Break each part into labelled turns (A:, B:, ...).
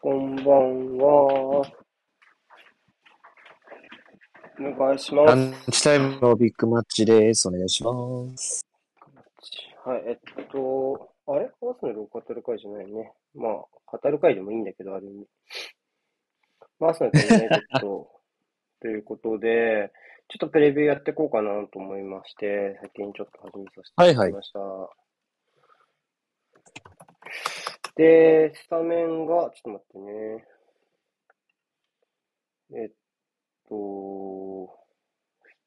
A: こんばんは。お願いしま
B: ラ
A: す。
B: ンチタイムのビッグマッチです。お願いします。
A: はい、えっと、あれハウスネルを語る会じゃないね。まあ、語る会でもいいんだけど、ある意味。まあ、ハウスネルと ユナイテッドということで、ちょっとプレビューやっていこうかなと思いまして、先にちょっと始めさせていただきました。で、スタメンが、ちょっと待ってね。えっと、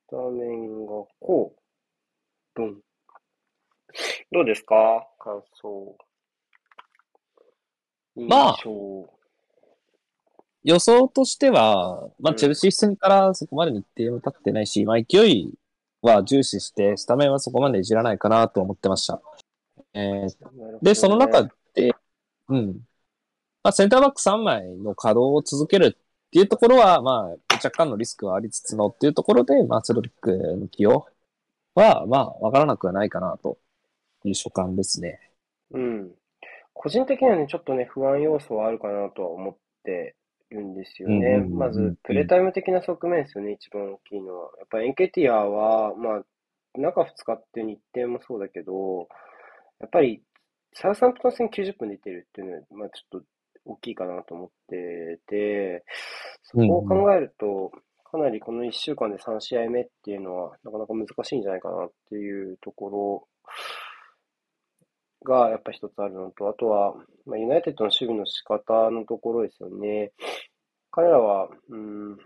A: スタメンがこう、ブン。どうですか感想。
B: まあ
A: 印象。
B: 予想としては、
A: う
B: まあ、
A: ん
B: チェルシー戦からそこまで日程も立ってないし、まあ、勢いは重視して、スタメンはそこまでいじらないかなと思ってました。えー
A: なるほどね
B: で、その中で、うん。まあ、センターバック3枚の稼働を続けるっていうところは、まあ、若干のリスクはありつつのっていうところで、まあ、セドリックの起用は、まあ、わからなくはないかなという所感ですね。
A: うん。個人的にはね、ちょっとね、不安要素はあるかなとは思ってるんですよ
B: うん
A: ね。
B: うんうんうん
A: まず、プレータイム的な側面ですよね、一番大きいのは。やっぱエンケティアは、まあ、中2日っていう日程もそうだけど、やっぱり、サウサンプトン戦90分出てるっていうのは、まあ、ちょっと大きいかなと思ってて、そこを考えると、かなりこの1週間で3試合目っていうのは、なかなか難しいんじゃないかなっていうところがやっぱ一つあるのと、あとは、まあ、ユナイテッドの守備の仕方のところですよね。彼らは、うん、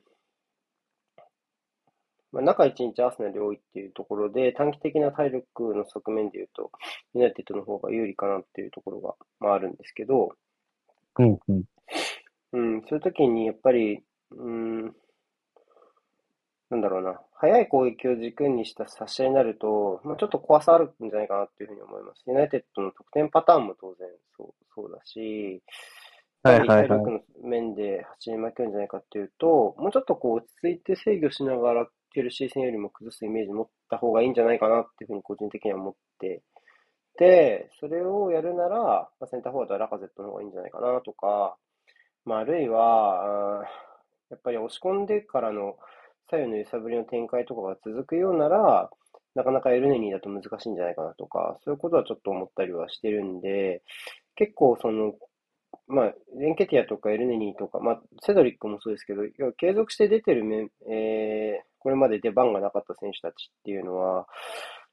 A: まあ、中1日アーセナル多いっていうところで、短期的な体力の側面で言うと、ユナイテッドの方が有利かなっていうところが、まあ、あるんですけど、
B: うん、うん。
A: うん、そういう時にやっぱり、うん、なんだろうな、速い攻撃を軸にした差し合いになると、まあ、ちょっと怖さあるんじゃないかなっていうふうに思います。ユナイテッドの得点パターンも当然そう、そうだし、
B: はいはいはい
A: やっぱり体力の面で走り負けるんじゃないかっていうと、もうちょっとこう落ち着いて制御しながら、チェルシー戦よりも崩すイメージ持った方がいいんじゃないかなっていうふうに個人的には思ってで、それをやるなら、まあ、センターフォワードはラカゼットの方がいいんじゃないかなとか、まあ、あるいは、あーやっぱり押し込んでからの左右の揺さぶりの展開とかが続くようなら、なかなかエルネニーだと難しいんじゃないかなとか、そういうことはちょっと思ったりはしてるんで、結構その、まあ、レンケティアとかエルネニーとか、まあ、セドリックもそうですけど、要は継続して出てる面、えーこれまで出番がなかった選手たちっていうのは、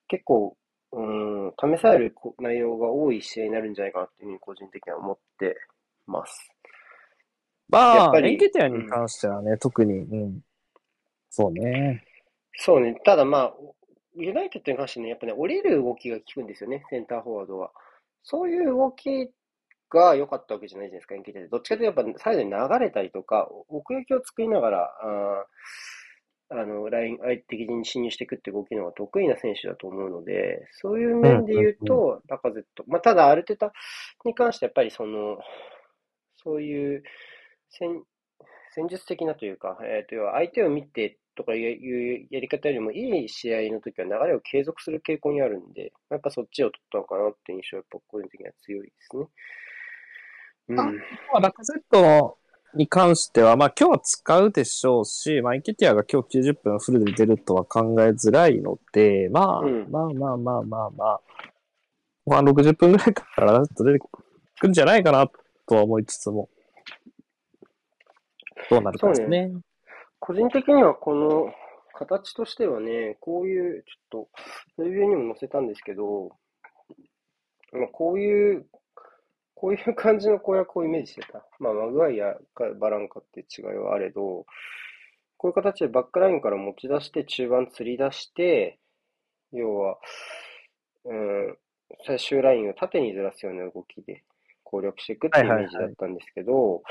A: 結構、うん、試されるこ内容が多い試合になるんじゃないかなっていうふうに個人的には思ってます。や
B: ま
A: っぱ
B: あ、
A: り
B: エンケティアに関してはね、特に、うん。そうね。
A: そうね、ただまあ、ユナイテッドに関してね、やっぱね、降りる動きが効くんですよね、センターフォワードは。そういう動きが良かったわけじゃないじゃないですか、エンケティアってどっちかというと、やっぱサイドに流れたりとか、奥行きを作りながら、あーあの、ライン、相手的に侵入していくって動きの方が得意な選手だと思うので、そういう面で言うと、ラカゼット、まあ、ただ、アルテタに関してやっぱりその、そういう戦、戦術的なというか、えーと要は相手を見てとかいうやり方よりも、いい試合の時は流れを継続する傾向にあるんで、やっぱそっちを取ったのかなっていう印象は、やっぱ個人的には強いですね。うん。
B: あまあ、ラカゼットに関しては、まあ、今日は使うでしょうし、まあ、エンケティアが今日90分フルで出るとは考えづらいので、まあ、
A: うん
B: まあまあまあまあまあ、後半60分ぐらいからラカゼット出てくるんじゃないかなとは思いつつも、どうなるかですね。
A: 個人的にはこの形としてはね、こういう、ちょっと、レビューにも載せたんですけど、まあ、こういう、こういう感じの公約をイメージしてた。まあ、マグワイアかバランカって違いはあれど、こういう形でバックラインから持ち出して、中盤釣り出して、要は、うん、最終ラインを縦にずらすような動きで攻略していくっていうイメージだったんですけど、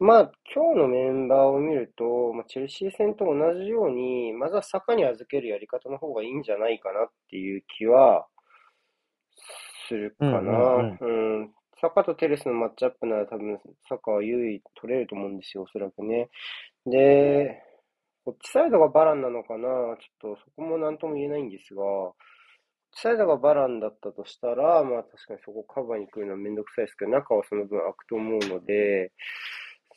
A: まあ、今日のメンバーを見ると、まあ、チェルシー戦と同じように、まずは坂に預けるやり方の方がいいんじゃないかなっていう気はするかな。
B: うんうん
A: うん坂とテレスのマッチアップなら多分坂は優位取れると思うんですよ、おそらくね。で、こっちサイドがバランなのかな、ちょっとそこも何とも言えないんですが、こっちサイドがバランだったとしたら、まあ確かにそこカバーに来るのはめんどくさいですけど、中はその分空くと思うので、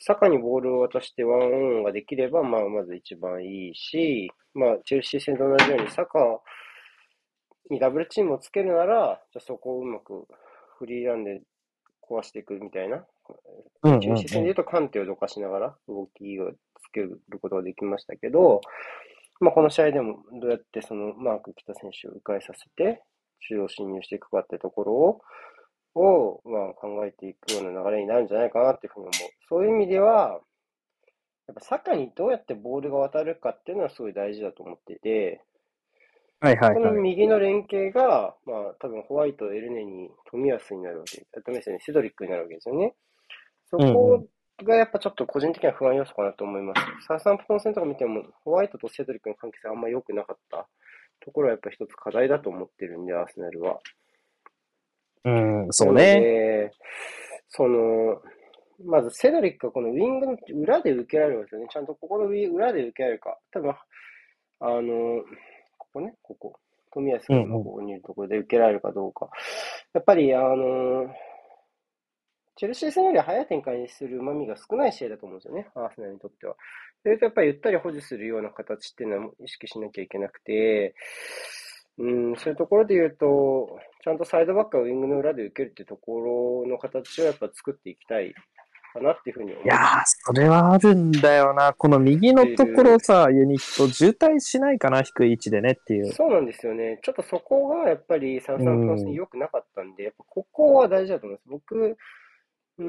A: 坂にボールを渡してワンオンができれば、まあまず一番いいし、まあチェルシー戦と同じように坂にダブルチームをつけるなら、じゃあそこをうまくフリーランで壊していくみたいな、
B: うんうん
A: 中心戦で言うと、カンテをどかしながら動きをつけることができましたけど、まあ、この試合でもどうやってそのマーク北選手を迂回させて、中央侵入していくかってところを、をまあ考えていくような流れになるんじゃないかなっていうふうに思う。そういう意味では、やっぱサッカーにどうやってボールが渡るかっていうのはすごい大事だと思ってて、
B: はいは
A: この右の連携が、まあ、多分ホワイト、エルネに、冨安になるわけ、冨安にセドリックになるわけですよね。そこがやっぱちょっと個人的には不安要素かなと思います。サーサンプトン戦とか見ても、ホワイトとセドリックの関係性あんま良くなかったところはやっぱ一つ課題だと思ってるんで、アーセナルは。
B: うん、そう
A: なの
B: ね。
A: で。その、まずセドリックがこのウィングの裏で受けられるんですよね。ちゃんとここのウィ裏で受けられるか。多分、あの、ここね、ここ。富安君のここにいるところで受けられるかどうか。やっぱり、あの、チェルシー戦より早い展開にする旨味が少ない試合だと思うんですよね、アーセナルにとっては。それとやっぱりゆったり保持するような形っていうのは意識しなきゃいけなくて、うん、そういうところで言うと、ちゃんとサイドバックがウィングの裏で受けるっていうところの形をやっぱ作っていきたいかなっていうふうに思
B: いやー、それはあるんだよな。この右のところさ、ユニット渋滞しないかな、低い位置でねっていう。
A: そうなんですよね。ちょっとそこがやっぱりサウサンプトン戦良くなかったんで、やっぱここは大事だと思います。僕、うー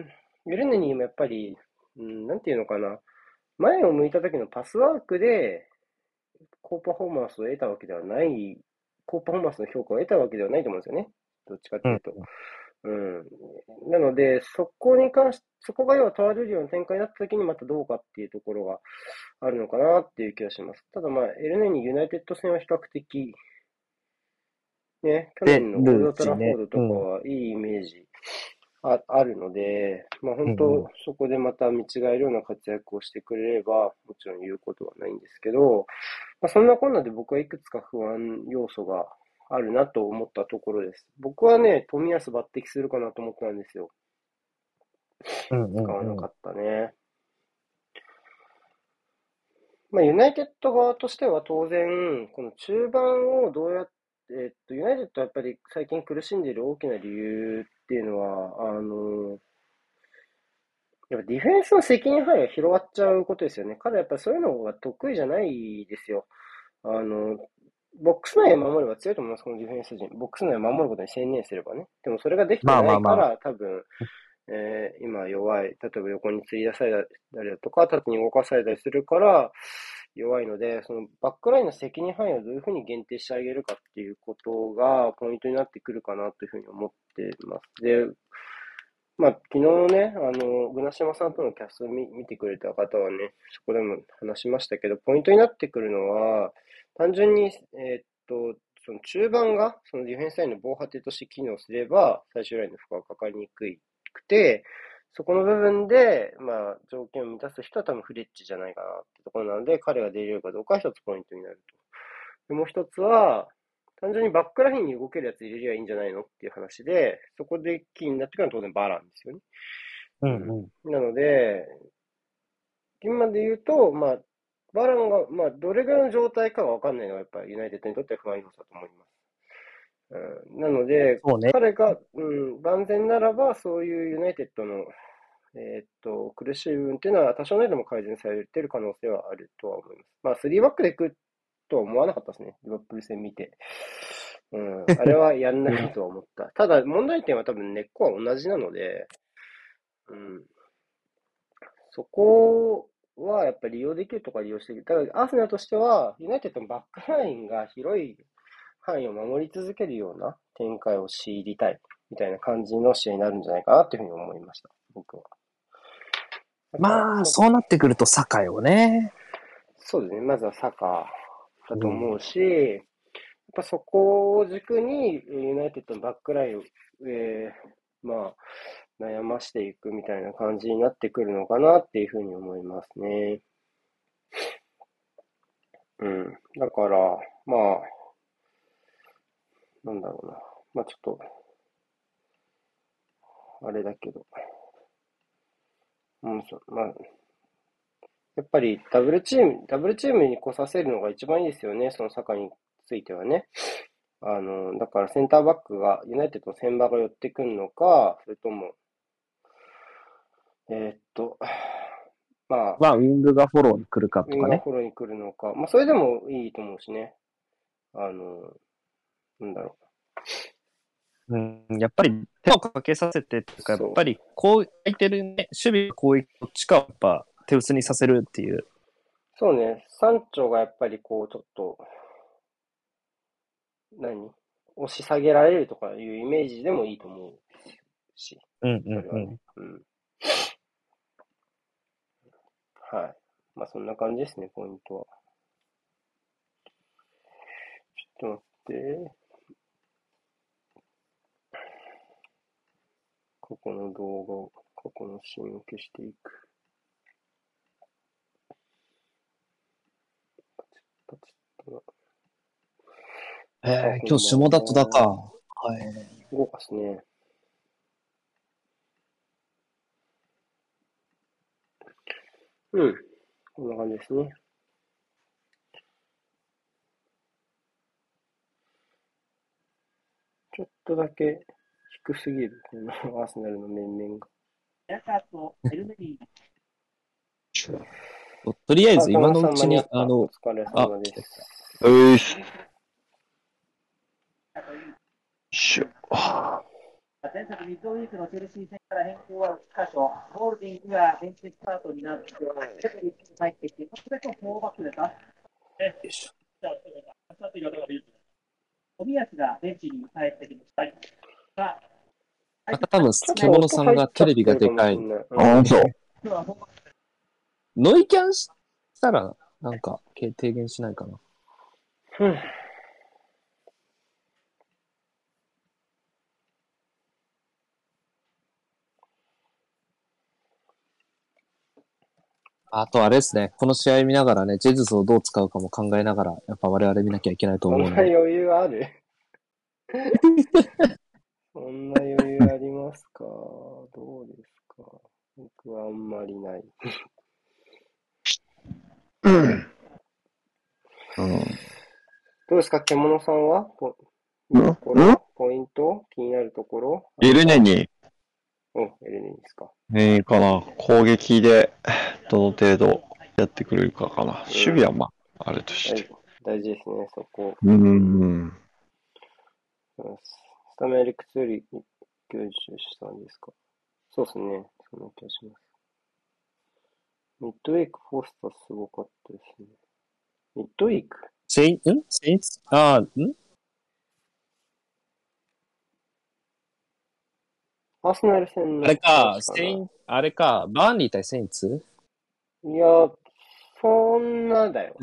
A: ん、エルネにもやっぱり、うん、なんていうのかな、前を向いた時のパスワークで、高パフォーマンスを得たわけではない、高パフォーマンスの評価を得たわけではないと思うんですよね。どっちかっていうと。うん、なので、そこに関し、そこが要は問われるような展開になった時にまたどうかっていうところがあるのかなっていう気がします。ただまあ、エルネにユナイテッド戦は比較的、ね、去
B: で
A: 年のオール
B: ル
A: ド
B: ー
A: ト
B: チ
A: ラフ
B: ね
A: ォードとかはいいイメージあ,、あるので、まあ本
B: うんうん
A: 当そこでまた見違えるような活躍をしてくれれば、もちろん言うことはないんですけど、まあ、そんなこんなで僕はいくつか不安要素があるなと思ったところです。僕はね、富安抜擢するかなと思ったんですよ。
B: うんう
A: 使わなん
B: うん
A: かったね。まあ、ユナイテッド側としては当然、この中盤をどうやって、えっと、ユナイテッドはやっぱり最近苦しんでいる大きな理由っていうのは、あの、やっぱディフェンスの責任範囲が広がっちゃうことですよね。彼はやっぱりそういうのが得意じゃないですよ。あの、ボックス内を守れば強いと思います、このディフェンス陣。ボックス内を守ることに専念すればね。でもそれができてない
B: ま
A: か
B: あま
A: ら、
B: あまあ
A: 多分、えー今弱い、例えば横に吊り出されたりだとか、縦に動かされたりするから弱いので、そのバックラインの責任範囲をどういうふうに限定してあげるかっていうことがポイントになってくるかなというふうに思ってます。で、まあ、昨日ね、あの、具なしまさんとのキャストを見見てくれた方はね、そこでも話しましたけど、ポイントになってくるのは、単純に、えーっと、その中盤が、そのディフェンスラインの防波堤として機能すれば、最終ラインの負荷がかかりにくいくて、そこの部分で、まあ、条件を満たす人は多分フレッチじゃないかなってところなので、彼が出れるかどうかは一つポイントになると。でもう一つは、単純にバックラインに動けるやつ入れりゃいいんじゃないのっていう話で、そこでキーになってくるのは当然バランですよね。
B: うんうん。
A: なので、今で言うと、まあ、バランが、まあ、どれぐらいの状態かがわかんないのが、やっぱりユナイテッドにとっては不安要素だと思います。うん、なので、
B: そうね。
A: 彼が、うん、万全ならば、そういうユナイテッドの、えーっと、苦しい部分っていうのは、多少なりとも改善されてる可能性はあるとは思います。まあ、3バックでいくとは思わなかったですね、リバプール戦見て。うん、あれはやんないとは思った。ただ、問題点は多分根っこは同じなので、うん、そこはやっぱり利用できるとか利用していく。だから、アーセナルとしては、ユナイテッドのバックラインが広い範囲を守り続けるような展開を知りたいみたいな感じの試合になるんじゃないかなっていうふうに思いました、僕は。
B: まあ、そうなってくると、酒をね。
A: そうですね、まずはサッカーだと思うし、やっぱそこを軸に、えーユナイテッドのバックラインを、えーまあ、悩ましていくみたいな感じになってくるのかなっていうふうに思いますね。うん。だから、まあ、なんだろうな。まあちょっと、あれだけど。うん、そう、まあ、やっぱりダブルチーム、ダブルチームに来させるのが一番いいですよね、その坂についてはね。あの、だからセンターバックが、ユナイテッドの先場が寄ってくるのか、それとも、えーっと、まあ、
B: まあ、ウィングがフォローに来るかと
A: みん
B: か
A: な
B: ね。
A: フォローに来るのか、まあ、それでもいいと思うしね。あの、なんだろ
B: うん、やっぱり手をかけさせてとか、や
A: そう
B: っぱりこう、相手るね、守備、攻撃、どっちかをやっぱ手薄にさせるっていう。
A: う。そうね、サンチョがやっぱりこう、ちょっと、何押し下げられるとかいうイメージでもいいと思うし、
B: うん
A: そうれは
B: んうん
A: ね。。うん。はい。まあ、そんな感じですね、ポイントは。ちょっと待って。ここの動画を、ここのシーンを消していく。パチッパチッと
B: えー、
A: そ
B: 今
A: う
B: 日下田とだか。はい。
A: 豪華ですね。うん。こんな感じですね。ちょっとだけ低すぎる、このアーセナルの面々が。
B: とりあえず
A: 川
B: 今
A: 上
B: のうちに
A: 様、
B: あ
A: お
B: の、
A: 疲れ様です。
C: ういっす。よいしょ。
D: 前作ミッドウィークのチェルシー戦から変更は1箇所、ホールディングがベンチスタートになって、セクリッチに入ってきて、それと4バックですか富安がベンチに帰ってきました。さあ
B: また多分、獣さんがテレビがでかい。
A: うん
C: あ、そう。
D: 今日はフォーバック
B: ノイキャンしたら、なんか、け低減しないかな。あとあれですね、この試合見ながらね、ジェズスをどう使うかも考えながら、やっぱ我々見なきゃいけないと
A: そ
B: 思
A: ん
B: う
A: な
B: ので、
A: 余裕あるそんな余裕ありますかどうですか僕はあんまりない。
C: うん。
A: どうですか獣さんはポ
C: うん
A: こ
C: う
A: れ
C: ん
A: ポイント気になるところ
C: エルネに、
A: うん、エルネニですか。
C: ねえかな。攻撃で、どの程度やってくれるかかな。守備はまあ、あれとして。
A: 大大事ですね、そこ。
C: うんうん。
A: うんスタメン理屈より享受したんですかそうですね、そんな気がします。ミッドウェイク、フォースターすごかったですね。ミッドウェイク
B: セイン、んセインツああ、ん
A: アーセナル戦の
B: あれか、
A: 話
B: セイン、あれか、バーンリー対セインツ
A: いや、そんな だよ。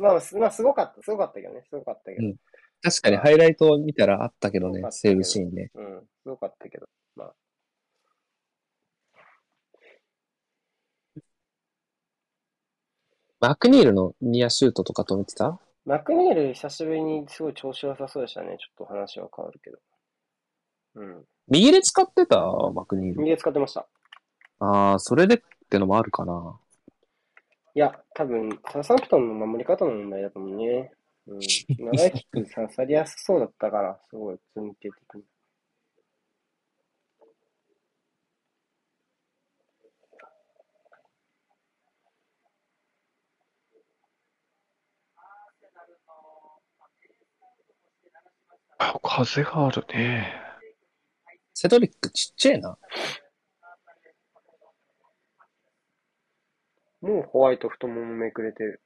A: まあ、すまあ、すごかった、すごかったけどね、すごかったけど。
B: 確かにハイライトを見たらあったけどね
A: よか、ったけ
B: セ
A: ど
B: ーブシーンね。
A: うん、すごかったけど、まあ。
B: マクニールのニアシュートとか止めてた
A: マクニール、久しぶりにすごい調子良さそうでしたね。ちょっと話は変わるけど。うん。
B: 右で使ってたマクニール。
A: 右で使ってました。
B: ああ、それでってのもあるかな。
A: いや、多分、ササンプトンの守り方の問題だと思うね。うん。長いキック刺さりやすそうだったから、すごい、普通に出てくる。
C: あ風があるね。
B: セドリックちっちゃいな。
A: もうホワイト太ももめくれてる。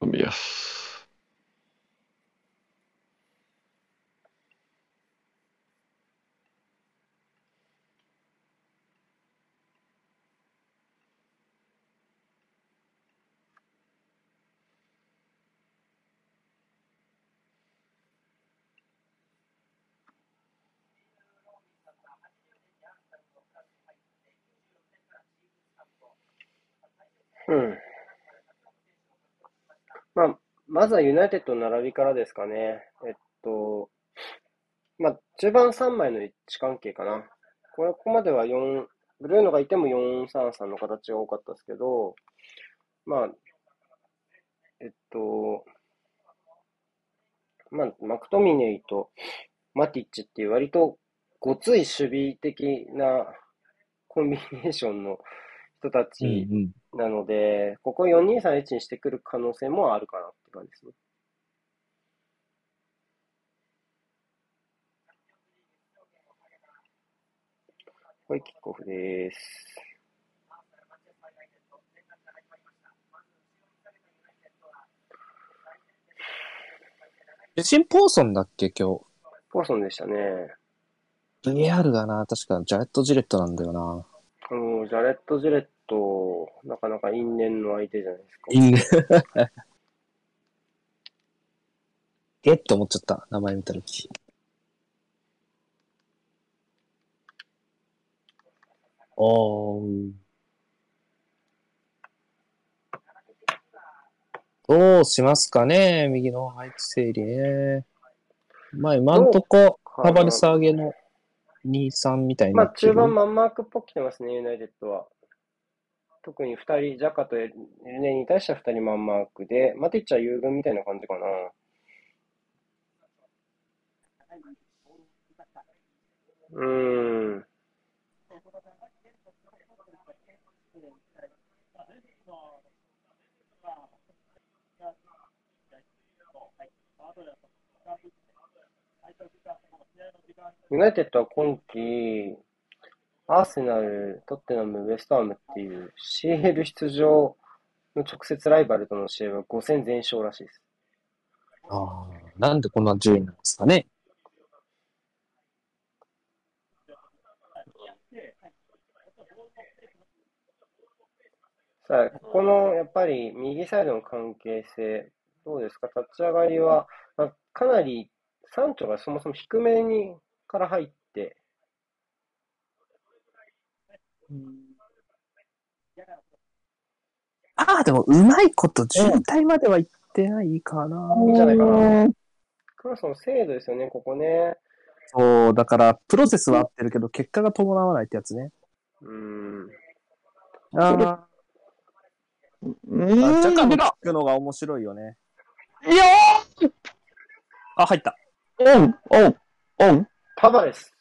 C: 飲みやす。
A: うん。まあ、まずはユナイテッドの並びからですかね。えっと、まあ、中盤3枚の位置関係かな。これ、ここまでは4、ブルーノがいても4-3-3の形が多かったですけど、まあ、えっと、まあ、マクトミネイとマティッチっていう割とごつい守備的なコンビネーションの人たち、
B: うん。
A: なので、ここ4231にしてくる可能性もあるかなって感じですね。はい、キックオフです。
B: ジェシン・ポーソンだっけ、今日。
A: ポーソンでしたね。
B: VR がな、確か、ジャレット・ジレットなんだよな。
A: あの、ジャレット・ジレット、なかなか因縁の相手じゃないですか。
B: いいね。 えって思っちゃった。名前見たとき。おー。どうしますかね右の配置整理ね。まあ、今んとこ、
A: かな
B: ハバルス上げの2、3みたいに
A: ま
B: な
A: あ、
B: ってる
A: 中盤マンマークっぽく来てますね、ユナイテッドは。特に2人、ジャカとエルネに対しては2人マンマークで、マティッチは友軍みたいな感じかな。うーん。ユナイテッドは今季、アーセナル、トッテナム、ウェストハムっていう CL 出場の直接ライバルとの試合は5戦全勝らしいです。
B: ああ、なんでこんな順位なんですかね。
A: さあ、ここのやっぱり右サイドの関係性、どうですか立ち上がりは、まあ、かなりサンチョがそもそも低めにから入って、
B: ああ、でも、うまいこと、渋滞までは行ってないかな。
A: いいんじゃないかな。クロスの精度ですよね、ここね。
B: そう、だから、プロセスは合ってるけど、結果が伴わないってやつね。
A: うーん。
B: あーあ、
C: う
B: ジ
C: ー
B: ャ
C: ん
B: カの聞くのが面白いよね。
C: いや
B: あ、入った。
C: ーオン、オン、オン。
A: タバレス。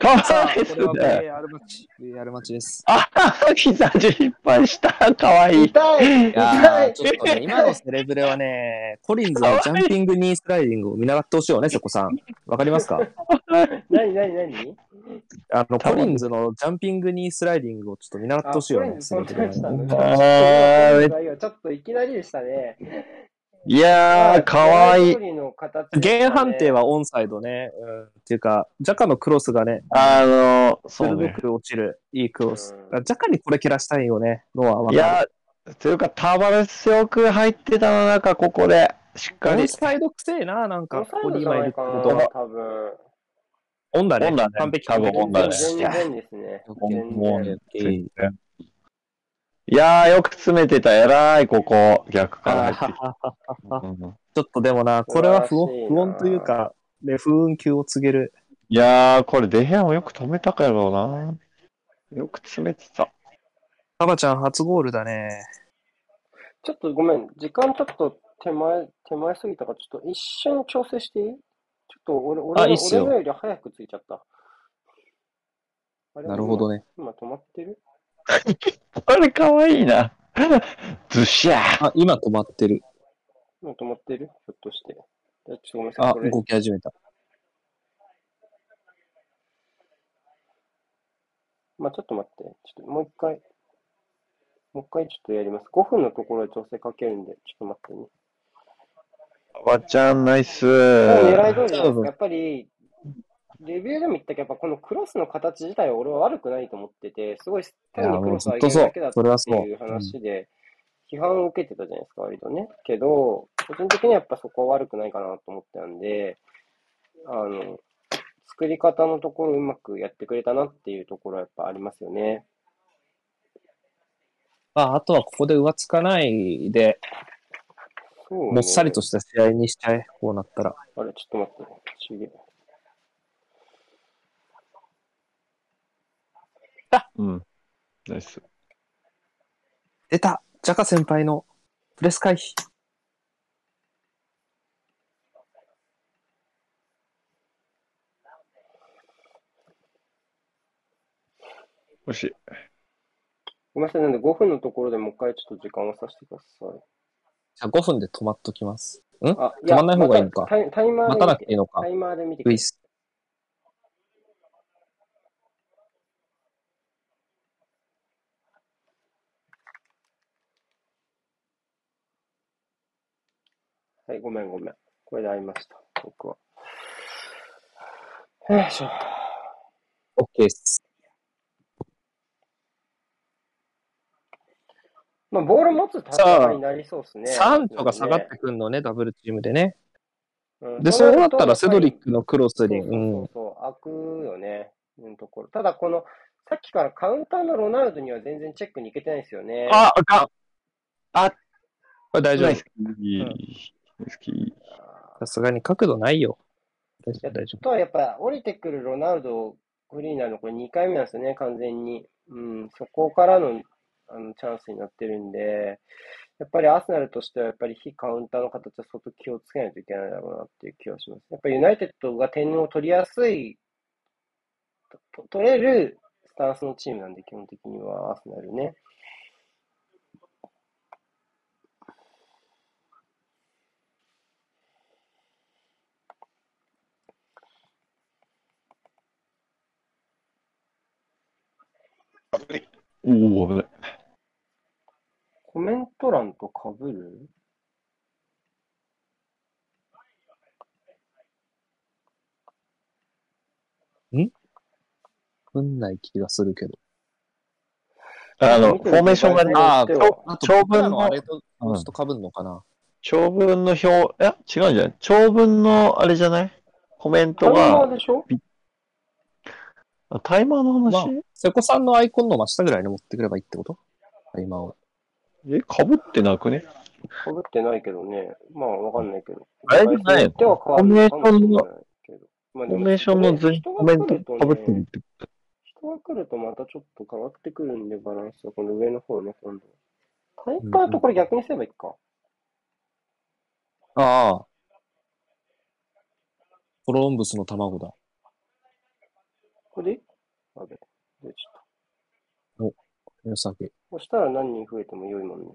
C: か
B: さ
C: わ
B: あ、
C: いい
B: こ
C: です
B: れは
C: ね。
B: VAR マッチ。VAR マッチです。
C: あはは、膝中いっぱいした。かわいい。
A: 痛い
B: いや
A: 痛
B: ー
A: い
B: ちょっと ね、今のセレブレはね、コリンズのジャンピングニースライディングを見習ってほしいよね、そこさん。わかりますか
A: 何何何
B: あの、コリンズのジャンピングニースライディングをちょっと見習ってほしいよね、
A: そ
B: セレ
A: ん
B: ブレ
A: な
B: は
A: し
B: ね
A: たのね。
C: あーめ
A: ちょっといきなりでしたね。
C: いやー、かわいい
A: 狙。通りの形でしたね
B: 原判定。はオンサイドね。うん、っていうか、ジャカのクロスがね、
C: あのー、そう
B: 鋭
C: ね。
B: く落ちる、いいクロス。
A: うん
B: ジャカにこれ蹴らしたいよね、のは分
C: い
B: か
C: やー、というか、タバレスよく入ってたの、なんか、ここで。しっか
B: る。オ
C: り
B: ン。サイドくせえな、なんか、
A: オフサ
B: ここ
A: イド
B: に
A: じゃ
B: 今
A: な
B: いるっ
A: い
B: て
A: か
B: こと
A: な、
B: は。
A: 多分。
B: オンだね。
C: オンだね
B: 完璧。
C: 多分オンだね
A: 全然ですね。全
C: もう
A: 然。
C: ね、全然いやー、よく詰めてた。偉い、ここ。逆
B: あ
C: から
B: は
C: 入ってき
B: はは
C: た。 うん
B: ちょっとでもな、これは不
A: 素晴らしい
B: 穏
A: な
B: 不穏というか、ね、不運球を告げる。
C: いやー、これ、デヘアもよく止めたからだろうな。よく詰めてた。
B: カバちゃん初ゴールだね。
A: ちょっとごめん、時間ちょっと手前、手前すぎたから、ちょっと一瞬調整していいちょっと俺、俺
B: あ
A: の
B: いいっすよ
A: 俺のより早くついちゃった。あれ
B: なるほどね。
A: 今今止まってる
C: これ、かわいいな。 ずしゃー。
B: あ、今止まってる。
A: もう止まってるひょっとして。じゃあちょっとごめんなさい。
B: あ、
A: これ、
B: 動き始めた。
A: まあちょっと待って。ちょっともう一回、もう一回ちょっとやります。5分のところで調整かけるんで、ちょっと待ってね。
C: ばちゃん、ナイス
A: もう
C: ー。
A: 狙い通りじゃないですか。やっぱり、レビューでも言ったけど、やっぱこのクロスの形自体は俺は悪くないと思ってて、すごい単にクロスを上げるだけだっていう話で、批判を受けてたじゃないですか、割とね。けど、個人的にはやっぱそこは悪くないかなと思ってたんで、あの、作り方のところをうまくやってくれたなっていうところはやっぱありますよね。
B: まあ、あとはここで上つかないで、
A: そうね
B: もっさりとした試合にしちゃえ、こうなったら。
A: あれ、ちょっと待ってね。
C: うん。ナイス。
B: 出たジャカ先輩のプレス回避。
C: もし、
A: ごめんなさい、なんで5分のところでもう一回ちょっと時間をさせてください。
B: じゃあ5分で止まっときます。ん
A: あ、
B: 止まんない方がいいのか
A: またタイタイマーで
B: 待たなくていいのか
A: タ。イマーで見てく
B: ル
A: だ
B: イ
A: さい。
B: ス。
A: はい、ごめんごめん。これで会いました、僕は。よいしょ。
B: オッケーです。
A: まあ、ボール持つ戦いになりそうですね。
B: サンチョが下がってくんのね、ダブルチームでね。
A: うん
B: で、
A: と
B: そ
A: な
B: う
A: る
B: なっ
A: と
B: たらセドリックのクロ
A: そ
B: ス
A: うそ
B: に、
A: うそう
B: うん。
A: そう、開くよね、うんところ。ただ、この、さっきからカウンターのロナウドには全然チェックに行けてないんですよね。
B: あ、あかん。あ、これ大丈夫
C: ナイス。キー。ナイスキー。
B: さすがに角度ないよ。大丈
A: や
B: 夫、
A: っ
B: 大丈
A: とはやっぱ降りてくるロナウド、グリーンなの、これ2回目なんですよね、完全に。うん、そこからのあのチャンスになってるんで、やっぱりアーセナルとしては、やっぱり非カウンターの形は相当気をつけないといけないだろうなっていう気はします。やっぱりユナイテッドが点を取りやすい、と取れるスタンスのチームなんで、基本的にはアーセナルね。
C: おお、危ない。
A: コメント欄とかぶる
B: 夫。分ない気がするけど。
C: あの、
A: 見
C: フ
A: てる
C: ォーメーションがね、
A: あー
C: ちょ
B: あと、
C: 長
B: 僕ら
C: 文
B: のあ
C: の
B: れ、と、
C: うん
B: ちょっと被るのかな。
C: 長文の表、いや、違うんじゃない長文のあれじゃないコメント
A: タイマー
C: が、
A: でしょ
C: あタイマーの
B: まあ
C: 話、、
B: 瀬古さんのアイコンの真下ぐらいに持ってくればいいってこと今を。
C: え、かぶってなくね
A: かぶってないけどね。まあ、わかんないけど。
C: あれじゃないの
A: では変わるのかもしれないけど。まあ
C: フォーメーションの図に
A: 人
C: コ
A: が
C: メ
A: 来
C: ント
A: る
C: かぶって
A: と
C: るっ
A: ね、
C: て。
A: 人が来るとまたちょっと変わってくるんで、バランスは。この上の方ね、今度。タイパーとこれ逆にすればいいか。
B: ああ。コロンブスの卵だ。
A: これであれ。で、ちょっ
B: よさげ。
A: と。そしたら何人増えても良いもんね。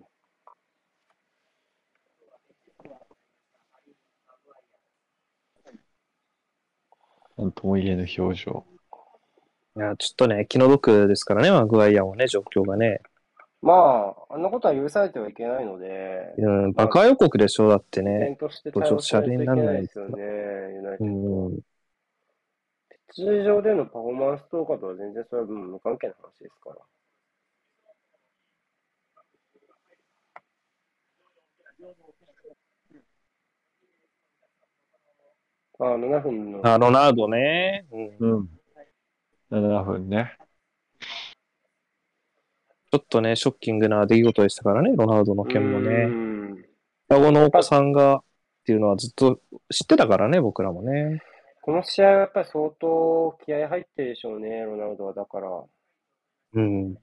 C: なんとも言えぬ表情。
B: いや、ちょっとね、気の毒ですからね、マグワイアもね、状況がね。
A: まあ、あんなことは許されてはいけないので、
B: うん、バカ予告でしょ、だって
A: 依
B: ね。
A: 然として対応しないといけないですよね、ユナイテ
B: う
A: ッドは。
B: ん。
A: 通常でのパフォーマンスとかとは全然それはもう無関係な話ですから。あ7分の。
B: あ、ロナウドね。うん。ち
C: うん。7分ね。
B: ょっとね、ショッキングな出来事でしたからね、ロナウドの件も
A: う
B: ね。
A: ん
B: 双子のお子さんがっていうのはずっと知ってたからね、僕らもね。
A: この試合はやっぱり相当気合入ってるでしょうね、ロナウドは。だから、
B: うん。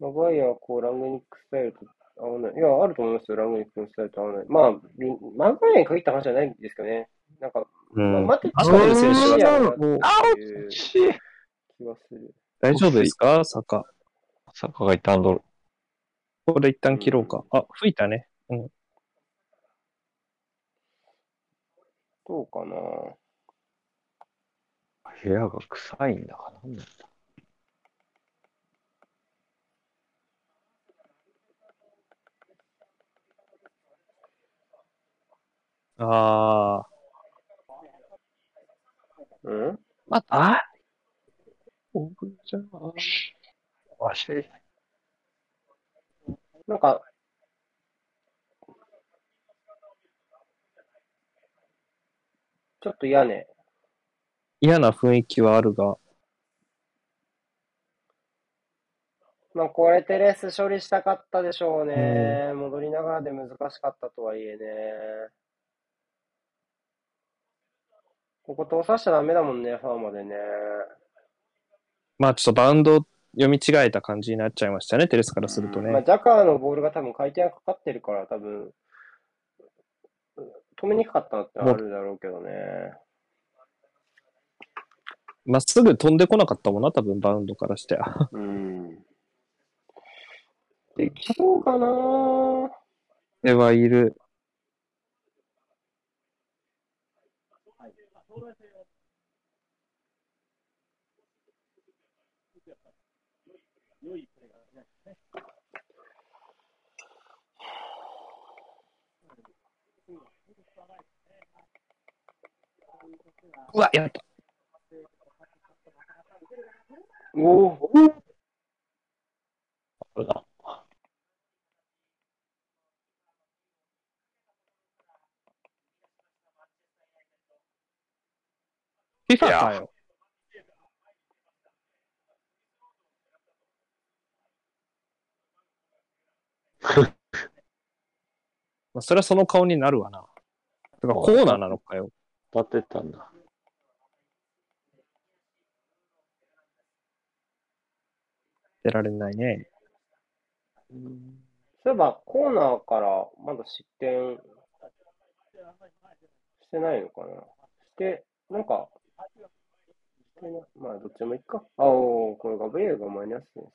A: マグワイアはこうラングニックスタイルと合わない。いや、あると思いますよ、ラングニックのスタイルと合わない。まあ、ルマグワイアに限った話じゃないんですけどね。なんか、
B: うん
A: まあ、待って
B: アシュリー選手は
A: はっていう
C: し
A: 気がする。
B: 大丈夫ですかサカ。
C: サッカーが一旦どる。
B: これ一旦切ろうか。あ、吹いたね。
A: どうかな。
C: 部屋が臭いんだかなんだ。
B: ああ。
A: うん
B: また、あオープンじゃん。
C: わし。
A: なんか、ちょっと嫌ね。
B: 嫌な雰囲気はあるが、
A: まあ、これテレス処理したかったでしょうね。戻りながらで難しかったとはいえね。ここ通さしちゃダメだもんね、ファーまでね。
B: まあちょっとバウンド読み違えた感じになっちゃいましたね、テレスからするとね。
A: まあ、ジャカーのボールが多分回転がかかってるから、多分、止めにくかったのってのはあるだろうけどね。
B: まっすぐ飛んでこなかったもんな、多分バウンドからして。
A: うん。できそうかな
B: ではいる。うわ、やった。
A: おお
C: これだ。
B: FIFA かよ。 まあそれはその顔になるわな。てかコーナーなのかよ。
C: 当たってたんだ。
B: 出られないね。
A: そういえば、コーナーからまだ失点してないのかなして、なんか、してなまあ、どっちでもいいか。あおーこれガブリエルがマイナスです。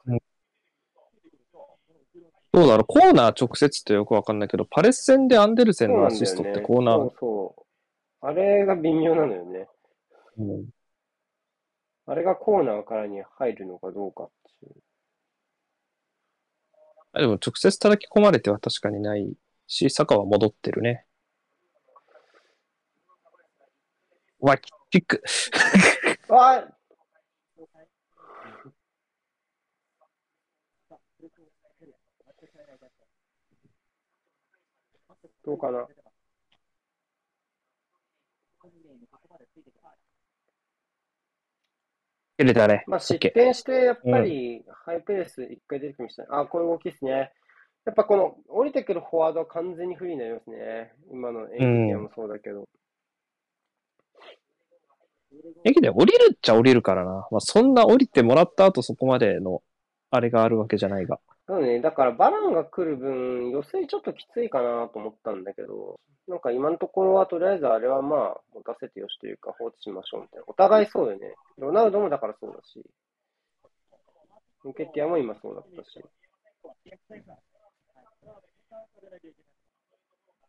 B: どうだろうコーナー直接ってよくわかんないけど、パレス戦でアンデルセンのアシストってコーナ
A: そうなんだよね
B: ー。
A: そうそう。あれが微妙なのよね。
B: うん
A: あれがコーナーからに入るのかどうかっていう。
B: あでも直接叩き込まれては確かにないし、坂は戻ってるね。うわ、キック。
A: あどうかな
B: 入れたね。
A: まあ、失
B: OK
A: 点して、やっぱりハイペース一回出てきましたね。あ、これ動きですね。やっぱこの降りてくるフォワードは完全に不利になりますね。今のエンリケもそうだけど。
B: 駅で降りるっちゃ降りるからな。まあ、そんな降りてもらった後そこまでの、あれがあるわけじゃないが。
A: なので、だからバランが来る分、予選ちょっときついかなと思ったんだけど、なんか今のところはとりあえずあれはまあ、持たせてよしというか放置しましょうみたいな。お互いそうよね。ロナウドもだからそうだし、ンケティアも今そうだったし。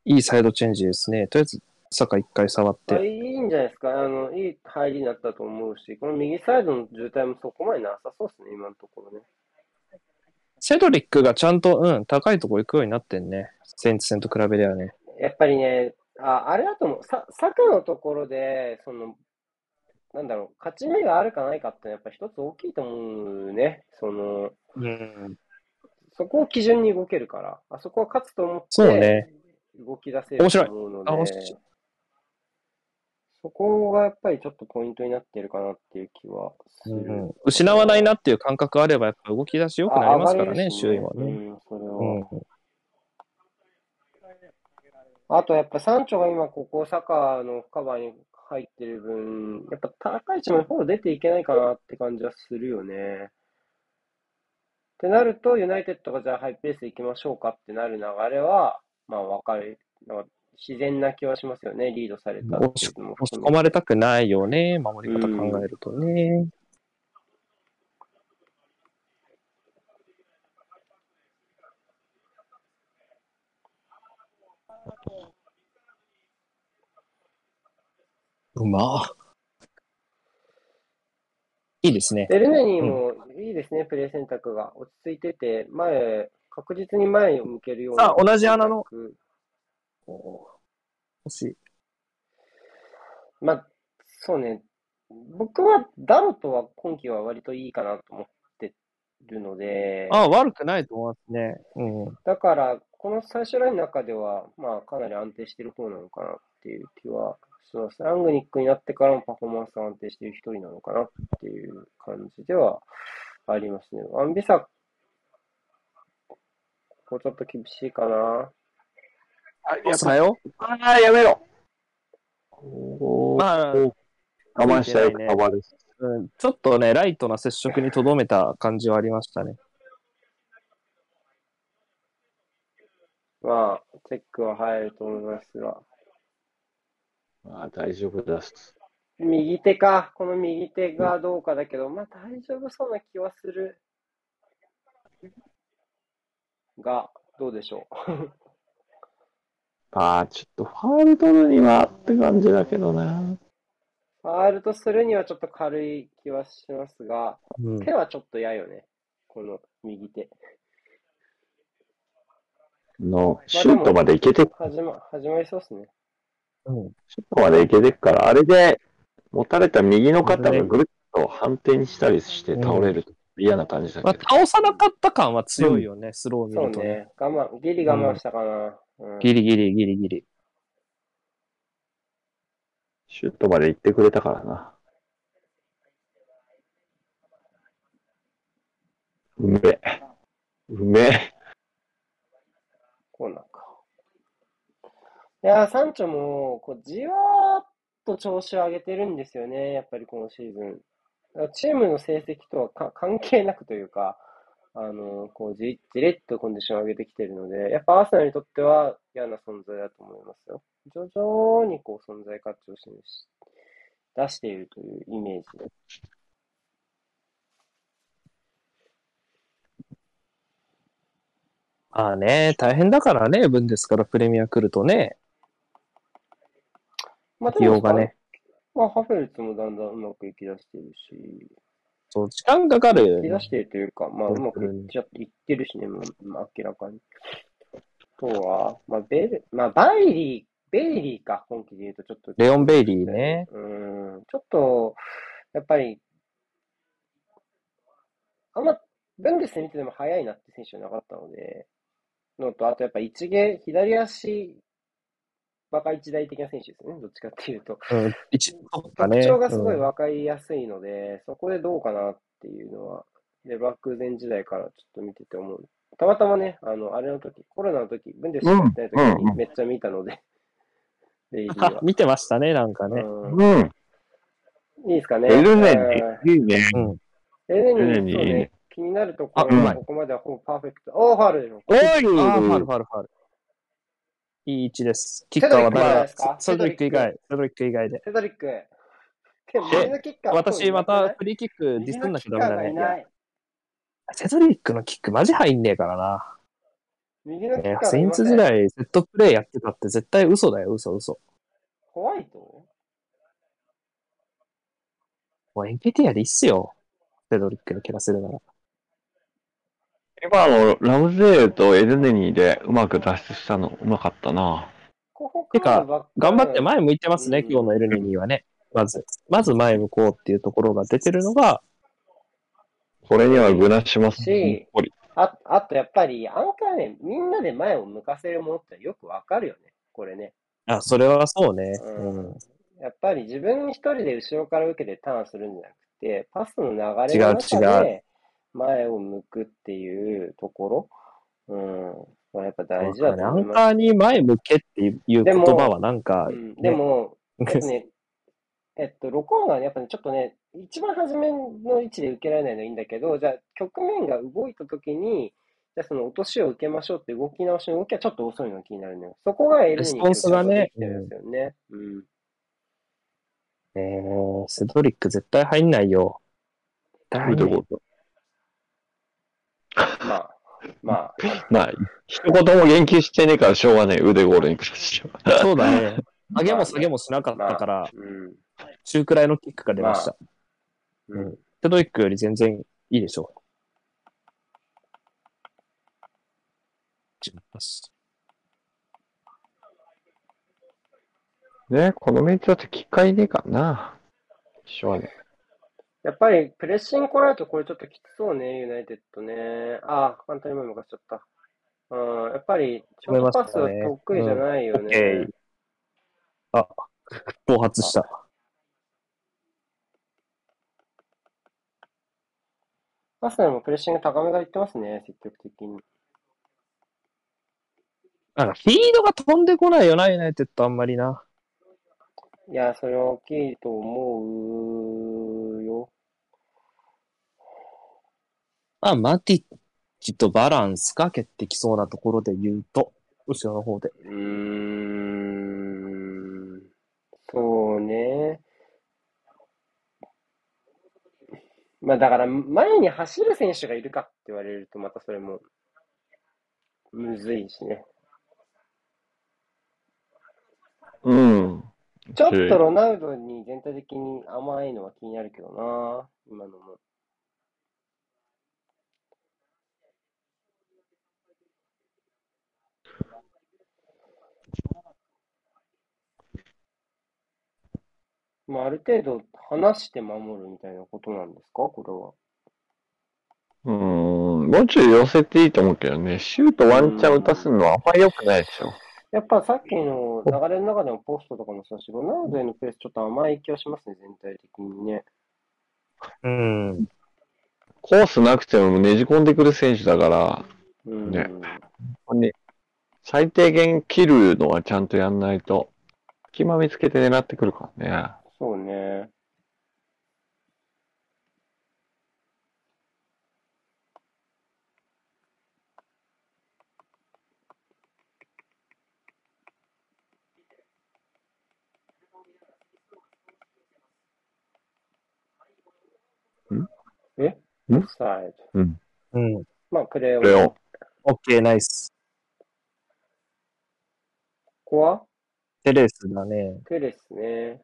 B: いいサイドチェンジですね。とりあえず、坂一回触っ
A: まあ
B: て。
A: いいんじゃないですか。あの、いい入りになったと思うし、この右サイドの渋滞もそこまでなさそうですね、今のところね。
B: セドリックがちゃんと、うん、高いとこ行くようになってんね。センチ戦と比べりゃね。
A: やっぱりね、ああれだと思う。さ、坂のところで、その、なんだろう、勝ち目があるかないかってのはやっぱ一つ大きいと思うね。その、
B: うん。
A: そこを基準に動けるから、あそこは勝つと思って、
B: そうね。
A: 動き出せると思うので、
B: 面白いあ面白
A: そこがやっぱりちょっとポイントになってるかなっていう気はす
B: う
A: る。
B: ん、失わないなっていう感覚あれば、やっぱ動き出し良くなりますから
A: あ上がれ
B: ね、
A: るし
B: 周囲は
A: う
B: ね。
A: ん、それは。
B: うん。
A: あとやっぱサンチョが今ここサッカーのカバーに入ってる分、やっぱ高い位置までフォロー出ていけないかなって感じはするよね。ってなると、ユナイテッドがじゃあハイペースで行きましょうかってなる流れは、まあわかる。なんか自然な気はしますよね、リードされたっていうのも
B: 押し
A: 含め
B: 込まれたくないよね、守り方考えるとね。うまいいですね。
A: エルネニーもいいですね、プレー選択が。落ち着いてて、前、確実に前を向けるような。
B: さあ同じ穴の。もし、
A: まあ、そうね。僕はダロトは今季は割といいかなと思ってるので、
B: あ悪くないと思いますね。うん。
A: だから、この最終ラインの中では、まあ、かなり安定してる方なのかなっていう気はします。ラングニックになってからもパフォーマンスが安定してる一人なのかなっていう感じではありますね。アンビサもうちょっと厳しいかな。
C: あ、
B: オ
C: や
B: スだよ。
C: あーやめろ。おー
B: まあ
C: お我慢したよ、
B: ついてないね
C: カバーです。
B: うん、ちょっとね、ライトな接触にとどめた感じはありましたね。
A: まあ、チェックは入ると思いますが。
C: あー大丈夫です。
A: 右手か。この右手がどうかだけど、まあ大丈夫そうな気はする。が、どうでしょう。
C: ああ、ちょっとファール取るにはって感じだけどな。
A: ファールとするにはちょっと軽い気はしますが、
B: うん
A: 手。はちょっと嫌よね。この右手。
C: の、シュートまでいけて、
A: 始ま、始まりそうですね。
B: うん、
C: シュートまでいけてっから、あれで、持たれた右の肩がぐるっと反転にしたりして倒れると嫌な感じだ
B: まあ
C: け、ど。
B: 倒さなかった感は強いよね、スローを見
A: そう
B: るとね。
A: ね。我慢、ギリ我慢したかな。うん。
B: ギリギリギリギリ。
C: シュートまで行ってくれたからな。うめえ。うめえ。
A: コーナーか。いやー、サンチョも、こう、じわーっと調子を上げてるんですよね、やっぱり今シーズン。だからチームの成績とはか 関係なくというか、あのーこうじ、じれっとコンディションを上げてきてるので、やっぱアーセナルにとっては嫌な存在だと思いますよ。徐々にこう存在価値を示し、出しているというイメージで。
B: まあね、大変だからね、分ですから、プレミア来るとね、
A: まあ、で
B: 起用
A: も、
B: がね。
A: まあ、ハフェルツもだんだんうまくいき出してるし、
B: そう、時間かかるよ
A: 引き
B: ね
A: 出してるというか、まあ、
B: うん
A: うまくいっちゃって、いってるしね、もう、まあ、明らかに。あとは、まあ、ベル、まあ、バイリー、ベイリーか、今季で言うとちょっと。
B: レオン・ベイリーね。
A: うん、ちょっと、やっぱり、あんま、ブンデス見てても速いなって選手はなかったので、のと、あとやっぱ一芸、左足、バカ一大的な選手ですね、どっちかっていうと。
B: うん、一とか
A: 特
B: ね。
A: 徴がすごい
B: うん
A: 分かりやすいので、そこでどうかなっていうのは、レバークーゼン時代からちょっと見てて思う。たまたまね、あの、あれの時、コロナの時、ブンデスやってない時
C: うんう
A: に
C: ん
A: めっちゃ見たので、レイジー
B: あ
A: は。
B: 見てましたね、なん かね。
A: うん
C: うん。
A: いいですかね。
C: エルネ
A: う
C: に、いいね。
B: うん。
A: んエルネ
C: エルネ
A: に、
C: に
A: そう
C: いい
A: ね
C: ね、
A: 気になるとこ
C: あう
A: ろ
C: ま
A: はいここまではほぼパーフェクト。おー、ファールでしょ。
C: おい
B: ああ、ファルファルファル。いい位置です。キッカーは
A: セドリックじゃない
B: 誰
A: ですか
B: だセセドリック以外。セドリック以外で。
A: セドリック。でも、右のキッカーは
B: 私、ま
A: そういな
B: た
A: く
B: フリーキック
A: ない
B: ディスんなき
A: 右
B: ゃ
A: のキ
B: ダメ
A: ッカー
B: だ
A: がい
B: ね。
A: ない。
B: セドリックのキックマジ入んねえからな。
A: 右のキッ
B: ね
A: カーが
B: セ
A: い
B: イン
A: ませ
B: ツ
A: ん
B: 時代、セットプレーやってたって絶対嘘だよ、嘘嘘。
A: ホワイト
B: もうエンケティアでいいっすよ。セドリックに蹴らせるなら。
C: 今のラムゼールとエルネニーでうまく脱出したのうまかったな。
A: ここ
B: て
A: から
B: か
A: のバック
B: 頑張って前向いてますね、
A: うん
B: 今日のエルニーにはね。まず、まず前向こうっていうところが出てるのが、
C: これには具なします。
A: し
C: ほっこり
A: ああとやっぱり、アンカーね、みんなで前を向かせるものってよくわかるよね、これね。
B: あ、それはそうね。
A: うん
B: うん
A: やっぱり自分一人で後ろから受けてターンするんじゃなくて、パスの流れの中
B: 違う違
A: で前を向くっていうところ、うん、まあやっぱ大事だと
B: ね、ア
A: 思い
B: ン
A: ます。
B: カーに前向けっていう言葉はなんか、
A: うん、でも、やっぱね、えっと、ロコンがね、やっぱね、ちょっとね、一番初めの位置で受けられないのはいいんだけど、じゃあ、局面が動いたときに、じゃあ、その落としを受けましょうって動き直しの動きはちょっと遅いのが気になるのよ。そこがエル
B: レ
A: ニ
B: ス
A: ー
B: ポンスがね
A: っていうことができてるんですよね。うん。
B: えー、セドリック絶対入んないよ。絶対入ん
C: ど
B: な
C: うい
B: いう
C: こと
A: まあ、まあ、
C: まあ、一言も言及してねえからしょうがねえ。腕ゴールに関しては。
B: そうだね。上げも下げもしなかったから、
A: うん。
B: 中くらいのキックが出ました。
A: う
B: うん
A: ん。
B: セドリックより全然いいでしょう。
C: ね、このメンツだと機会ねえからな。しょうがね
A: やっぱり、プレッシング来られるとこれちょっときつそうね、ユナイテッドね。ああ、簡単に前向かしちゃった。うん、やっぱり、ショートパスは得意じゃないよ
B: オッ
A: ね。
B: ケー。あ、暴発した。
A: アスナルもプレッシング高めからいってますね、積極的に。
B: なんか、フィードが飛んでこないよな、ユナイテッドあんまりな。
A: いや、それは大きいと思うよ。
B: まあ、マティッチとバランスかけってきそうなところで言うと、後ろの方で。
A: うーん。そうね。まあだから、前に走る選手がいるかって言われると、またそれも、むずいしね。
C: うん。
A: ちょっとロナウドに全体的に甘いのは気になるけどな、今のも。まあ、ある程度離して守るみたいなことなんですか、これは。
C: うん。もうちょい寄せていいと思うけどね、シュートワンチャン打たすのはあんまり良くないでしょ。
A: やっぱさっきの流れの中でもポストとかもそうだし、ロナウドへのプレスちょっと甘い気はしますね、全体的にね。
B: うん。
C: コースなくてもねじ込んでくる選手だから、
A: うん。
C: ね最低限切るのはちゃんとやんないと、隙間見つけて狙ってくるからね。
A: そうね。
C: ん
A: え
C: ん
A: オフサイド。
B: うん。
A: まあ、クレオ
C: これ
A: ン。
C: を
A: こ。
B: オッケー、ナイス。
A: こは
B: テレスだね。
A: クレスね。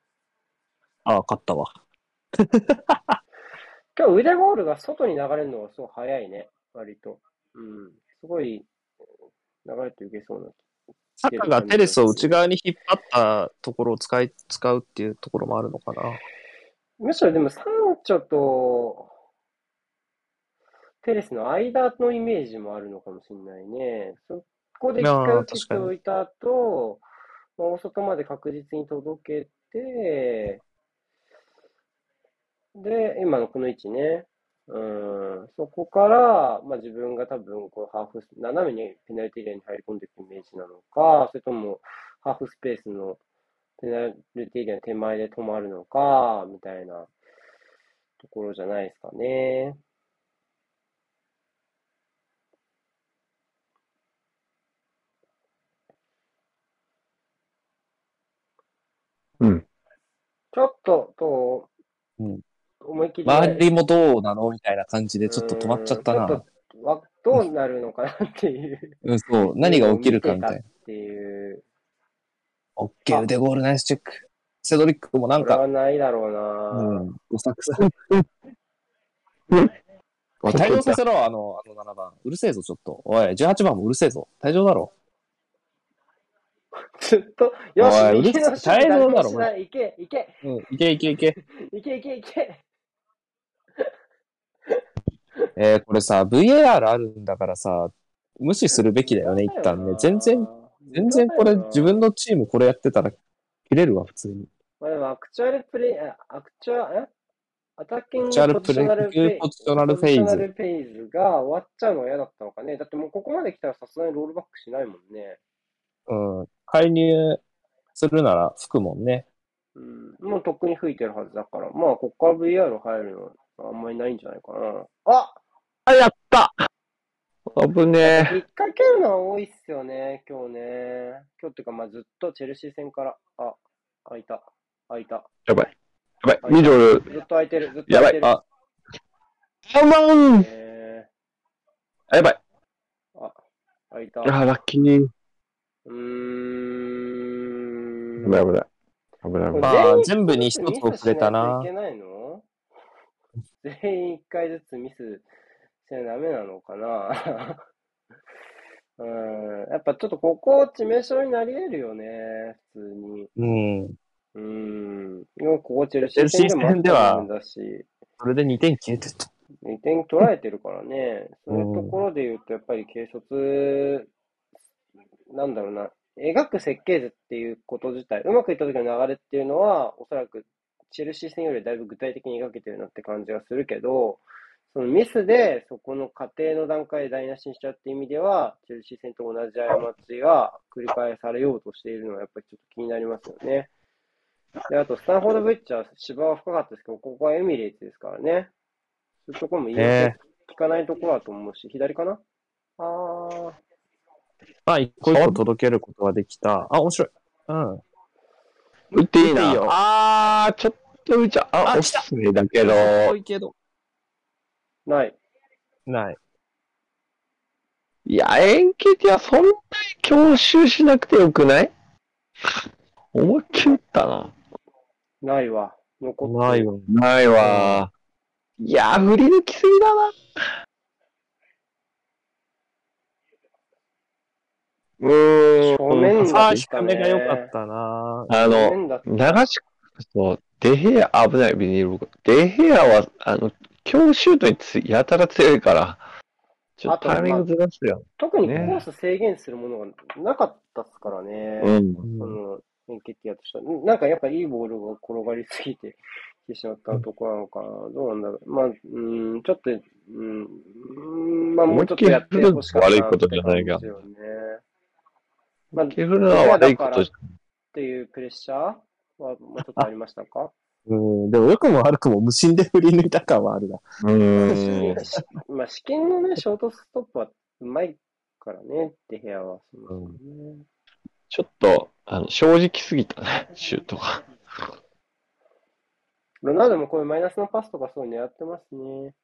B: ああ、勝ったわ。
A: 今日腕ゴールが外に流れるのがすごい早いね、割と。うん。すごい、流れていけそうな。
B: サカがテレスを内側に引っ張ったところを使い、使うっていうところもあるのかな。
A: むしろでも、サンチョとテレスの間のイメージもあるのかもしれないね。そこで一
B: あ
A: 回
B: ー
A: 受けておいた後、まあ、大外まで確実に届けて、で、今のこの位置ね。うん、そこから、まあ、自分が多分こうハーフス、斜めにペナルティーエリアに入り込んでいくイメージなのか、それともハーフスペースのペナルティーエリアの手前で止まるのか、みたいなところじゃないですかね。
C: うん。
A: ちょっと、と、
B: うん
A: 思い切りね、
B: 周りもどうなのみたいな感じで、ちょっと止まっちゃった
A: うんちょっ
B: な。
A: とわどうなるのかなっていう。
B: うん、そう。 何が起きるかみたい
A: 見
B: な
A: て。っていう。
B: オッケー、腕ゴールナイスチェック。セドリックもなん
A: これ
B: か、
A: はないだろ
B: う、
A: うん
B: ごさくさ。おい退場
C: 私
B: させろ、あの、あの7番。うるせえぞ、ちょっと。おい、18番もうるせえぞ。退場だろ。
A: な。ずっと、よし、
B: おい
A: 右の
B: うるせ
A: シュート
B: え大丈夫だろ
A: 誰もしない。行け、行け、
B: うん、いけいけいけ。
A: 行け、行け、行け。
B: えー、これさ、VAR あるんだからさ、無視するべきだよね、一旦ね。全然、、全然これ、自分
A: の。
B: のチームこれやってたら、切れるわ、普通に。
A: まあでも、アクチュアルプレイ、あアクチュア、えアタッキング
B: アクチュアルプレイ
A: ポジショナルフェイ
B: ポジショナルフェイズ
A: ポジショナルフェイズが終わっちゃうのが嫌だったのかね。だってもうここまで来たらさすがにロールバックしないもんね。
B: うん。介入するなら吹くもんね。
A: うん、もうとっくに吹いてるはずだから、まあ、ここから VR 入るのあんまりないんじゃないかな。あ
C: あ、やった危ねえ。
A: 引っ掛けるのは多いっすよね、今日ね。今日っていうか、まあ、ずっとチェルシー戦から、あ、開いた、開いた。
C: やばい。やばい。ミドル。
A: ずっと開いてる、ずっと
C: や
A: 開いて
C: ばい
A: る。
B: あ、
C: あまん
A: え
C: やばい。
A: ー、あ、開い た。
C: あ、ラッキー。
A: うーん。
C: 危ない危ない。危ない危ない。
B: まあ全部に一つ遅れたな
A: ミスしいといけないの全員一回ずつミスしちゃダメなのかな うん、やっぱちょっとここ致命傷になり得るよね、普通に。
B: うん。
A: うん。今ここチェルシ
B: チェ
A: ー
B: ルシー
A: 戦でもあった
B: 戦では
A: んだし、
B: それで2点消えてた。
A: 2点取られてるからね、そういうところで言うと、やっぱり軽率、なんだろうな、描く設計図っていうこと自体、うまくいった時の流れっていうのは、おそらくチェルシー戦よりだいぶ具体的に描けてるなって感じがするけど、そのミスで、そこの過程の段階で台無しにしちゃうって意味では、チェルシー戦と同じ過ちが繰り返されようとしているのは、やっぱりちょっと気になりますよね。で、あと、スタンフォード・ブッチは芝は深かったですけど、ここはエミレーツですからね。そういうところもいいよね
B: ね
A: 効かないところだと思うし、左かなあー、
B: まあ、一個一個届けることができた。あ、面白い。うん。
C: 打ってい
B: 打
C: い
B: ってい
C: ない
B: よ。
C: あー、ちょっと打っちゃ、
B: あ
C: あ、お
B: 来た
C: すすめだけど、
B: 遠いけど。
A: ない。
B: ない。
C: いや、エンケティはそんなに強襲しなくてよくない思いっきり打ったな。
A: ないわ。残ってる
B: ないわ。
C: ないわー。いやー、振り抜きすぎだな。うーん。
A: 正面
B: さ
A: だ
B: あ、
A: っ
B: 低
A: た
B: め
A: ね。
B: が良かったな
C: あ
A: 正
C: の、
A: 面だった。
C: 流し込むと、デヘア、危ない、ビニール僕。デヘアは、あの、強シュートにつやたら強いから、ちょっと
A: あと
C: タイミングずらすよ。
A: 特にコ
C: ね
A: ース制限するものがなかったですからね。
C: うん。
A: そ
B: うん
A: の、エンケティアとしたら。なんかやっぱいいボールが転がりすぎてきてしまったとこなのかな。どうなんだろう。まあ、うーん、ちょっと、うーんうーん、まあもうちょっとやってほしかったなって感じですよね。まあ、っ
C: ケフルは悪いことじ
A: ていうプレッシャーはもうちょっとありましたか
B: うん。でも、良くも悪くも無心で振り抜いた感はあるな。
C: ゃ ん。うーん。
A: まあ、資金のね、ショートストップはうまいからね、デヘアは。そうね
C: ちょっと、あの、正直すぎたね、シュート が。
A: ロナウドもこういうマイナスのパスとかそう狙ってますね。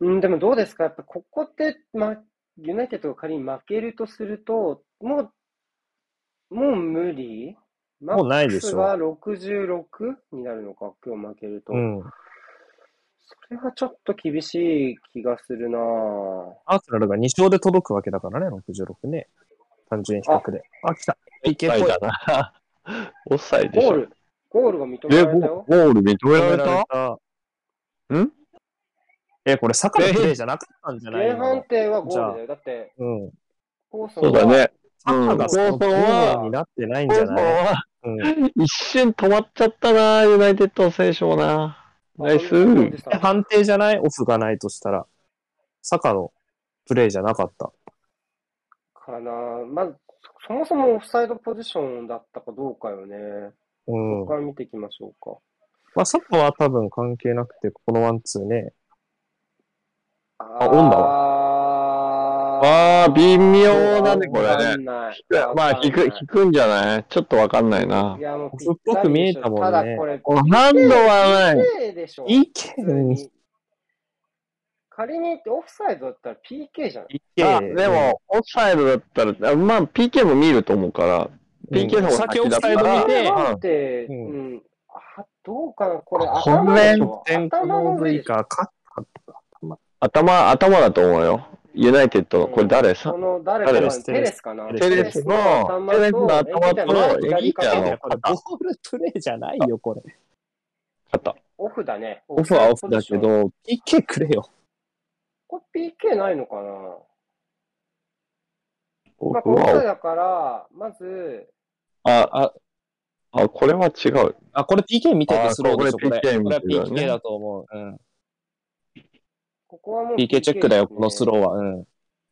A: うん、でもどうですかやっぱここって、ま、ユナイテッドが仮に負けるとすると、もう、もう無理
B: もうないでしょ
A: マックスが66になるのか、今日負けると。
B: うん。
A: それはちょっと厳しい気がするなぁ。
B: アーセナルが2勝で届くわけだからね、66ね。単純比較で。あ、来た。PK っぽい。
C: だな。オフサイドでし
A: ゴー
C: ょ。
A: ル、ゴールが認め
C: え、
A: られた
C: ゴ
A: よ。
C: ゴール認められ
B: 止め
C: た
B: られた
C: ん
B: え、これ、サカのプレイじゃなかったんじゃない
A: 前
B: の
A: 判定はゴールだよ。だって、
B: うん。
A: コーソン
C: そうだ
A: は
C: ね。
B: サカがその
C: ゴーソンは
B: ゴールになってないん
C: ゴ
B: じ
C: ー
B: ゃ
C: ル
B: ない
C: は
B: うん。
C: 一瞬止まっちゃったな、ユナイテッドの選手もな。ナイス。
A: あそんなことでした
B: え判定じゃないオフがないとしたら。サカのプレイじゃなかった。
A: かなぁまず、そもそもオフサイドポジションだったかどうかよね。
B: う
A: そ
B: ん
A: こ。から見ていきましょうか。
B: まあ、サカは多分関係なくて、このワンツーね。
A: あ
B: オンだ
A: わ
C: あー、微妙だね、こ
A: わ
C: れ
A: か
C: ね。
A: んない。
C: まあ、
A: わかん
C: 聞
A: ない
C: く、聞くんじゃないちょっとわかんないな。
A: いや、もう
B: オ
A: ぴ
B: フっ
A: った
B: ぽ
A: り
B: く見
A: で
B: え
A: しょ
B: たもんね
A: ただこれ、
C: おハンドはない。
A: PK でしょ。
B: EK に。
A: 仮にオフサイドだったら PK じゃん。
C: あ、で、も、オフサイドだったら、あまあ、PK も見ると思うから、
B: うん
C: PK の方が
B: 先オフ
C: 先だっ
B: サ
C: た
B: イド
C: ら、
B: 見て、
A: 判定、う
B: うんん、
A: あ、どうかな、これ、
C: これ
A: 頭でしょ。
B: 全こ
A: 頭
B: の
A: の上で
B: V
A: しょ。
B: か、勝った。
C: 頭、頭だと思うよ。ユナイテッドの、これ誰さ
A: こ、の誰か
C: 誰で
A: が
B: す
A: テレスかな。
B: テ
C: レステレスの頭と
A: エンケティアの
C: エンケ
A: 左
C: ティ
A: 肩
C: アの
B: これ、ボールプレイじゃないよ、これ。
C: 方。
A: オフだね。オ
C: オフはオフだけ。ど、
B: EK くれよ。
A: これ PK ないのかな
C: オ
A: まあ、
C: フ
A: この人
C: は、
A: だから、まず、
C: あ、あ、あ、これは違う。
B: あ、これ PK 見ててスローでしょ、こ
C: あ
B: れ。
C: これ PK
B: これは
C: 見てるよね
B: PK だと思う。うん。
A: ここはもう
B: PK チェックだよ、このスロ
A: ー。
B: ーは。うん。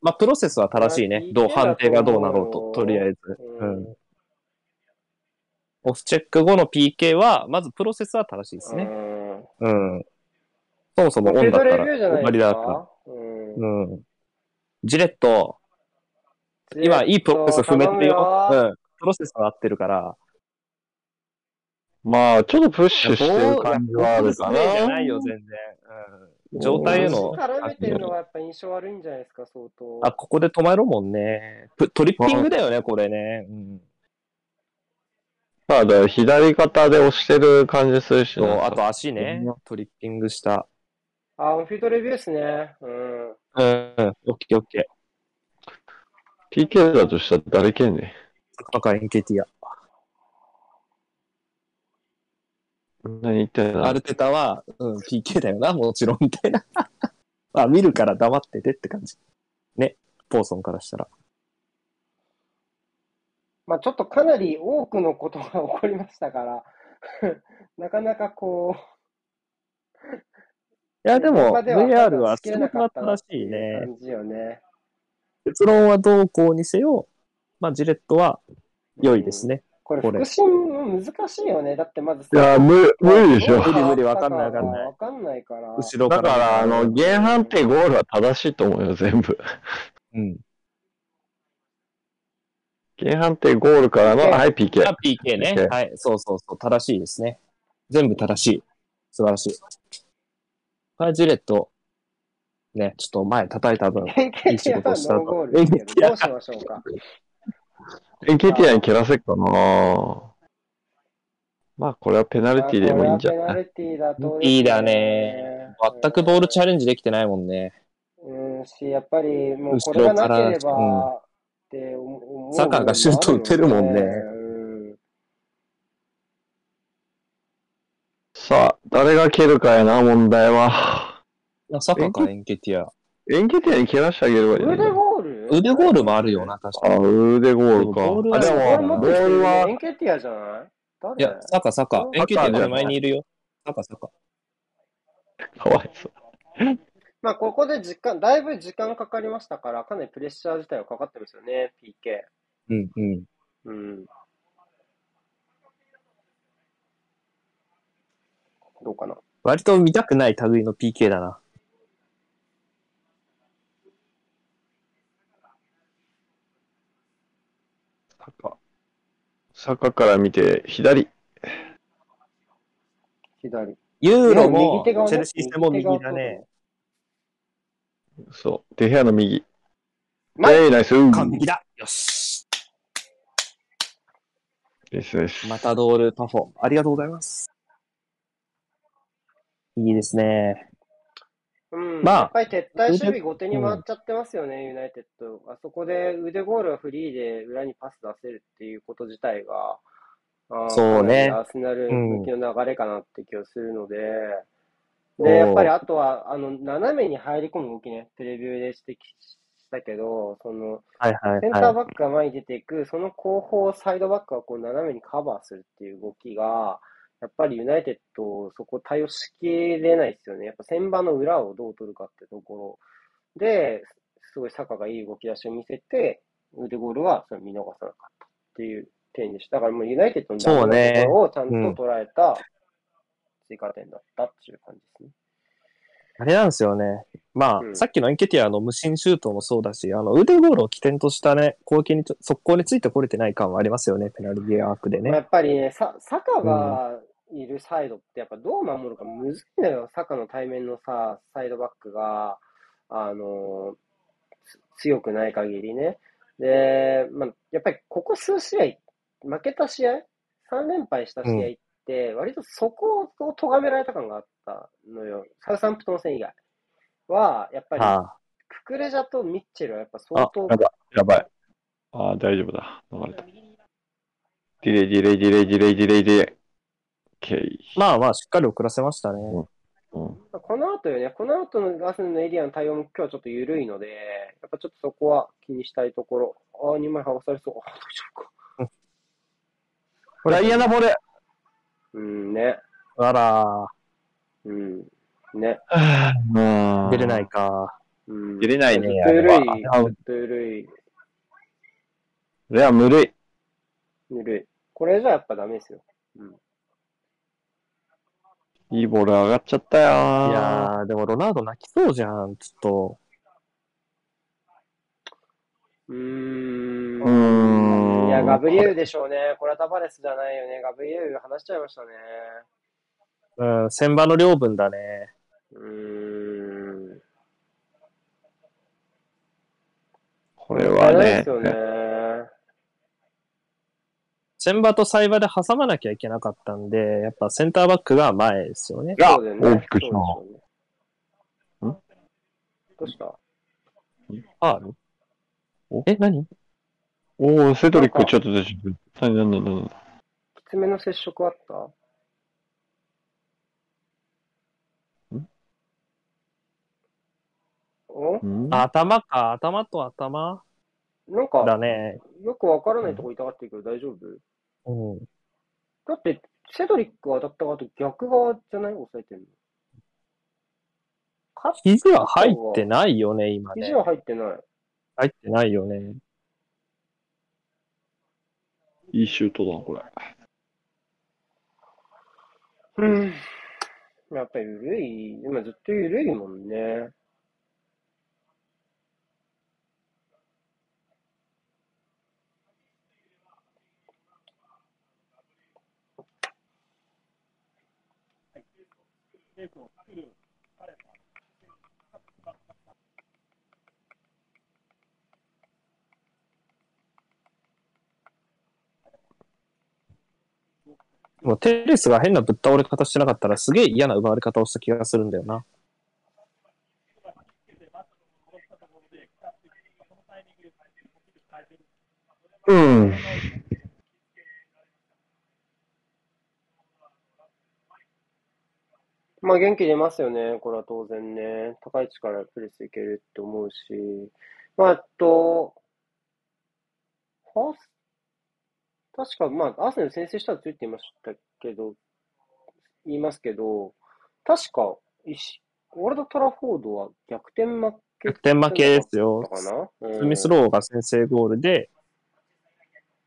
B: まあ、プロセスは正しい
A: い
B: ね。
A: や
B: どう、
A: PK だと思うよ
B: 判定がどうなろうと、とりあえず。
A: う
B: うんん。オフチェック後の PK は、まずプロセスは正しいですね。
A: ね。
B: うん。そもそも
A: フ
B: オ
A: ィ
B: ン
A: ー
B: だ
A: ド
B: った
A: レ
B: ら、
A: ビューじゃ
B: 終
A: な
B: わ
A: いで
B: り
A: す
B: だから。
A: かうん
B: うん。ジレット、今いいプロセス踏めてるよ。
A: 頼む
B: うん。プロセスは合ってるから。
C: まあ、ちょっとプッシュしてる
B: いや
C: 感じはあるか
B: ボールのプレイじゃ
C: な。
B: ないよ、全然。うん。状態への
A: 足。絡めてるのがやっぱ印象悪いんじゃないですか、相当。
B: あ、ここで止まるもんね。プトリッピングだよね、これね。うん。
C: まあ、だから左肩で押してる感じするし
B: と、
C: な。
B: あと足ね
C: うん。
B: トリッピングした。
A: あ、オンフィードレビューですね。うん。
B: うん。オッケーオッケー。
C: PK だとしたら誰けんね。
B: 赤エンケティア。
C: 何言ってんの
B: アルテタは、うん、PK だよな、もちろん、みたいな。 あ、見るから黙っててって感じ。ね、ポーソンからしたら。
A: まあ、ちょっとかなり多くのことが起こりましたから、 なかなかこう、
B: いや、で
A: 現
B: も、
A: 場では
B: VR
A: 判断
B: は
A: しき
B: す
A: れ
B: ご
A: な
B: く
A: か
B: な
A: っ
B: っ
A: たたな
B: らし
A: って
B: い
A: いう
B: ね。
A: 感じよね。
B: 結論はどうこうにせよ、まあ、ジレットは良いですね。
A: これ、
B: これ
A: 腹心難しいよね。だってまず
C: いや、
A: さ、
C: 無、無理でしょ
A: ど。う変わ
B: 無理無理
A: っ
B: わ
A: たか
B: かんないわかんない
A: わかんないから。
B: 後ろか
C: だ
B: ら。
C: から、あの、原判定ゴールは正しいと思うよ、全部。
B: うん。
C: 原判定ゴールからの、
A: PK
C: はい、PK。
B: あ、PK ね。
C: PK
B: はい、そうそうそう。正しいですね。全部正しい。素晴らしい。これジレット、ね、ちょっと前叩いた分、いい仕
A: KKT
B: 事を
A: は
B: した
A: ノーゴールですけど、どうしましょうか。
C: NKT に蹴らせっかなまあ、これはペナルティでもいいんじゃ
A: あこれはペ
C: な
A: ナ
C: い
A: ルティだと
B: いいだね。全くボールチャレンジできてないもんね。
A: うん、し、やっぱりもうこ
B: 後
A: れが
B: ろ
A: な
B: から
A: ければって思う部分もあるよね。
B: サカがシュート打てるもんね
A: うん
C: さあ、誰が蹴るかやな、問題は。
B: あサカかエンケティア。
C: NKT に蹴らしてあげればいいのに
A: 腕ゴール
B: 腕ゴールもあるよな、確か
C: あ、腕ゴールか。
B: ボールは
C: あ、で
A: ボール持
C: も、
A: っ
C: ボ
A: てる
C: ールは
A: エ、ンケティアじゃない誰
B: に。いや、サカ、サカ
A: う。ん
B: エンケティア
C: サカじゃな
B: 手前
C: い
B: にいるよ。サカ、サカ。
C: かわいそう。
A: まあ、ここで時間、だいぶ時間かかりましたから、かなりプレッシャー自体はかかってますよね、PK。
B: うん、うん。
A: うん。どうかな。
B: 割と見たくない類の PK だな。
C: 坂。坂から見て、左。
A: 左。
B: ユーロも
A: 右手側ね
B: チェルシー戦も右だ
A: 右手側って
B: ね
A: こ。
C: そう。デヘアの右。
A: ナイス
C: えい、ナイス。うん
B: 完璧だよし
C: ですです。
B: またドールパフォー。ありがとうございます。いいですね。
A: うん、
B: まあ
A: やっぱり撤退守備後手に回っちゃってますよね、ユナイテッド。あそこで腕ゴールはフリーで裏にパス出せるっていうこと自体が、あー
B: そうね
A: かなりアーセナル向きの流れかなって気がするので、
B: うん
A: で、やっぱりあとは、あの、斜めに入り込む動きね、プレビューで指摘したけど、その、
B: はいは
A: セ
B: い
A: ンター
B: は
A: バックが前に出ていく、その後方、サイドバックがこう斜めにカバーするっていう動きが、やっぱりユナイテッド、そこ対応しきれないですよね。やっぱ先場の裏をどう取るかってところで、すごいサカがいい動き出しを見せて、腕ゴールはそれ見逃さなかったっていう点でした。だからもうユナイテッドの
B: そう
A: ダ
B: ね
A: メなところをちゃん
B: うん
A: と捉えた追加点だったっていう感じですね。
B: い。あれなんですよね。まあ、
A: うん
B: さっきのエンケティアの無心シュートもそうだし、あの腕ゴールを起点としたね、攻撃にちょ、速攻についてこれてない感はありますよね、ペナルティーアークで
A: まあ
B: ね
A: や。っぱりね、さサカがいるサイドって、やっぱどう守るかむずいのよ、サカの対面のさ、サイドバックが、あのつ強くない限りね。で、まあ、やっぱりここ数試合、負けた試合、3連敗した試合って、割とそこを咎められた感があったのよ、サウサンプトン戦以外は、やっぱり
B: ああ
A: ククレジャとミッチェルはやっぱ相
C: あ、
A: 当
C: やばい。やばい。あー、大丈夫だ。流れた。ディレイ、ディレイ、ディレイ、ディレイ、ディレイ、ディレイ。ケイ。
B: まあまあ、しっかり遅らせましたね。
C: うん。
A: まあこの後よね、この後のガスのエリアの対応も今日はちょっと緩いので、やっぱちょっとそこは気にしたいところ。ああ、2枚剥がされそう。ああ、大丈夫か。
C: これ、ダイアナボレ。は
A: うんね。
B: あら
A: うん。ね。
C: ぁ
B: ー、出れない。か。
A: うん、
C: 出れない
A: ず
C: ね
A: っと緩い。ず
C: あれは
A: っと緩い。
C: いや、無理。
A: ぬるい。これじゃやっぱダメですよ。
C: いいボール上がっちゃったよ
B: い
C: ー。
B: やー、でもロナウド泣きそうじゃん、ちょっ
A: うーん。
C: うーん
A: いや、ガブリエルでしょうね。これはタバレスじゃないよね。ガブリエル話しちゃいましたね。
B: と。うん、先場の両分だね。
A: うーん。
C: これは
A: もったいない
C: ね
A: です、よね。
B: 先場とサイバで挟まなきゃいけなかったんで、やっぱセンターバックが前ですよね。
C: が
A: そうだよね。
C: 大きくしな。
A: そうでしょうね
C: ん
A: どうした
B: あるえ、何
C: おお、セドリッ
A: なんか
C: クちょっと出てる。何何何何
A: きつめの接触あった
C: うん
B: 頭か、頭と頭
A: なん
B: だ
A: か、
B: ね。
A: よくわからないとこ痛がってるけど大丈夫
B: うん。
A: だって、セドリックが当たった側と逆側じゃない抑えてるの。カッ
B: 肘は入ってないよね、今ね
A: 肘。は入ってない。
B: 入ってないよね。
C: いいシュートだな、これ。
A: うん。やっぱり緩い、今ずっと緩いもんね。
B: もうテレスが変なぶっ倒れ方してなかったらすげえ嫌な奪われ方をした気がするんだよな。
C: うん。
A: まあ元気出ますよね、これは当然ね。高い位置からプレスいけるって思うし。まあ、あと、ファース確か、まあ、アーセナル先制したって言っていましたけど、言いますけど、確か、いしオールド・トラフォードは逆転負け
B: 逆転負けです
A: だ
B: よ
A: っ。たかな。
B: スミスローが先制ゴールで、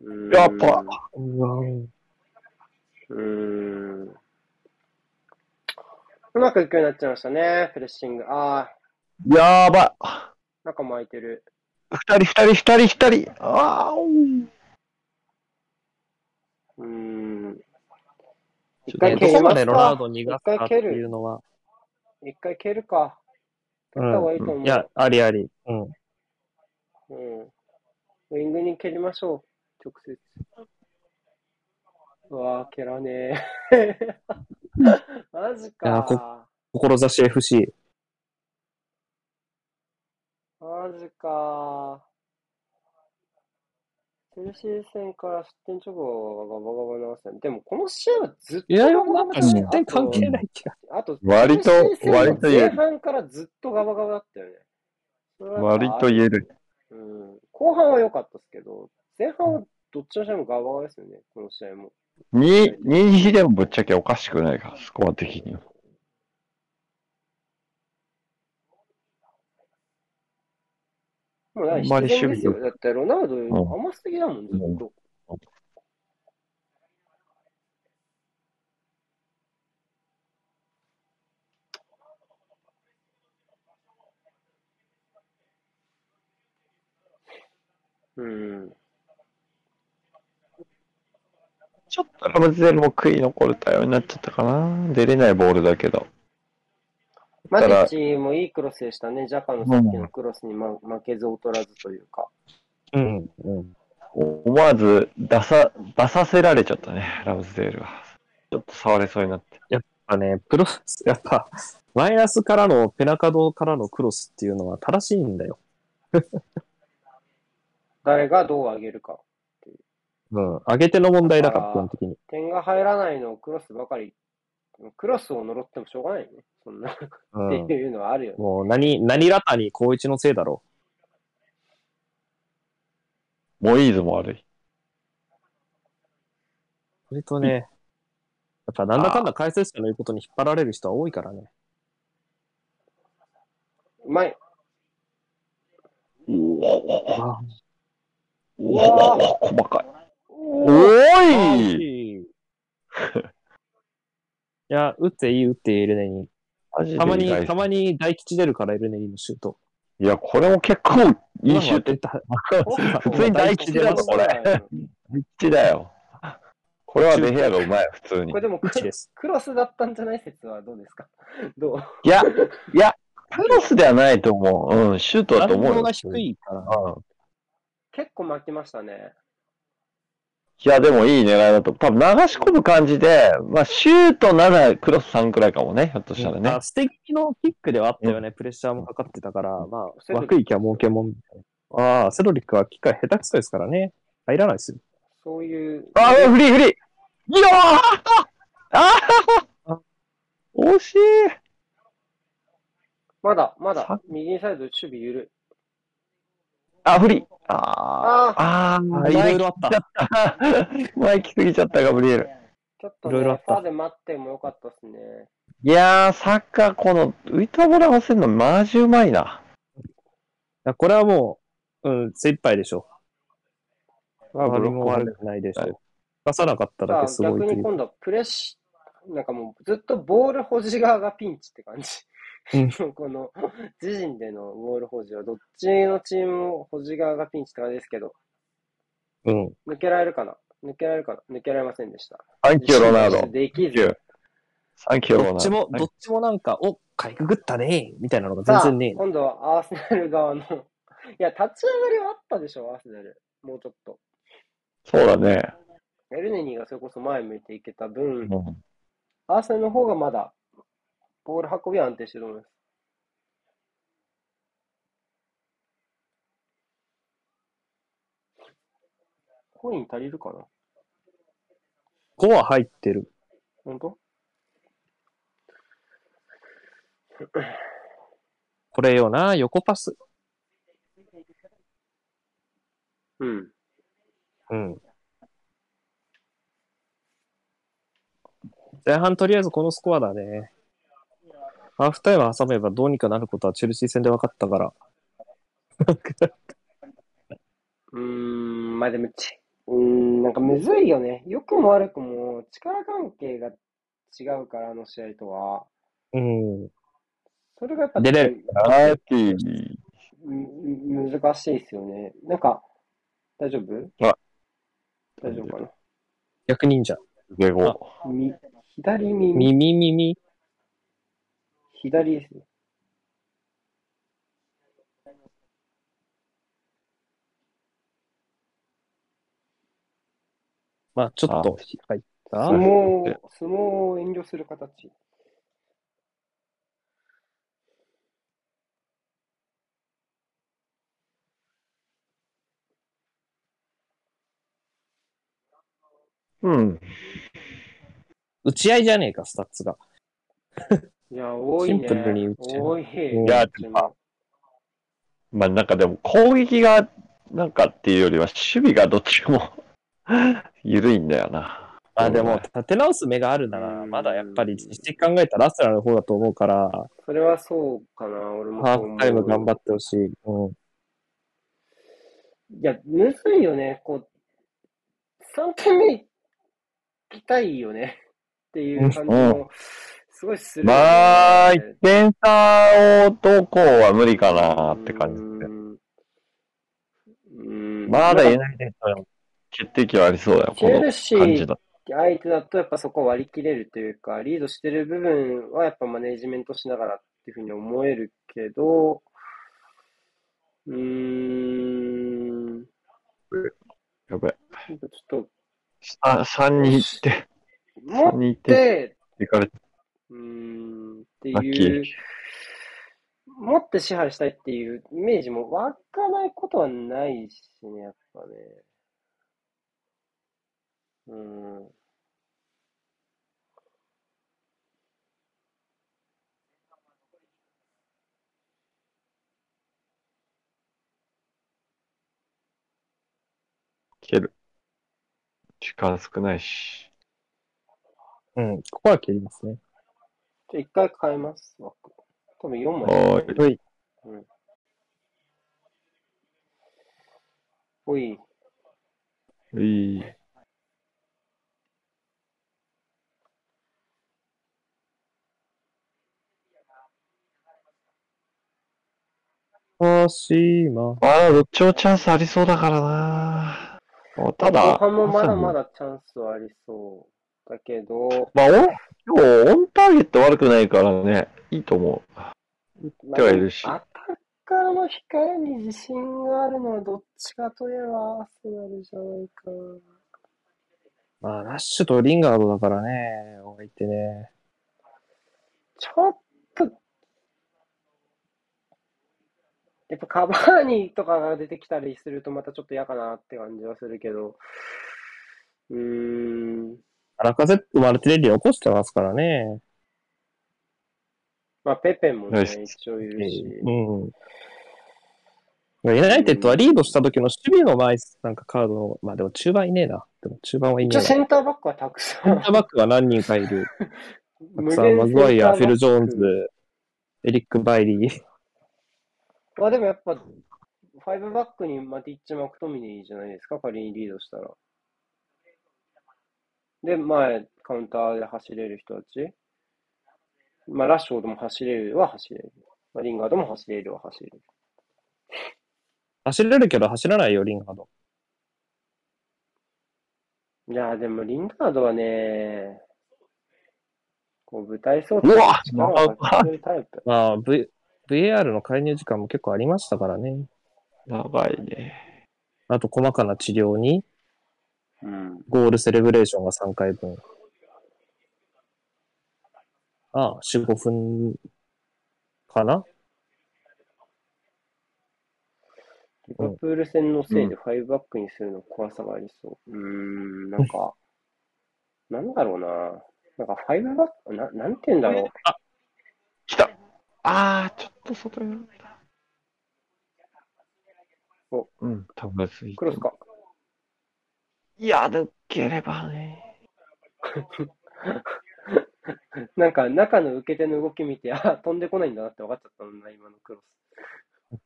A: うん
C: やっぱ
B: うわ
A: うーんうまくいくようになっちゃいましたね、プレッシング。ああ、
C: やば
A: 中も空いてる。
C: い。二人、二人、二人、二人。ああ、おー
A: うーん。
C: ち
A: 一
C: ょっと
A: 回
C: ね
B: ど
A: 蹴
B: こ
A: り
B: ま
A: ま
B: ですロナウド
A: か。
B: を逃がすかっていうのは、
A: 一回蹴るか。蹴った方がいいと思う。
B: いや、ありあり。うん。
A: うん。ウィングに蹴りましょう、直接。うわあ、蹴らねえ。 マジ
B: いや
A: か。
B: 志 FC。
A: マジか。チェルシー戦から失点直後はガバガバなわせでもこの試合はずっと
B: いや、
A: ガバガ
B: なん
A: バだ
B: か
A: ね
B: 失点関係ない気が。
A: あと、
C: 割と
A: チェルシー戦は
C: 割と有利
A: 前半からずっとガバガバだったよね。それはやっぱ
C: 割と言える。
A: うん、後半は良かったですけど、前半はどっちの試合もガバガバですよね、この試合も。
C: に、に比でもぶっちゃけおかしくないか、スコア的には。
A: もう
C: あんまり
A: 必然ですよ。
C: 守
A: だってロナウド甘すぎだもん、ずっと。うん。
C: ちょっとラムズデルも悔い残る対応になっちゃったかな。出れないボールだけど。
A: マテ
C: だから
A: ィッチもいいクロスでしたね。ジャカのさっきのクロスに、ま、負けず劣らずというか。
B: うん。うん。
C: 思わず出さ、出させられちゃったね、ラムズデールは。ちょっと触れそうになって。
B: まあね、プロス、 やっぱ、マイナスからのペナカドからのクロスっていうのは正しいんだよ。
A: 誰がどう上げるか。
B: うん。上げ手の問題だか
A: あ
B: ら、
A: ー
B: 基本的に。
A: 点が入らないのをクロスばかり。クロスを呪ってもしょうがないよね。そんな、って
B: うん。
A: いうのはあるよね。
B: もう、 何、何らかに高一のせいだろ
C: モイーズも悪い。
B: う。それとね、やっぱなんだかんだ解説者の言うことに引っ張られる人は多いからね。
A: うまい。
C: うわ細かい。
A: お
C: お
B: はい
C: ーい
B: いや、打っていい、打っていい、エルネに。たまに、たま
C: に。
B: に大吉出るから、エルネにのシュート。
C: いや、これも結構いいシュート。
B: ト。
A: 普
C: 通に大吉だぞこれピッチだよ。これはデヘアがうまい、普通に
A: これ。でも
B: う
A: ク
B: ちです。
A: クロスだったんじゃない説はどうですかどう
C: いや、いや、クロスではないと思う。うん、シュートだと思う
B: 弾
C: よ。
B: 道が低いから。
C: うん。
A: 結構負けましたね。
C: いや、でもいい狙いだと。多分流し込む感じで、まあ、シュート7、クロス3くらいかもね、ひょっとしたらね
B: あ。素敵のキックではあったよね。プレッシャーもかかってたから、ま
A: セド
B: あ、
A: リック
B: 枠行きは儲けもん。ああ、セドリックは機械下手くそですからね。入らないですよ。
A: そういう。
C: あ、フリーフリーいやーあー惜しい
A: まだ、まだ
C: さ、
A: 右サイド守備緩い。
C: あ、不利。あ
A: ああ、
C: あ。あ
B: あいろいろあった。
C: あ。 前来すぎちゃった、ガブリエル。
A: ちょっと
B: いろいろあ
A: ね
B: っ、た
A: ファーで待ってもよかったですね。
C: いやー、サッカー、この、浮いたボール合わせるのマジうまいな。
B: やこれはもう、うん、精一杯でしょ。
C: まあ
B: 悪も悪くないでし
C: はい
B: ょ。出さなかっただ
A: さ
B: け
A: あ、
B: すご
A: 逆
B: いと
A: に
B: いう。
A: 今度はプレッシ、なんかもうずっとボール保持側がピンチって感じ。 この自陣でのボール保持はどっちのチームも保持側がピンチって感じですけど、
B: うん。
A: 抜けられるかな抜けられるかな抜けられませんでした。
C: サンキュー、ロナウド。
A: できず。
C: サンキュー、ロナウ
B: ど
C: ド。
B: っちも、どっちもなんか、お、かいくぐったねみたいなのが全然ね
A: さあ今度はアーセナル側の。 いや、立ち上がりはあったでしょ、アーセナル。もうちょっと。
C: そうだね。
A: エルネニーがそれこそ前向いていけた分、
C: うん
A: アーセナルの方がまだ、ボール運びは安定してると思います。コイン足りるかな
B: え。5は入ってる。
A: 本当
B: これよな、横パス。
A: うん。
B: うん。前半とりあえずこのスコアだね。ハーフタイム挟めばどうにかなることはチェルシー戦で分かったから。
A: うーん、まあでもち、うーん、なんかむずいよね。良くも悪くも、力関係が違うから、あの試合とは。
B: うん。
A: それがやっぱ、
B: 出れる
C: アーティー。
A: む難しいですよね。なんか、大丈夫
C: はい
A: 大丈夫か
B: 逆にいいんじゃん。
C: ゲゴ。
A: なみ左耳、
B: 耳耳。
A: 左ですね。
B: まあちょっと入った。
A: 相撲
C: はい
A: を、相撲を遠慮する形。
C: うん。
B: 打ち合いじゃねえか、スタッツが。
A: いや、多い
B: シ
A: ね。
B: ンプルに打ち
A: 多い。
B: ん
C: いや
A: うちも
C: まあなんかでも攻撃がなんかっていうよりは守備がどっちも 緩いんだよな。
B: まあでも、立て直す目があるなら、まだやっぱり実績考えたらアスラの方だと思うから、
A: それはそうかな、俺も
B: ハ
A: そう
B: ー
A: 思
B: フ
A: う。
B: タイム頑張ってほしい。うん。
A: いや、むずいよね。こう、3点目行きたいよね。 っていう感じ
C: う
A: も、すごいするよね。
C: まあ、1点差をどうこうは無理かなって感じ
A: う
C: で。
A: ーん。うーん
C: まだ言えないですよ。決定機はありそうだよ、
A: チ
C: こ
A: ェ
C: の
A: ルシー
C: 感じだ。
A: 相手だとやっぱそこを割り切れるというか、リードしてる部分はやっぱマネジメントしながらっていうふうに思えるけど、うーん、ち
C: やべ。
A: ょっと、
C: あ、3に行って、
A: 持っ
C: 2点
A: て、
C: いかれて、
A: うーん、って
C: ラッ
A: い
C: キー
A: う、。持って支配したいっていうイメージも湧かないことはないしね、やっぱね。うーん。
C: 蹴る。時間少ないし。
B: うん。ここは切りますね。
A: じゃあ一回変えます、枠。多分4枚。
C: おーい。
B: はい。
A: おい。
C: うい
B: 鹿島。
C: まあ、どっちもチャンスありそうだからな。ただ、
A: 後半もまだまだチャンスはありそう。だけど、
C: まあ、お今日、オンターゲット悪くないからね、いいと思う。手はいるし
A: まあアタッカーの控えに自信があるのはどっちかといえばアーセナルじゃないか
B: まあ、ラッシュとリンガードだからね、お相手ね。
A: ちょっと、やっぱカバーニとかが出てきたりするとまたちょっと嫌かなって感じはするけど、うーん、
B: ラカゼット・マルティネリ起こしてますからね。
A: まあ、ペペンもね
C: よし、
A: 一応いるし、
B: うん。ユナイテッドはリードした時の守備の枚数、なんかカードの、まあでも中盤いねえな。でも中盤はいね
A: 一応
B: えな。セ
A: セ
B: ン
A: ンターバックはたくさん
B: ターバックは何人かいる。た
A: 無限
B: くさん、マズワイア、
A: センターバッ
B: フ
A: ク
B: ィル・ジョーンズ、エリック・バイリー。
A: まあでもやっぱ、ファイブバックにマティッチ・マクトミニーじゃないですか、仮にリードしたら。で、前、カウンターで走れる人たち。まあ、ラッシュフォードも走れるは走れる。まあ、リンガードも走れるは走れる。
B: 走れるけど走らないよ、リンガード。
A: いやーでも、リンガードはね、こう、舞台装置
C: うわ
A: 力を発揮するタイプ。
B: まあ、v、VAR の介入時間も結構ありましたからね。
C: 長いね。
B: あと、細かな治療に、
A: うん。
B: ゴールセレブレーションが3回分。ああ、4、5分かな
A: リバプール戦のせいでファイブバックにするの怖さがありそう。うーん、なんか、なんだろうな。なんかファイブバック、ななんて言うんだろう。
C: 来たあー、ちょっと外になった。
A: お、
C: うん、多分すぎ
A: クロスか。
C: いや、抜ければね。
A: なんか中の受け手の動き見て、あ、飛んでこないんだなって分かっちゃったもんな、今のクロス。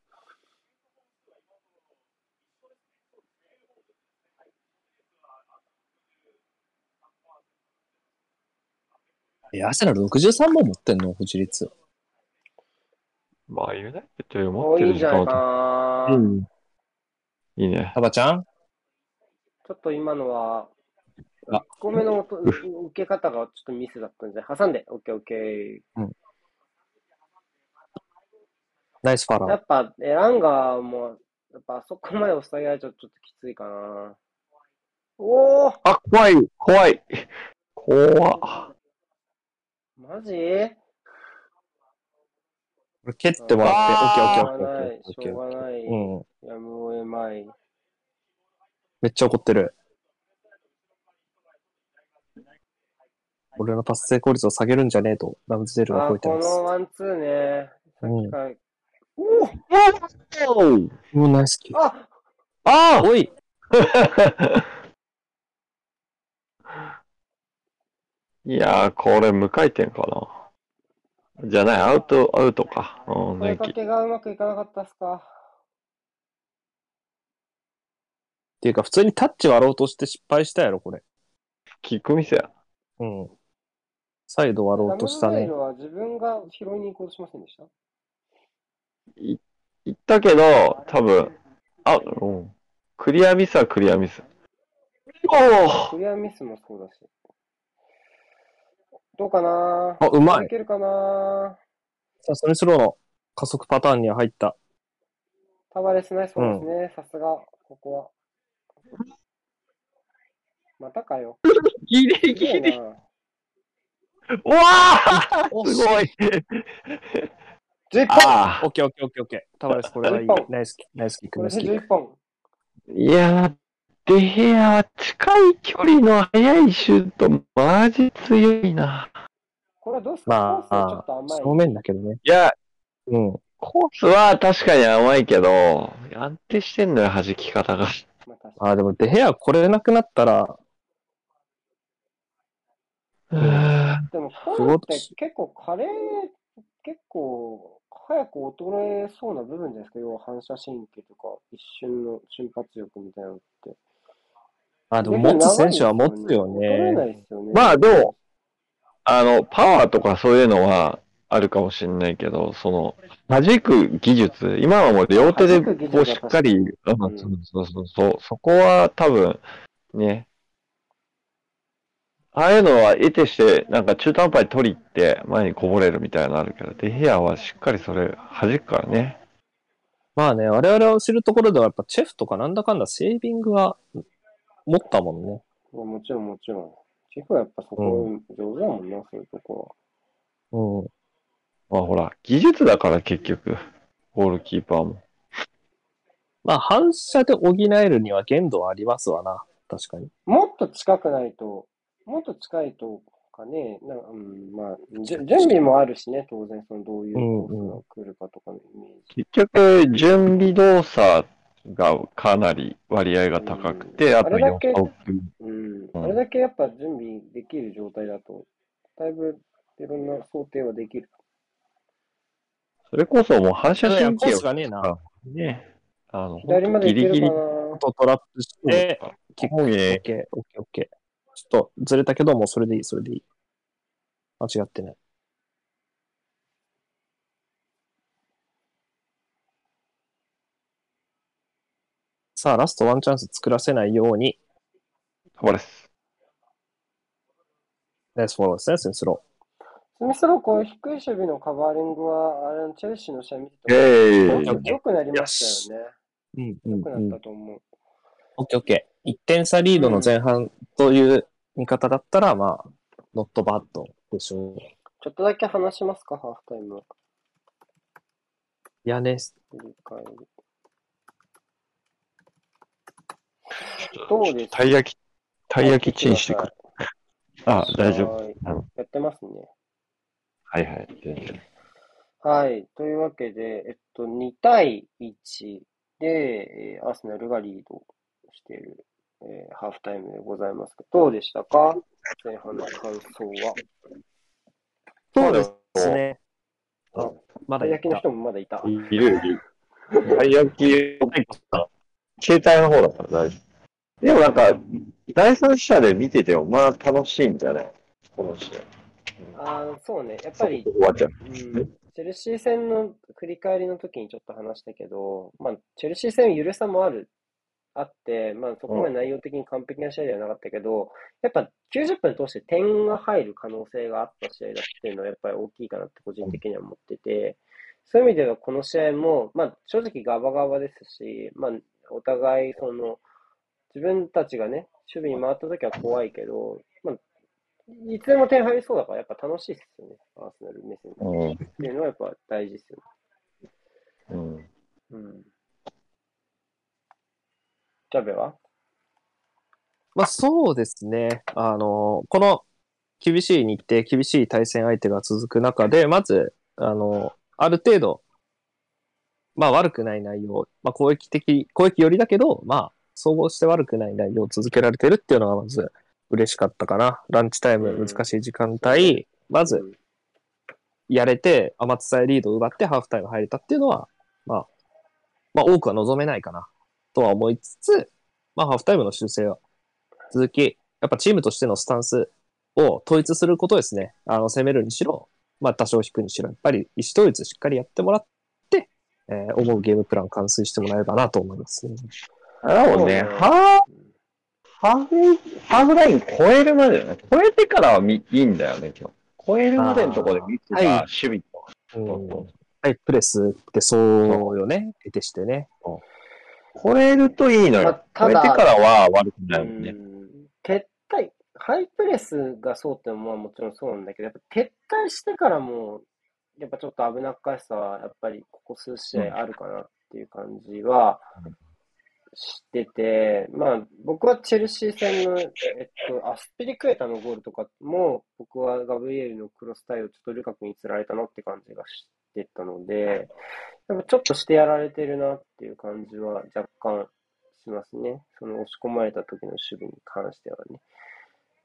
B: え、アセナル63本持ってんの保持率。
C: まあ、ユナイテッドより持
A: も
C: っ
A: う
C: て
A: いい
C: る
A: ん
C: 時
A: じゃな
C: 間
A: いか
C: は、
A: な、
B: うん。
C: いいね。
B: タバちゃん
A: ちょっと今のは、
B: あ
A: 1個目の音う受け方がちょっとミスだったんで、挟んで、オッケーオッケ
B: ナイスファ
A: ー。や
B: ラー。
A: っぱ、エランガーも、やっぱあそこまで押さえられちゃうとちょっときついかな。おー
C: あ、怖い、怖い。怖っ。
A: マジ
B: これ蹴ってもらって、オッケーオッケーオッケーオッケ
A: しょ
B: ーオッケー。
A: うがない、しょうがない。
B: うん。
A: やむを得まい。
B: めっちゃ怒ってる。俺のパス成功率を下げるんじゃねえと、ラムズデールが
A: あ
B: 吠え
A: ー、
B: て
A: こ
B: ます。
A: のワンツーね。さっきから。おー
C: おう
B: もうナイスキー。
A: あ
C: あ
B: おい
C: ー いやー、これ無回転かな。じゃない、アウト、アウトか。うん、
A: 声
C: 抜
A: か
C: き。
A: けがうまくいかなかったっすか。
B: っていうか、普通にタッチ割ろうとして失敗したやろ、これ。
C: キックミスや。
B: うん。サイド割ろ
A: ダ
B: う
A: ム
B: と
A: ズ
B: し
A: ベ
B: たね
A: イル。は自分が拾いに行こうとしませんでした
C: 行ったけど、多分、あ、うん。クリアミスはクリアミス。お
A: ク
C: お
A: リアミスもそうだし。どうかな
B: あ、うまい。
A: けるかな
B: さすがにスローの加速パターンには入った。
A: タバレスナイスそうですね。さすが、ここは。またかよ。
C: ギリ
A: すげ
C: ギ
A: え
C: リ
A: な。
C: うわ あ
B: お
C: すごい
A: 11本
C: あ
B: オッケーオッケーオッケーオッケー。タバレス、これはいい
A: 一本。
B: ナイスキック、ナイスキック、
A: これ
B: ナイス
A: で
B: キ
A: 11
B: ック。
A: 本。
C: あいやー、デヘアは近い距離の速いシュート、マジ強いな。
A: これはどうですかコース
B: ま
A: ちょっ
B: あ
A: と、甘い。
B: 正面だけどね。
C: いや、
B: うん。
C: コースは確かに甘いけど、安定してんのよ、弾き方が。
A: まあ確か
B: あ、でも、デヘアこれなくなったら、
C: うーん
A: にでも、コースって結構カレー、結構早く衰えそうな部分じゃないですか。要は反射神経とか、一瞬の瞬発力みたいなのって。
B: あ、でも持つ選手は持つよ
A: 衰えな
B: ね。
A: いですよね。
C: まあ、でも、あの、パワーとかそういうのはあるかもしれないけど、その、弾く技術、今はもう両手で
A: 弾く技術
C: こ
A: は
C: うしっかり、うん
A: かに
C: そうそうそう、そこは多分、ね、ああいうのは得てして、なんか中途半端に取り行って前にこぼれるみたいなのあるけど、デヘアはしっかりそれ弾くからね。
B: まあね、我々を知るところでは、やっぱチェフとかなんだかんだセービングは持ったもんね。
A: いやもちろんもちろん。チェフはやっぱそこ上手だもんな、そういうとこ
B: うん。
C: まあほら、技術だから結局、ゴールキーパーも。
B: まあ、反射で補えるには限度はありますわな。確かに。
A: ろは。もっと近くないと、もっと近いと、かね、なうん、まあ、じゅ準備もあるしね、当然、そのどういうコースが来るかとかのイメージ。
C: 結局、準備動作がかなり割合が高くて、
A: うん
C: あと
A: あれだけ
C: 予測
A: うん、
C: うん
A: あれだけやっぱ準備できる状態だと、だいぶいろんな想定はできる。
C: それこそもう反射
B: いや
C: 神
B: コ
C: 経
B: ー
C: を
B: スがねえな。
C: ね、あの、
A: 左まで
C: ギ
A: 行け
C: リギ
A: る
C: リ
A: か。な
B: とトラップして、
C: 基本
B: オ
C: へ
B: ッケー、オッケー、オッケー。ちょっとずれたけど、もうそれでいい、それでいい。間違ってない。さあ、ラストワンチャンス作らせないように、
C: タバレス。
B: ナイスフォローですね、センスロ
A: スミスロー、こういう低い守備のカバーリングは、あれのチェルシーの試合見て
C: え
A: ても、
C: ー
A: 良くなりましたよね。
B: ー。うん、
A: 良くなった。と思う。
B: オッケー、オッケー。1点差リードの前半という見方だったら、まあ、ノットバッドでしょう。
A: ちょっとだけ話しますか、ハーフタイムの
B: いやね、
A: 振り返り。どうです
C: たい焼き、たい焼きチンしてくる。あ、大丈夫。
A: 夫
C: うん
A: やってますね。
C: はいはい。全然
A: はい。というわけで、えっと、2対1で、えーアーセナルがリードしている、えーハーフタイムでございますけど、どうでしたか前半の感想は。
B: そうですね。
C: あ
B: まだ
A: たい
B: い
A: 焼きの
B: た。
A: 人もまだいた。
C: いるいる。たい焼きを、携帯の方だから大丈夫。でもなんか、第三者で見てても、まあ楽しいんじゃないこの試合。
A: あーそうね。やっぱり、
C: 終わっちゃう。
A: うん、チェルシー戦の振り返りの時にちょっと話したけど、まあ、チェルシー戦、緩さもある、あって、まあ、そこまで内容的に完璧な試合ではなかったけど、やっぱ90分通して点が入る可能性があった試合だっていうのは、やっぱり大きいかなって、個人的には思ってて、そういう意味では、この試合も、まあ、正直、ガバガバですし、まあ、お互い、その、自分たちがね、守備に回った時は怖いけど、まあ、いつでも点入りそうだから、やっぱ楽しいですよね、アーセナル目線で。
C: うん
A: っていうのはやっぱ大事ですよ
C: うん。
A: ね。うん。ジャベは
B: まあそうですね。あの、この厳しい日程、厳しい対戦相手が続く中で、まず、あの、ある程度、まあ悪くない内容、まあ攻撃的、攻撃寄りだけど、まあ総合して悪くない内容を続けられてるっていうのがまず嬉しかったかな。ランチタイム、
A: うん
B: 難しい時間帯、ま
A: ま
B: ずやれて、天津さえリードを奪ってハーフタイム入れたっていうのは、まあ、まあ多くは望めないかな、とは思いつつ、まあハーフタイムの修正は続き、やっぱチームとしてのスタンスを統一することですね。あの、攻めるにしろ、まあ多少引くにしろ、やっぱり意思統一しっかりやってもらって、えー思うゲームプラン完遂してもらえればなと思いますね。
C: あで
A: そ
C: もね、
A: うね
C: ハー、ハーフ、ハーフライン超えるまでだね。超えてからはみいいんだよね、今日。超えるまでのところでミス
B: あーはい
C: が守備と。
B: うん。はい、プレスってそうよね。得てしてね。
C: 超えるといいの
A: ま
C: よ
A: あ。
C: 超
A: た
C: えて
A: だ
C: からは悪くな
A: う
C: いもんね。
A: ん。撤退、ハイプレスがそうってのももちろんそうなんだけど、やっぱ撤退してからも、やっぱちょっと危なっかしさは、やっぱりここ数試合あるかなっていう感じは
C: うん
A: してて、まあ僕はチェルシー戦の、えっと、アスピリクエタのゴールとかも、僕はガブリエルのクロス対応、ちょっとルカクにつられたなって感じがしてたので、やっぱちょっとしてやられてるなっていう感じは若干しますね。その押し込まれた時の守備に関してはね。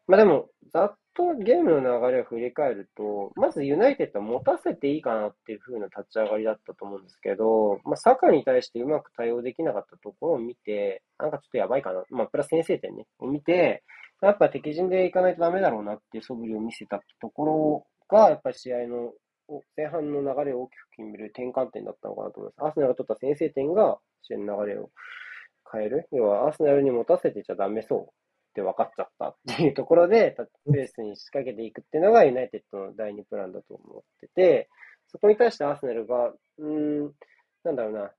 A: まあでも、ざっとゲームの流れを振り返ると、まずユナイテッドは持たせていいかなっていう風な立ち上がりだったと思うんですけど、まあ、サカに対してうまく対応できなかったところを見て、なんかちょっとやばいかな、まあ、プラス先制点ね、を見て、やっぱ敵陣でいかないとダメだろうなっていう素振りを見せたところが、やっぱり試合の前半の流れを大きく決める転換点だったのかなと思います。アーセナルが取った先制点が試合の流れを変える。要は、アーセナルに持たせてちゃダメそうって分かっちゃったっていうところで、タッチベースに仕掛けていくっていうのがユナイテッドの第2プランだと思ってて、そこに対してアーセナルが、うーん、なんだろうな、